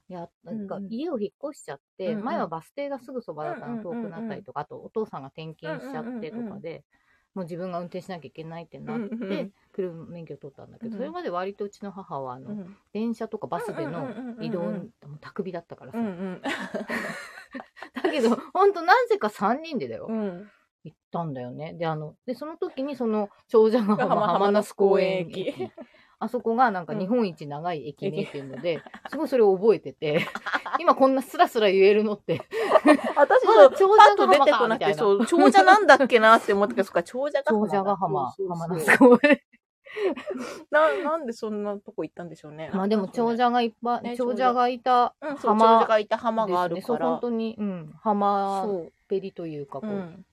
S2: いや、なんか
S1: うんうん
S2: 家を引っ越しちゃって、
S1: うんうん
S2: 前はバス停がすぐそばだったの、
S1: うんうんうんうん
S2: 遠くなったりとか、あとお父さんが転勤しちゃってとかで、もう自分が運転しなきゃいけないってなって、
S1: うんうん
S2: 車免許取ったんだけど、
S1: うん
S2: それまで割とうちの母はあの、
S1: うんうん
S2: 電車とかバスで
S1: うん
S2: の
S1: うんうんうんうん
S2: 移動、もう宅火だったからさ。
S1: うん
S2: だけど、ほんとなぜか3人でだよ、
S1: うん。うん。
S2: 行ったんだよね。で、あの、で、その時にその長者ヶ浜
S1: [laughs] 浜
S2: 浜那須公園
S1: 浜那須公園
S2: 駅。 [laughs] あそこがなんか日本一長い駅名っていうので、 [laughs] すごいそれを覚えてて、 [laughs] 今こんなスラスラ言えるのって、
S1: 私、
S2: まだ
S1: そう、
S2: 長
S1: パ
S2: 者
S1: ッと
S2: ヶ
S1: 出て
S2: 浜か
S1: こ
S2: み
S1: なく
S2: たい
S1: て、
S2: な。
S1: そう、長者なんだっけなって思った [laughs] けど、そっか、長者ヶ浜
S2: 長
S1: だ。
S2: 者ヶ浜
S1: そう、そうそ
S2: 浜
S1: う
S2: 那須
S1: [laughs]
S2: 公園。
S1: ななんでそんなとこ行ったんでしょうね。
S2: まあでも長、者がいっぱい、
S1: ね
S2: 長者がいた
S1: うん、そう
S2: 浜
S1: 長者がいた浜があ
S2: で
S1: る
S2: すねそう、
S1: から。
S2: 本当に、うん、浜
S1: そう
S2: べりというか、こ
S1: う
S2: う、
S1: ん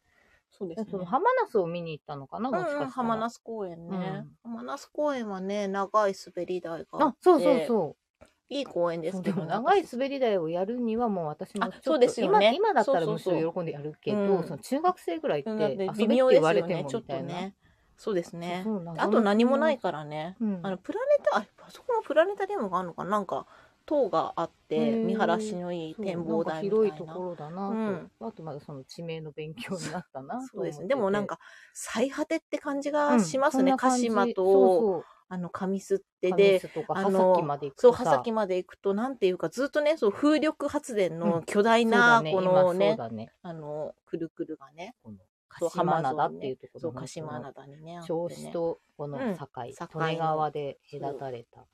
S4: そうです
S2: で
S4: ね
S2: その浜那須を見に行ったのかな、もしかし
S4: うん
S2: た
S4: う
S2: ら
S4: ん、浜那須公園ね、浜那須公園はね長い滑り台があっ
S2: あ
S4: て、
S2: そうそうそう。
S4: いい公園で
S2: そう
S4: す
S2: で
S4: けど
S2: も長い滑り台をやるにはもう私も
S4: あ
S2: ちょっと
S4: そうですよね
S2: 今今だったら
S4: そう
S2: む
S4: そ
S2: し
S4: うそう
S2: ろ喜んでやるけど、
S4: うん
S2: その中学生ぐらいって
S4: うん
S2: 遊
S4: だっ
S2: べ
S4: て
S2: って
S4: 微妙で
S2: 言わ
S4: す
S2: れ
S4: よ
S2: て
S4: ね
S2: も
S4: ちょ
S2: み
S4: ったと
S2: いな。
S4: ねそうですね
S2: そうなんか
S4: あと何もないからね、
S2: うん
S4: あのプラネタああそこもプラネタリウムがあるのかななんか塔があっ
S2: へ
S4: て
S2: ー
S4: 見晴らしのいい
S2: そう
S4: 展望台みた
S2: なん
S4: い
S2: か広い
S4: な
S2: ところだなと、
S4: うん
S2: あとまだその地名の勉強になったなと思ってて
S4: そうですねでもなんか最果てって感じが
S2: うん
S4: します
S2: そん
S4: ね、
S2: な
S4: 鹿
S2: 感じ
S4: 島と
S2: そう
S4: あの上須って
S2: そう
S4: で
S2: 神栖とか
S4: あ
S2: 葉
S4: の
S2: 崎まで行く
S4: そう、
S2: と
S4: 葉
S2: さ
S4: 先まで行くと、なんていうか、ずっとね、そう、風力発電
S2: う
S4: の
S2: ん
S4: 巨大な、この
S2: そう
S4: ね、
S2: だね
S4: あの、くるくるがね、
S2: 今
S4: そう
S2: そうだねこの鹿島
S4: 浜沿
S2: 灘
S4: い
S2: っ
S4: ね
S2: ていうところ
S4: そう、
S2: の
S4: 鹿島灘にね、あってね
S2: 銚子とこの
S4: うん
S2: 境、
S4: 境
S2: 利根川で隔たれた
S4: そう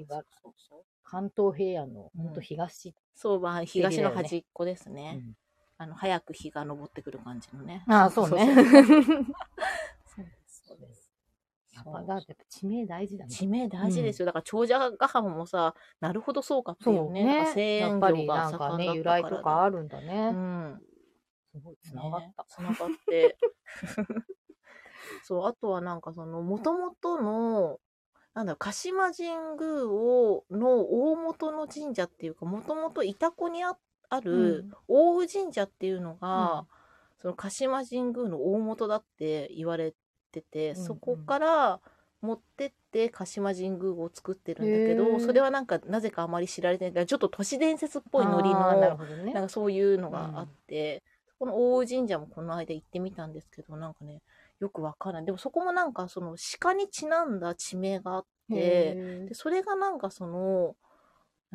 S2: 茨
S4: そうそう
S2: 関東平野の
S4: うん
S2: 本当東、
S4: そう、まあ、東の
S2: 素敵だよね
S1: 端っこですね、
S2: うん
S1: あの早く日が昇ってくる感じのね
S2: ああそうね
S1: [laughs] そう
S2: [laughs]
S1: です
S2: やっぱだってやっぱ地名大事だね
S1: 地名大事ですよ、だから長者ヶ浜もさなるほどそうかっていうねなんか製
S2: やっ
S1: 塩
S2: ぱ
S1: 業
S2: りな
S1: が
S2: んか
S1: 盛んだ
S2: ね
S1: っ
S2: 由
S1: た
S2: 来
S1: から
S2: とかあるんだ
S1: う
S2: ね、
S1: ん
S2: すごいつながった、
S1: つながって。 [laughs] そう、あとはなんかその、もともとの、なんだろう、鹿島神宮を、の大元の神社っていうか、もともとイタコにあある、大宇神社っていうのが、その鹿島神宮の大元だって言われてて、
S2: うんうん
S1: そこから持ってって鹿島神宮を作ってるんだけ
S2: へ
S1: ど、
S2: ー
S1: それはなんか、なぜかあまり知られてない、ちょっと都市伝説っぽいノリ
S2: あーなる
S1: の、
S2: ほどね
S1: なんかそういうのがあって、この大宇神社もこの間行ってみたんですけど、なんかね、よくわからない。でもそこもなんかその鹿にちなんだ地名があって、
S2: へー
S1: で、それがなんかその、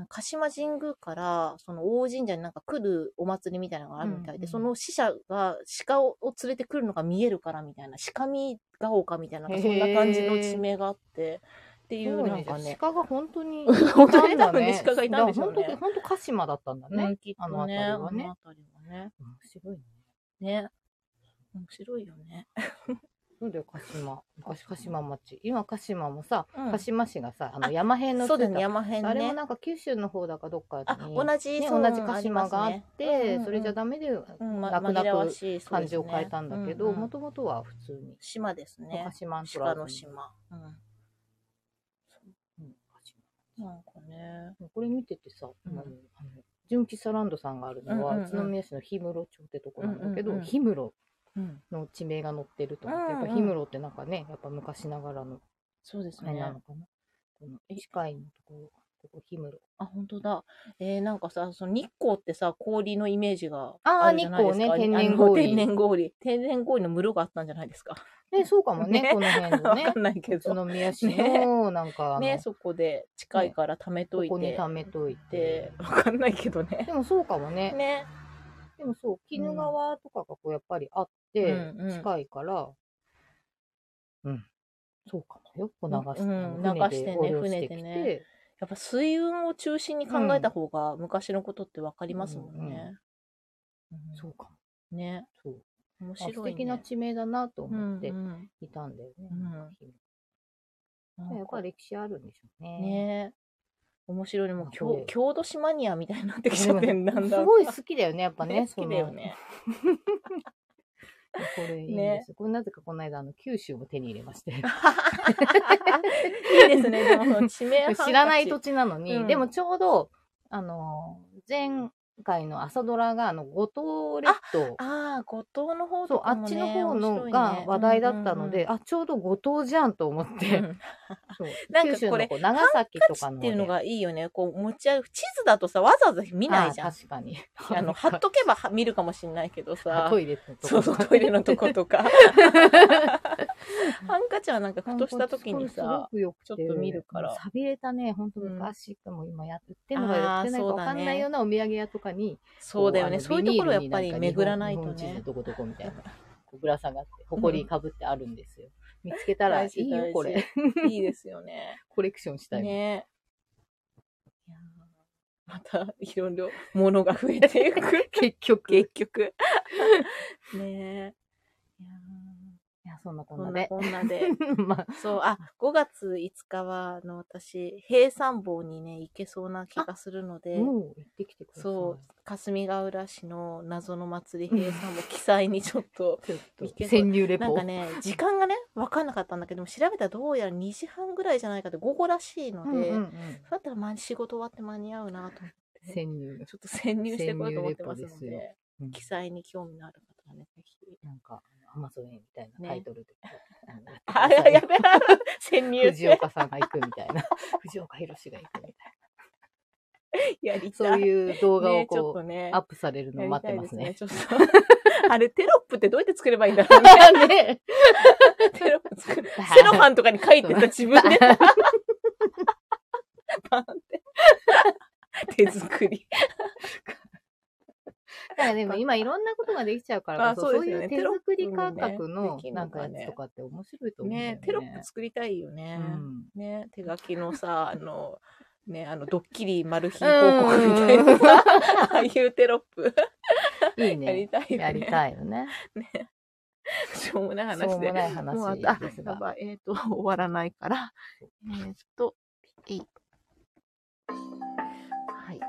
S1: 鹿島神宮からその大宇神社になんか来るお祭りみたいなのがあるみたいで、
S2: うんうん
S1: その死者が鹿をを連れてくるのが見えるからみたいな、鹿見が丘みたいな、なんかそんな感じの地名があって、ってい
S2: す
S1: う
S2: ごい
S1: なんかね、
S2: 鹿が本当
S1: [laughs]
S2: に
S1: 本当に
S2: いたんだ
S1: 多分ね鹿がいたんでしょうね
S2: だから本当に本当鹿島だったんだね、
S1: うんきっとね、
S2: あ
S1: あ
S2: の
S1: の
S2: 辺りはね
S1: 辺りはね。
S2: 面白いね
S1: ね。面白いよね。
S2: そうだよ鹿島昔鹿島町今鹿島もさ
S1: うん
S2: 鹿島市がさ、あの山辺の
S1: そう
S2: つい
S1: で
S2: た
S1: すね、山辺
S2: あれも
S1: ね。
S2: なんか九州の方だかどっかに
S1: あ、同じ、
S2: ね、
S1: そ
S2: 同
S1: う
S2: じ鹿島があって、
S1: りますねうんうんうん
S2: それじゃダメで、
S1: うん、ま、
S2: 泣く
S1: 紛
S2: 泣
S1: らわ
S2: く
S1: しい、そう
S2: 漢
S1: です
S2: 字
S1: ね
S2: を変えたんだけど
S1: うんうん
S2: もともとは普通に
S1: 島ですね
S2: 鹿。島と
S1: 鹿
S2: ら
S1: の
S2: ずに
S1: 島。うん。
S2: うん鹿島
S1: なんかね。
S2: これ見ててさ、
S1: うん
S2: あのあの純喫茶ランドさんがあるのは、
S1: うんうんうん
S2: 宇都宮市の氷室町ってとこなんだけど
S1: うんうんうん
S2: 氷室、
S1: うん。
S2: の地名が載ってると思っ
S1: うん
S2: て、
S1: うん
S2: やっぱ氷室ってなんかねやっぱ昔ながらの
S1: そうです
S2: あれ
S1: ね
S2: な。のかな、この近いのところここ氷室
S1: あ、本当だ。えー、なんかさ、その日光ってさ、氷のイメージが
S2: あー
S1: あるじゃないですか。
S2: 日光ね
S1: あの
S2: 天
S1: 天
S2: 然氷
S1: 然氷。天然氷の室があったんじゃないですか。
S2: ねそうかもね
S1: ね
S2: この辺の
S1: [laughs] わ
S2: ね
S1: かんないけ
S2: 宇
S1: ど。
S2: 都宮市のなんかあの、
S1: ね、そこで近いから貯めと
S2: こ
S1: い
S2: こに
S1: て。
S2: 貯めとい
S1: で
S2: て、
S1: わかんないけどね。
S2: でもそうかもね
S1: ね。
S2: でもそう、鬼怒川とかがこうやっぱりあって、
S1: うんうん
S2: 近いから、うん、そうかもよ、こう流し
S1: う
S2: て、
S1: ん
S2: 船で
S1: 流してね
S2: 横領してき
S1: 船でね
S2: て、
S1: やっぱ水運を中心に考えた方が昔のことってわかりますもん
S2: うんうん
S1: ね。うん
S2: そうかも、
S1: ね。
S2: そう、
S1: 面
S2: あ
S1: 白い、ね。
S2: 素敵な地名だなと思って
S1: うんうん
S2: いたんだよね。
S1: うんなんか
S2: やっぱり歴史あるんでしょうね。
S1: ね面白いね。もう
S2: あそうだ
S1: 郷
S2: よ
S1: 郷土史マニアみたいになってきちゃって
S2: で
S1: んだんだん。
S2: すごい好きだよね、やっぱ [laughs] ね。
S1: 好きだよね。
S2: その。これいいです。これなぜかこの間、あの、九州も手に入れまして。
S1: いいですね。でもその地名ハンカチ
S2: 知らない土地なのに、
S1: うん
S2: でもちょうど、あの、前回の朝ドラが、あの、五島列島、
S1: ああ、五島の方
S2: そ
S1: と
S2: う、あ
S1: か
S2: っ
S1: も、
S2: ち
S1: ね、
S2: の方の
S1: 面白いね
S2: が話題だったので、、あ、ちょうど五島じゃんと思っ
S1: う
S2: て、
S1: んうんうん
S2: そう
S1: なんか
S2: 九州の
S1: これ
S2: こう長崎とか
S1: っ
S2: の、
S1: ていうのがいいよね。こう持ち歩く。地図だとさ、わざわざ見ないじゃ
S2: あ
S1: ん。
S2: 確かに。
S1: あの、貼っとけばは見るかもしれないけど
S2: あ
S1: さ。
S2: トイレのとこ
S1: そう [laughs] そう、トイレのと
S2: [laughs]
S1: ことか。ハンカチはなんかふとした時にさ、、
S2: すごく良くて
S1: ちょっと見るから
S2: 寂れたね、本当
S1: うん
S2: 昔、もう今やってんのかやってないかわかんないようなお土産屋とかに、
S1: そうだよね。
S2: こ
S1: そういうところ
S2: あ
S1: や
S2: の
S1: っぱり巡らないと
S2: ビニールにんか
S1: ね。
S2: 日本日本地図どこどこみたいな。こうぶら下がって、埃かぶってあるんです
S1: [laughs]
S2: よ。見つけたら、
S1: 大
S2: い
S1: 事
S2: いよ
S1: 大、事
S2: これ。 [laughs]
S1: いいですよね。
S2: コレクションしたいもん。
S1: ねいやーまたいろいろものが増えて [laughs] いく。
S2: 結局。
S1: 結局。ねえ。いやー
S2: いや、そんなこん
S1: こ
S2: なん
S1: な
S2: で。
S1: こんなで。
S2: [laughs] まあ、
S1: そう、あ、5月5日は、あの、私、平山坊にね、行けそうな気がするので、
S2: もう行ってきてください。
S1: そう、霞ヶ浦市の謎の祭り平山坊、記載にちょっと、
S2: ちょっと
S1: 行けそう
S2: 潜入 [laughs] レポ。
S1: なんかね、時間がね、わかんなかったんだけども、調べたらどうやら2時半ぐらいじゃないかって、午後らしいの
S2: うん
S1: で、
S2: うんう、
S1: そうんだったらまあ仕事終わって間に合うなと思って、 [laughs]
S2: 潜入。
S1: ちょっと潜入してこようと思ってます
S2: 潜
S1: の
S2: 入
S1: で、
S2: レポですうん
S1: 記載に興味のある方はね、ぜひ。
S2: なんか、アマゾンみたいなタイトルで。うん
S1: [laughs] あ、ややべえ、潜入
S2: 藤岡さんが行くみた
S1: [laughs]
S2: いな。藤岡弘が行くみたい
S1: やり
S2: な。そ
S1: た
S2: う
S1: い。
S2: いう動画を
S1: [laughs] ね、ちょっ
S2: こと
S1: ね
S2: う、アップされるのを待ってます
S1: や
S2: ね
S1: り。たいですねちょっと [laughs] あれ、テロップってどうやって作ればいいんだろう [laughs]
S2: [laughs]
S1: ね。
S2: ね
S1: テロップ作る。セロハンとかに書いてた自分で。パンって。手作り。
S2: だからでも今いろんなことができちゃうからこそ、
S1: あそ
S2: そ
S1: ううですよ
S2: い
S1: ね
S2: う手作り感覚の
S1: テロップもね
S2: なんかやつとかって面白いと思うんだよね。
S1: ねテロップ作りたいよね。
S2: うん
S1: ね手書きのさ、あの、ね、あの、ドッキリマル秘報告みたいなさ、 [laughs] ああいうテロップ
S2: いい
S1: やり
S2: ね。
S1: たいよね。
S2: やりたいよね。
S1: [laughs] しょうもない
S2: そう
S1: 話
S2: も
S1: で。
S2: ない話
S1: もうあとあ
S2: です
S1: や
S2: が。
S1: ばい。えっ、と、 [laughs] 終わらないから。えっ、と、えい。はい。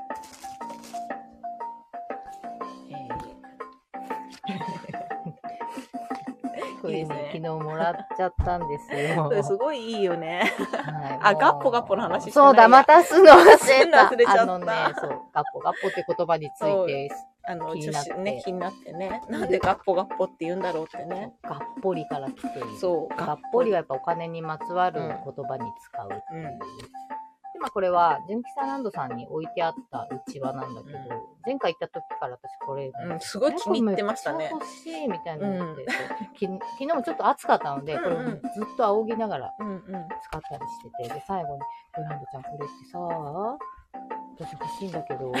S2: これね、
S1: いいです
S2: 昨日もらっちゃったんですよ。
S1: えー、すごいいいよね。
S2: は
S1: あ
S2: いもう
S1: ガッポガッポの話してない
S2: そうだ、またすの忘れた。
S1: [laughs] 忘れちゃった
S2: あのね、そう、ガッポガッポって言葉について、
S1: あの、
S2: 気
S1: ち
S2: に
S1: ょ
S2: なっ
S1: ってとね、気になってね。なんでガッポガッポって言うんだろうってね。
S2: ガッポリから来ている。
S1: そう、
S2: がっぽりは
S1: は。
S2: やっぱお金にまつわる
S1: う
S2: 言
S1: ん
S2: 葉に使うってい
S1: う
S2: う。
S1: ん
S2: でまあこれは、純吉さんランドさんに置いてあったうちわなんだけど、
S1: うん
S2: 前回行った時から私これ、
S1: うん、すごい気に入ってましたね
S2: こ。れめっちゃ欲しいみたいになってて、き昨日もちょっと暑かったので、これ
S1: うんうん
S2: ずっと仰ぎながら
S1: うんうん。
S2: 使ったりしてて、で、最後に、ランドちゃんこれってさ、私欲しいんだけ
S1: [laughs]
S2: ど、い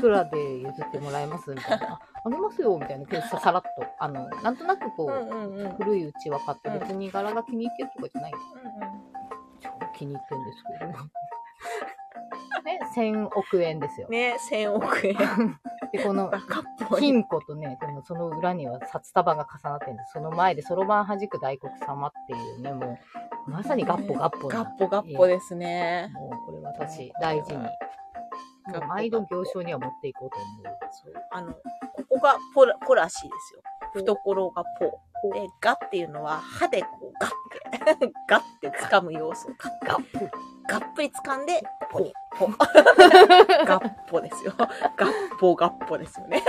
S2: くらで譲ってもらえますみたいな。あありますよみたいな。今日ささらっと、あの、なんとなくこう、
S1: うんうんうん。
S2: 古いうち分かって別に柄が気に入ってるとかじゃないよ
S1: う
S2: 超気に入ってるんですけど [laughs] ね1000億円ですよ
S1: ん、ね、1000億円。
S2: で
S1: [laughs]
S2: この
S1: ガッポリ。
S2: 金庫とねでもその裏には札束が重なってるんですその前でそろばん弾く大黒様っていうねもうまさにガッポガッポな
S1: ガッポガッポですね。
S2: もうこれ私大事にも
S1: ガッポガッ
S2: う
S1: ポ
S2: 毎度行商には持っていこうと思う
S1: あの、ここがポラポらしいですよ。懐がポ。で、ガっていうのは歯でこうガッて、 [laughs] ガッて掴む要素。ガ
S2: ガッポ
S1: ガップリ掴んで、ポ、ポ。 [laughs] ガッポですよ。ガッポガッポです
S2: [laughs]
S1: よね。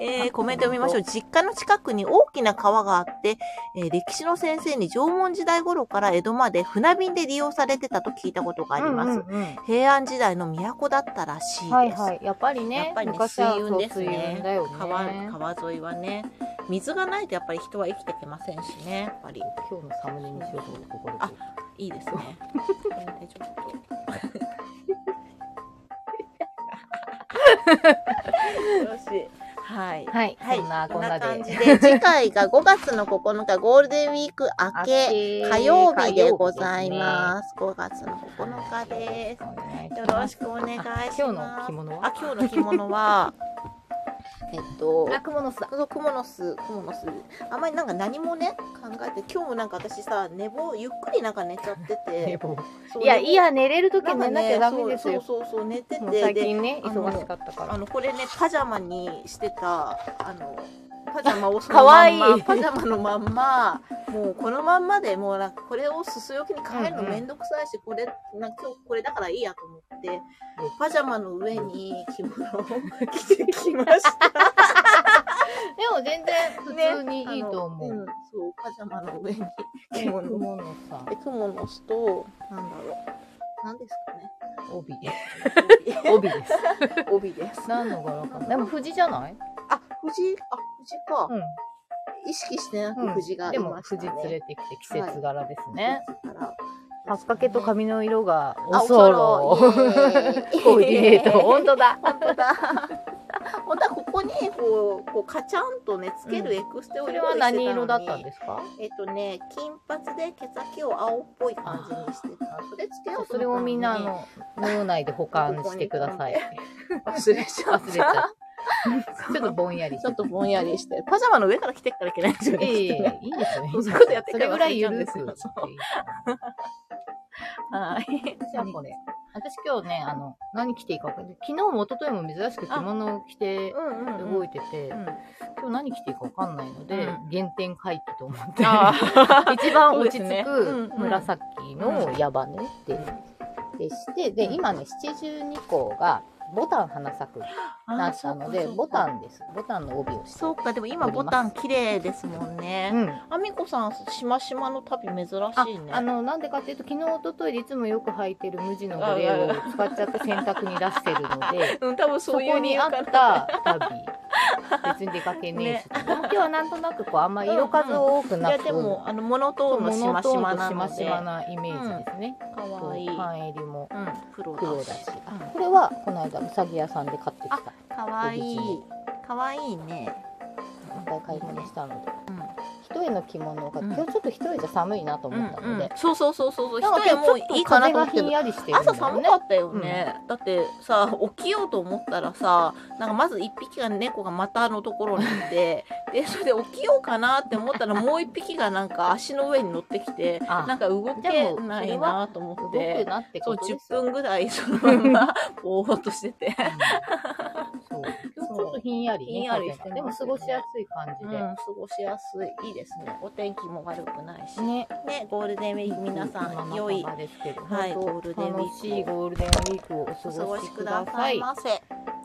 S1: えーコメント読みましょう。実家の近くに大きな川があって、えー歴史の先生に縄文時代頃から江戸まで船便で利用されてたと聞いたことがあります。
S2: うんうんうん
S1: 平安時代の都だったらしいです。
S2: はいはいやっぱりね
S1: やっぱりね、
S2: 昔
S1: 水
S2: は
S1: 運です
S2: そう水
S1: ね
S2: 運だよね
S1: 川。川沿いはね、水がないとやっぱり人は生きていけませんしね、やっぱり。
S2: 今日のサムネにしようとここで
S1: あいいですね。これでちょっと。
S6: [laughs]
S1: よし。はい。
S2: はい、
S6: はい
S2: そんなこんなで。
S6: 感じで、次回が5月の9日ゴールデンウィーク明け、火曜日でございます。5月の9日です。
S2: す
S6: よろしくお願いします。
S2: 今日の着物は
S6: あ、今日の着物は、 [laughs] えっと、
S2: クモの巣だ。
S6: そう、クモの巣、クモの巣。あんまりなんか何もね、考えて、今日もなんか私さ、寝坊、ゆっくりなんか寝ちゃってて。そう
S2: [laughs] いや、
S6: 寝坊
S2: いや、寝れる時
S6: な
S2: は
S6: んか
S2: 寝なき
S6: ね
S2: ゃダメですよ。
S6: そうそうそうそう寝て
S2: もう最
S6: てで
S2: 近ね、
S6: あの
S2: 忙しかったか
S6: あ
S2: ら。
S6: のこれねパジャマにしてたあのパジャマをそ
S2: か
S6: の
S2: わ
S6: ま
S2: い
S6: ん
S2: い
S6: まパジャマのまんまもうこのまんまでもうなんかこれをすすよきに変えるの
S2: うんうん
S6: めんどくさいし、これなんか今日これだからいいやと思ってパジャマの上に着物を着てきました
S2: でも全然普通にいいと思
S6: あのん
S2: う。
S6: そうパジャマの上に
S2: ク
S6: 着物を
S2: モのさ、
S6: で雲の巣となんだろうなんですかね
S2: 帯。帯です。
S6: 帯です
S2: [laughs] 何の柄かな。でも藤じゃない
S6: あ藤あ藤か、
S2: うん。
S6: 意識してな
S2: う
S6: く
S2: ん
S6: 藤がい
S2: でも
S6: ました
S2: 藤
S6: ね、
S2: 連れてきて季節柄ですね。
S6: から。
S2: パスカケと髪の色が
S6: あ
S2: おそろ。コーディネート。本当だ。
S6: 本当だ。 [laughs] 本当はここにこうこうカチャンとねつけるエクステを
S2: こ
S6: 用意
S2: れ
S6: してたの
S2: は
S6: に。
S2: 何色だったんですか
S6: えっとね金髪で毛先を青っぽい感じにしてた。それつけようと思ったのに
S2: それをみんなあの脳内で保管してください。
S6: 忘れちゃった。
S2: 忘れちゃっちょっとぼんやりし
S4: ちょ
S2: て
S4: っとぼんやりして。パジャマの上から着てっからいけないんですよね。
S2: え
S4: きっとね
S2: えいいですね
S4: そうそういうことやって
S2: そ
S4: たら
S2: れぐ
S4: 忘
S2: ら
S4: れ
S2: い
S4: ち
S2: ゆ
S4: ゃうん
S2: る
S4: です
S2: く
S4: よはい。
S2: じゃあこれ。私今日ね、あの、何着ていいか分かんない。昨日も一昨日も珍しく着物を着て
S4: うんうんうん
S2: 動いてて、
S4: うん
S2: 今日何着ていいか分かんないので、
S4: う
S2: 原点回帰と思って、
S4: あ
S1: [laughs]
S2: [laughs]
S4: あ。
S2: 一番
S4: そう
S2: 落
S4: で
S2: ち
S4: す
S2: 着
S4: ね
S2: く
S4: うんうん
S2: 紫の矢羽ねって、でして、で、
S4: うん
S2: 今ね、72個がボタン花咲くなったので、ボタ
S4: ン。
S2: ンです。ボタンの帯をして。
S1: そうか、でも今ボタン綺麗ですもん
S2: う
S1: ね。
S2: ん。
S1: あみこさん、しましまの旅珍
S2: あ
S1: しいね。
S2: あのなんでかっていうと昨日一昨日でいつもよく履いてる無地のグレーを使っちゃって洗濯に出してるの
S1: [laughs]
S2: で
S4: うん、多分
S2: そ
S4: そうい
S2: こ
S4: う理
S2: に
S4: 由
S2: あっ
S4: かな
S2: た旅別に出かけねえし、でも今日はなんとなくこうあんま色数多く
S1: い
S2: な
S1: や、
S2: く、
S1: でも、あの、モノ
S2: そ
S1: トー
S2: う
S1: ンのしましまな
S2: モノ
S1: の
S2: トーンとしまし
S1: で、
S2: まなイメージですね、
S1: かわいい。
S2: そう
S1: う
S2: 半襟も
S1: ん、黒
S2: 黒
S1: だ
S2: だ
S1: し
S2: し。あこれはこの間うさぎ屋さんで買ってきた
S1: かわいい
S2: オリジナル。
S1: かわいいね。
S2: いっぱい買い物したので
S1: うん。
S2: 一重の着物が
S1: うん
S2: 今日ちょっと一重じゃ寒いなと思ったので、
S1: そうそうそうそうそう。
S2: なんか
S1: 一人
S2: 今
S1: もう
S2: 日ちょ
S1: い
S2: っ
S1: い
S2: と
S1: かなと
S2: 風
S1: 思
S2: が
S1: って
S2: ひ
S1: た
S2: んやりしてるんだ
S1: 朝
S2: よ
S1: 寒
S2: ね
S1: かったよね、だってさ起きようと思ったらさなんかまず1匹が猫が股のところにい [laughs] てでそれで起きようかなって思ったらもう1匹がなんか足の上に乗ってきて
S2: あ
S1: なんか動けないなと思っ
S2: 動く
S1: て
S2: なって
S1: そう
S2: こと
S1: 10
S2: ですよ
S1: 分ぐらいそのま [laughs] まぼーっとしてて。
S2: そう今日ちょっとひんやりね
S1: ひんやりしてますよね
S2: 風がでも過ごしやすい感
S1: う
S2: じ
S1: ん、
S2: で、
S1: 過ごしやすい。いいですね。お天気も悪くないし。
S2: ね
S1: ね、ゴールデンウィーク皆さん、良い
S2: ままですけど
S1: はい
S2: 本
S1: ゴール
S2: 当
S1: デンウィークを
S2: 楽しいゴールデンウィークをお過
S1: お過
S2: ご
S1: ご
S2: し
S1: し
S2: く
S1: く
S2: だ
S1: だ
S2: さ
S1: さ
S2: い
S1: いませ。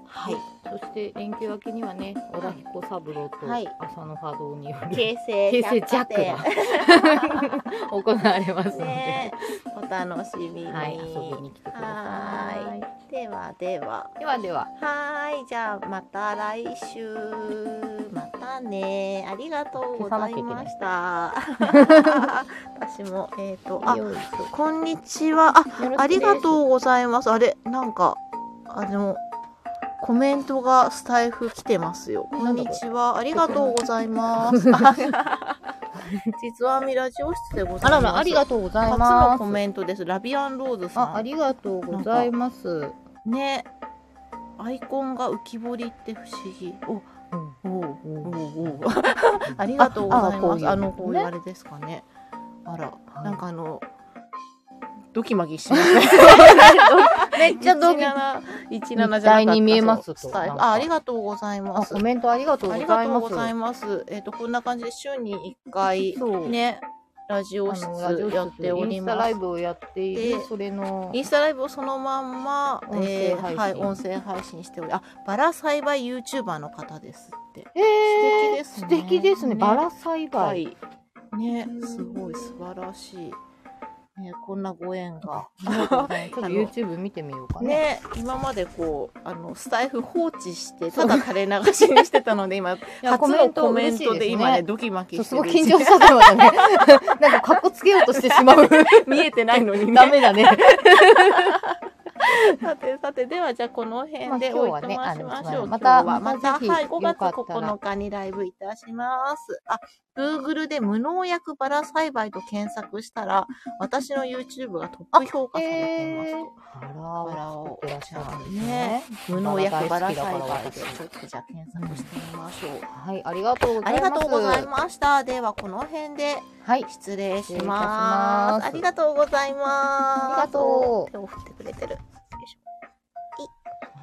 S1: はい。
S2: そして連休明けにはね小田彦三郎と
S1: はい
S2: 浅野波動による
S1: 形成
S2: 平成ジャ
S1: 百
S2: ック
S1: 貨店
S2: が [laughs] 行われますので、
S1: ね、お楽しみに。
S2: はい遊びに来てください
S1: はーいではでは、
S2: ではでは
S1: はーい、じゃあまた来週。またね、ありがとうございました。私も、えっ、と、あ、
S2: よいしょ
S1: こんにちは。あ、
S2: よろしくです
S1: ありがとうございます。あれ、なんか、あの、コメントがスタイフ来てますよ。こんにちは。ありがとうござい [laughs] ます。実はみラジオ室でござ
S2: あ
S1: います。
S2: ららありがとうござい
S1: 初の
S2: ま
S1: コ
S2: す
S1: メントです。ラビアンローズさ
S2: あ
S1: ん。
S2: ありがとうございます、
S1: ね。アイコンが浮き彫りって不思議。
S2: うん
S1: お、おう、お
S2: う
S1: う、
S2: ん
S1: おう。ありがとうござい
S2: ああこ
S1: ま
S2: ういう
S1: す。あの、こういう
S2: ね
S1: あれですかね。あら、
S2: い
S1: なんかあの、ドキマギしますね。
S2: めっちゃドキ
S1: 一七じゃなかった
S2: みたいに見えますと
S1: そうスタイ
S2: なん
S1: ル
S2: か
S1: あ、ありがとうございま
S2: あ
S1: す。
S2: コメントありがとう
S1: あ
S2: ご
S1: り
S2: ざ
S1: が
S2: い
S1: とう
S2: ま
S1: ご
S2: す
S1: ざいます。えっ、と、こんな感じで週に1回
S2: そう、
S1: ね、ラジオ室
S2: あのラジオ室
S1: やってお
S2: イ
S1: り
S2: ンス
S1: ま
S2: タ
S1: す。
S2: ライブをやっている
S1: で
S2: それの
S1: インスタライブをそのまんま、
S2: 音声
S1: えー
S2: 配信
S1: はい、音声配信しており、あ、バラ栽培 YouTuber の方ですって。
S2: えー
S1: 素敵ですね
S2: 素敵ですね
S1: ね
S2: バラ栽培、
S1: はい。ね
S2: う、ん
S1: すごい素晴らしい。ね、こんなご縁が。
S2: ありがとう
S1: [laughs]
S2: ござい [laughs] ますちょっと YouTube 見てみようかね
S1: ね、今までこう、あの、スタイフ放置して、ただ垂れ流しにしてたので、今、
S2: いや
S1: 初のコメントで今ね、
S2: 嬉しい
S1: ドキマキ
S2: で
S1: し
S2: す
S1: て
S2: ねそう
S1: る。
S2: すごい緊張しちゃったのね [laughs] なんかかっこつけようとしてしま [laughs] う
S1: [laughs] 見えてないのにね
S2: ダメだね [laughs]
S1: [laughs] さてさてではじゃあこの辺で
S2: まあ
S1: お
S2: 今日はいね
S1: とましましょう。
S2: あ
S1: 今
S2: の
S1: 日は
S2: ま
S1: ま
S2: た
S1: た
S2: ぜひ
S1: はい5
S2: よ
S1: 月
S2: かったら
S1: 9日にライブいたします。あ、Google で無農薬バラ栽培と検索したら私の YouTube がトップ評価されています。
S2: えーバラを作ってらっしゃるんですね
S1: ね無農薬バラ栽
S2: バラ大
S1: 培
S2: 好
S1: でちょ
S2: きだから
S1: っとじゃあ検索してみましょう。
S2: はいありがとうござ
S1: あ
S2: い
S1: り
S2: ま
S1: が
S2: す
S1: とうございました。ではこの辺で
S2: はい
S1: 失礼し
S2: 失礼いたし
S1: ま
S2: ます
S1: す。ありがとうございます。
S2: ありがとう
S1: 手を振ってくれてる。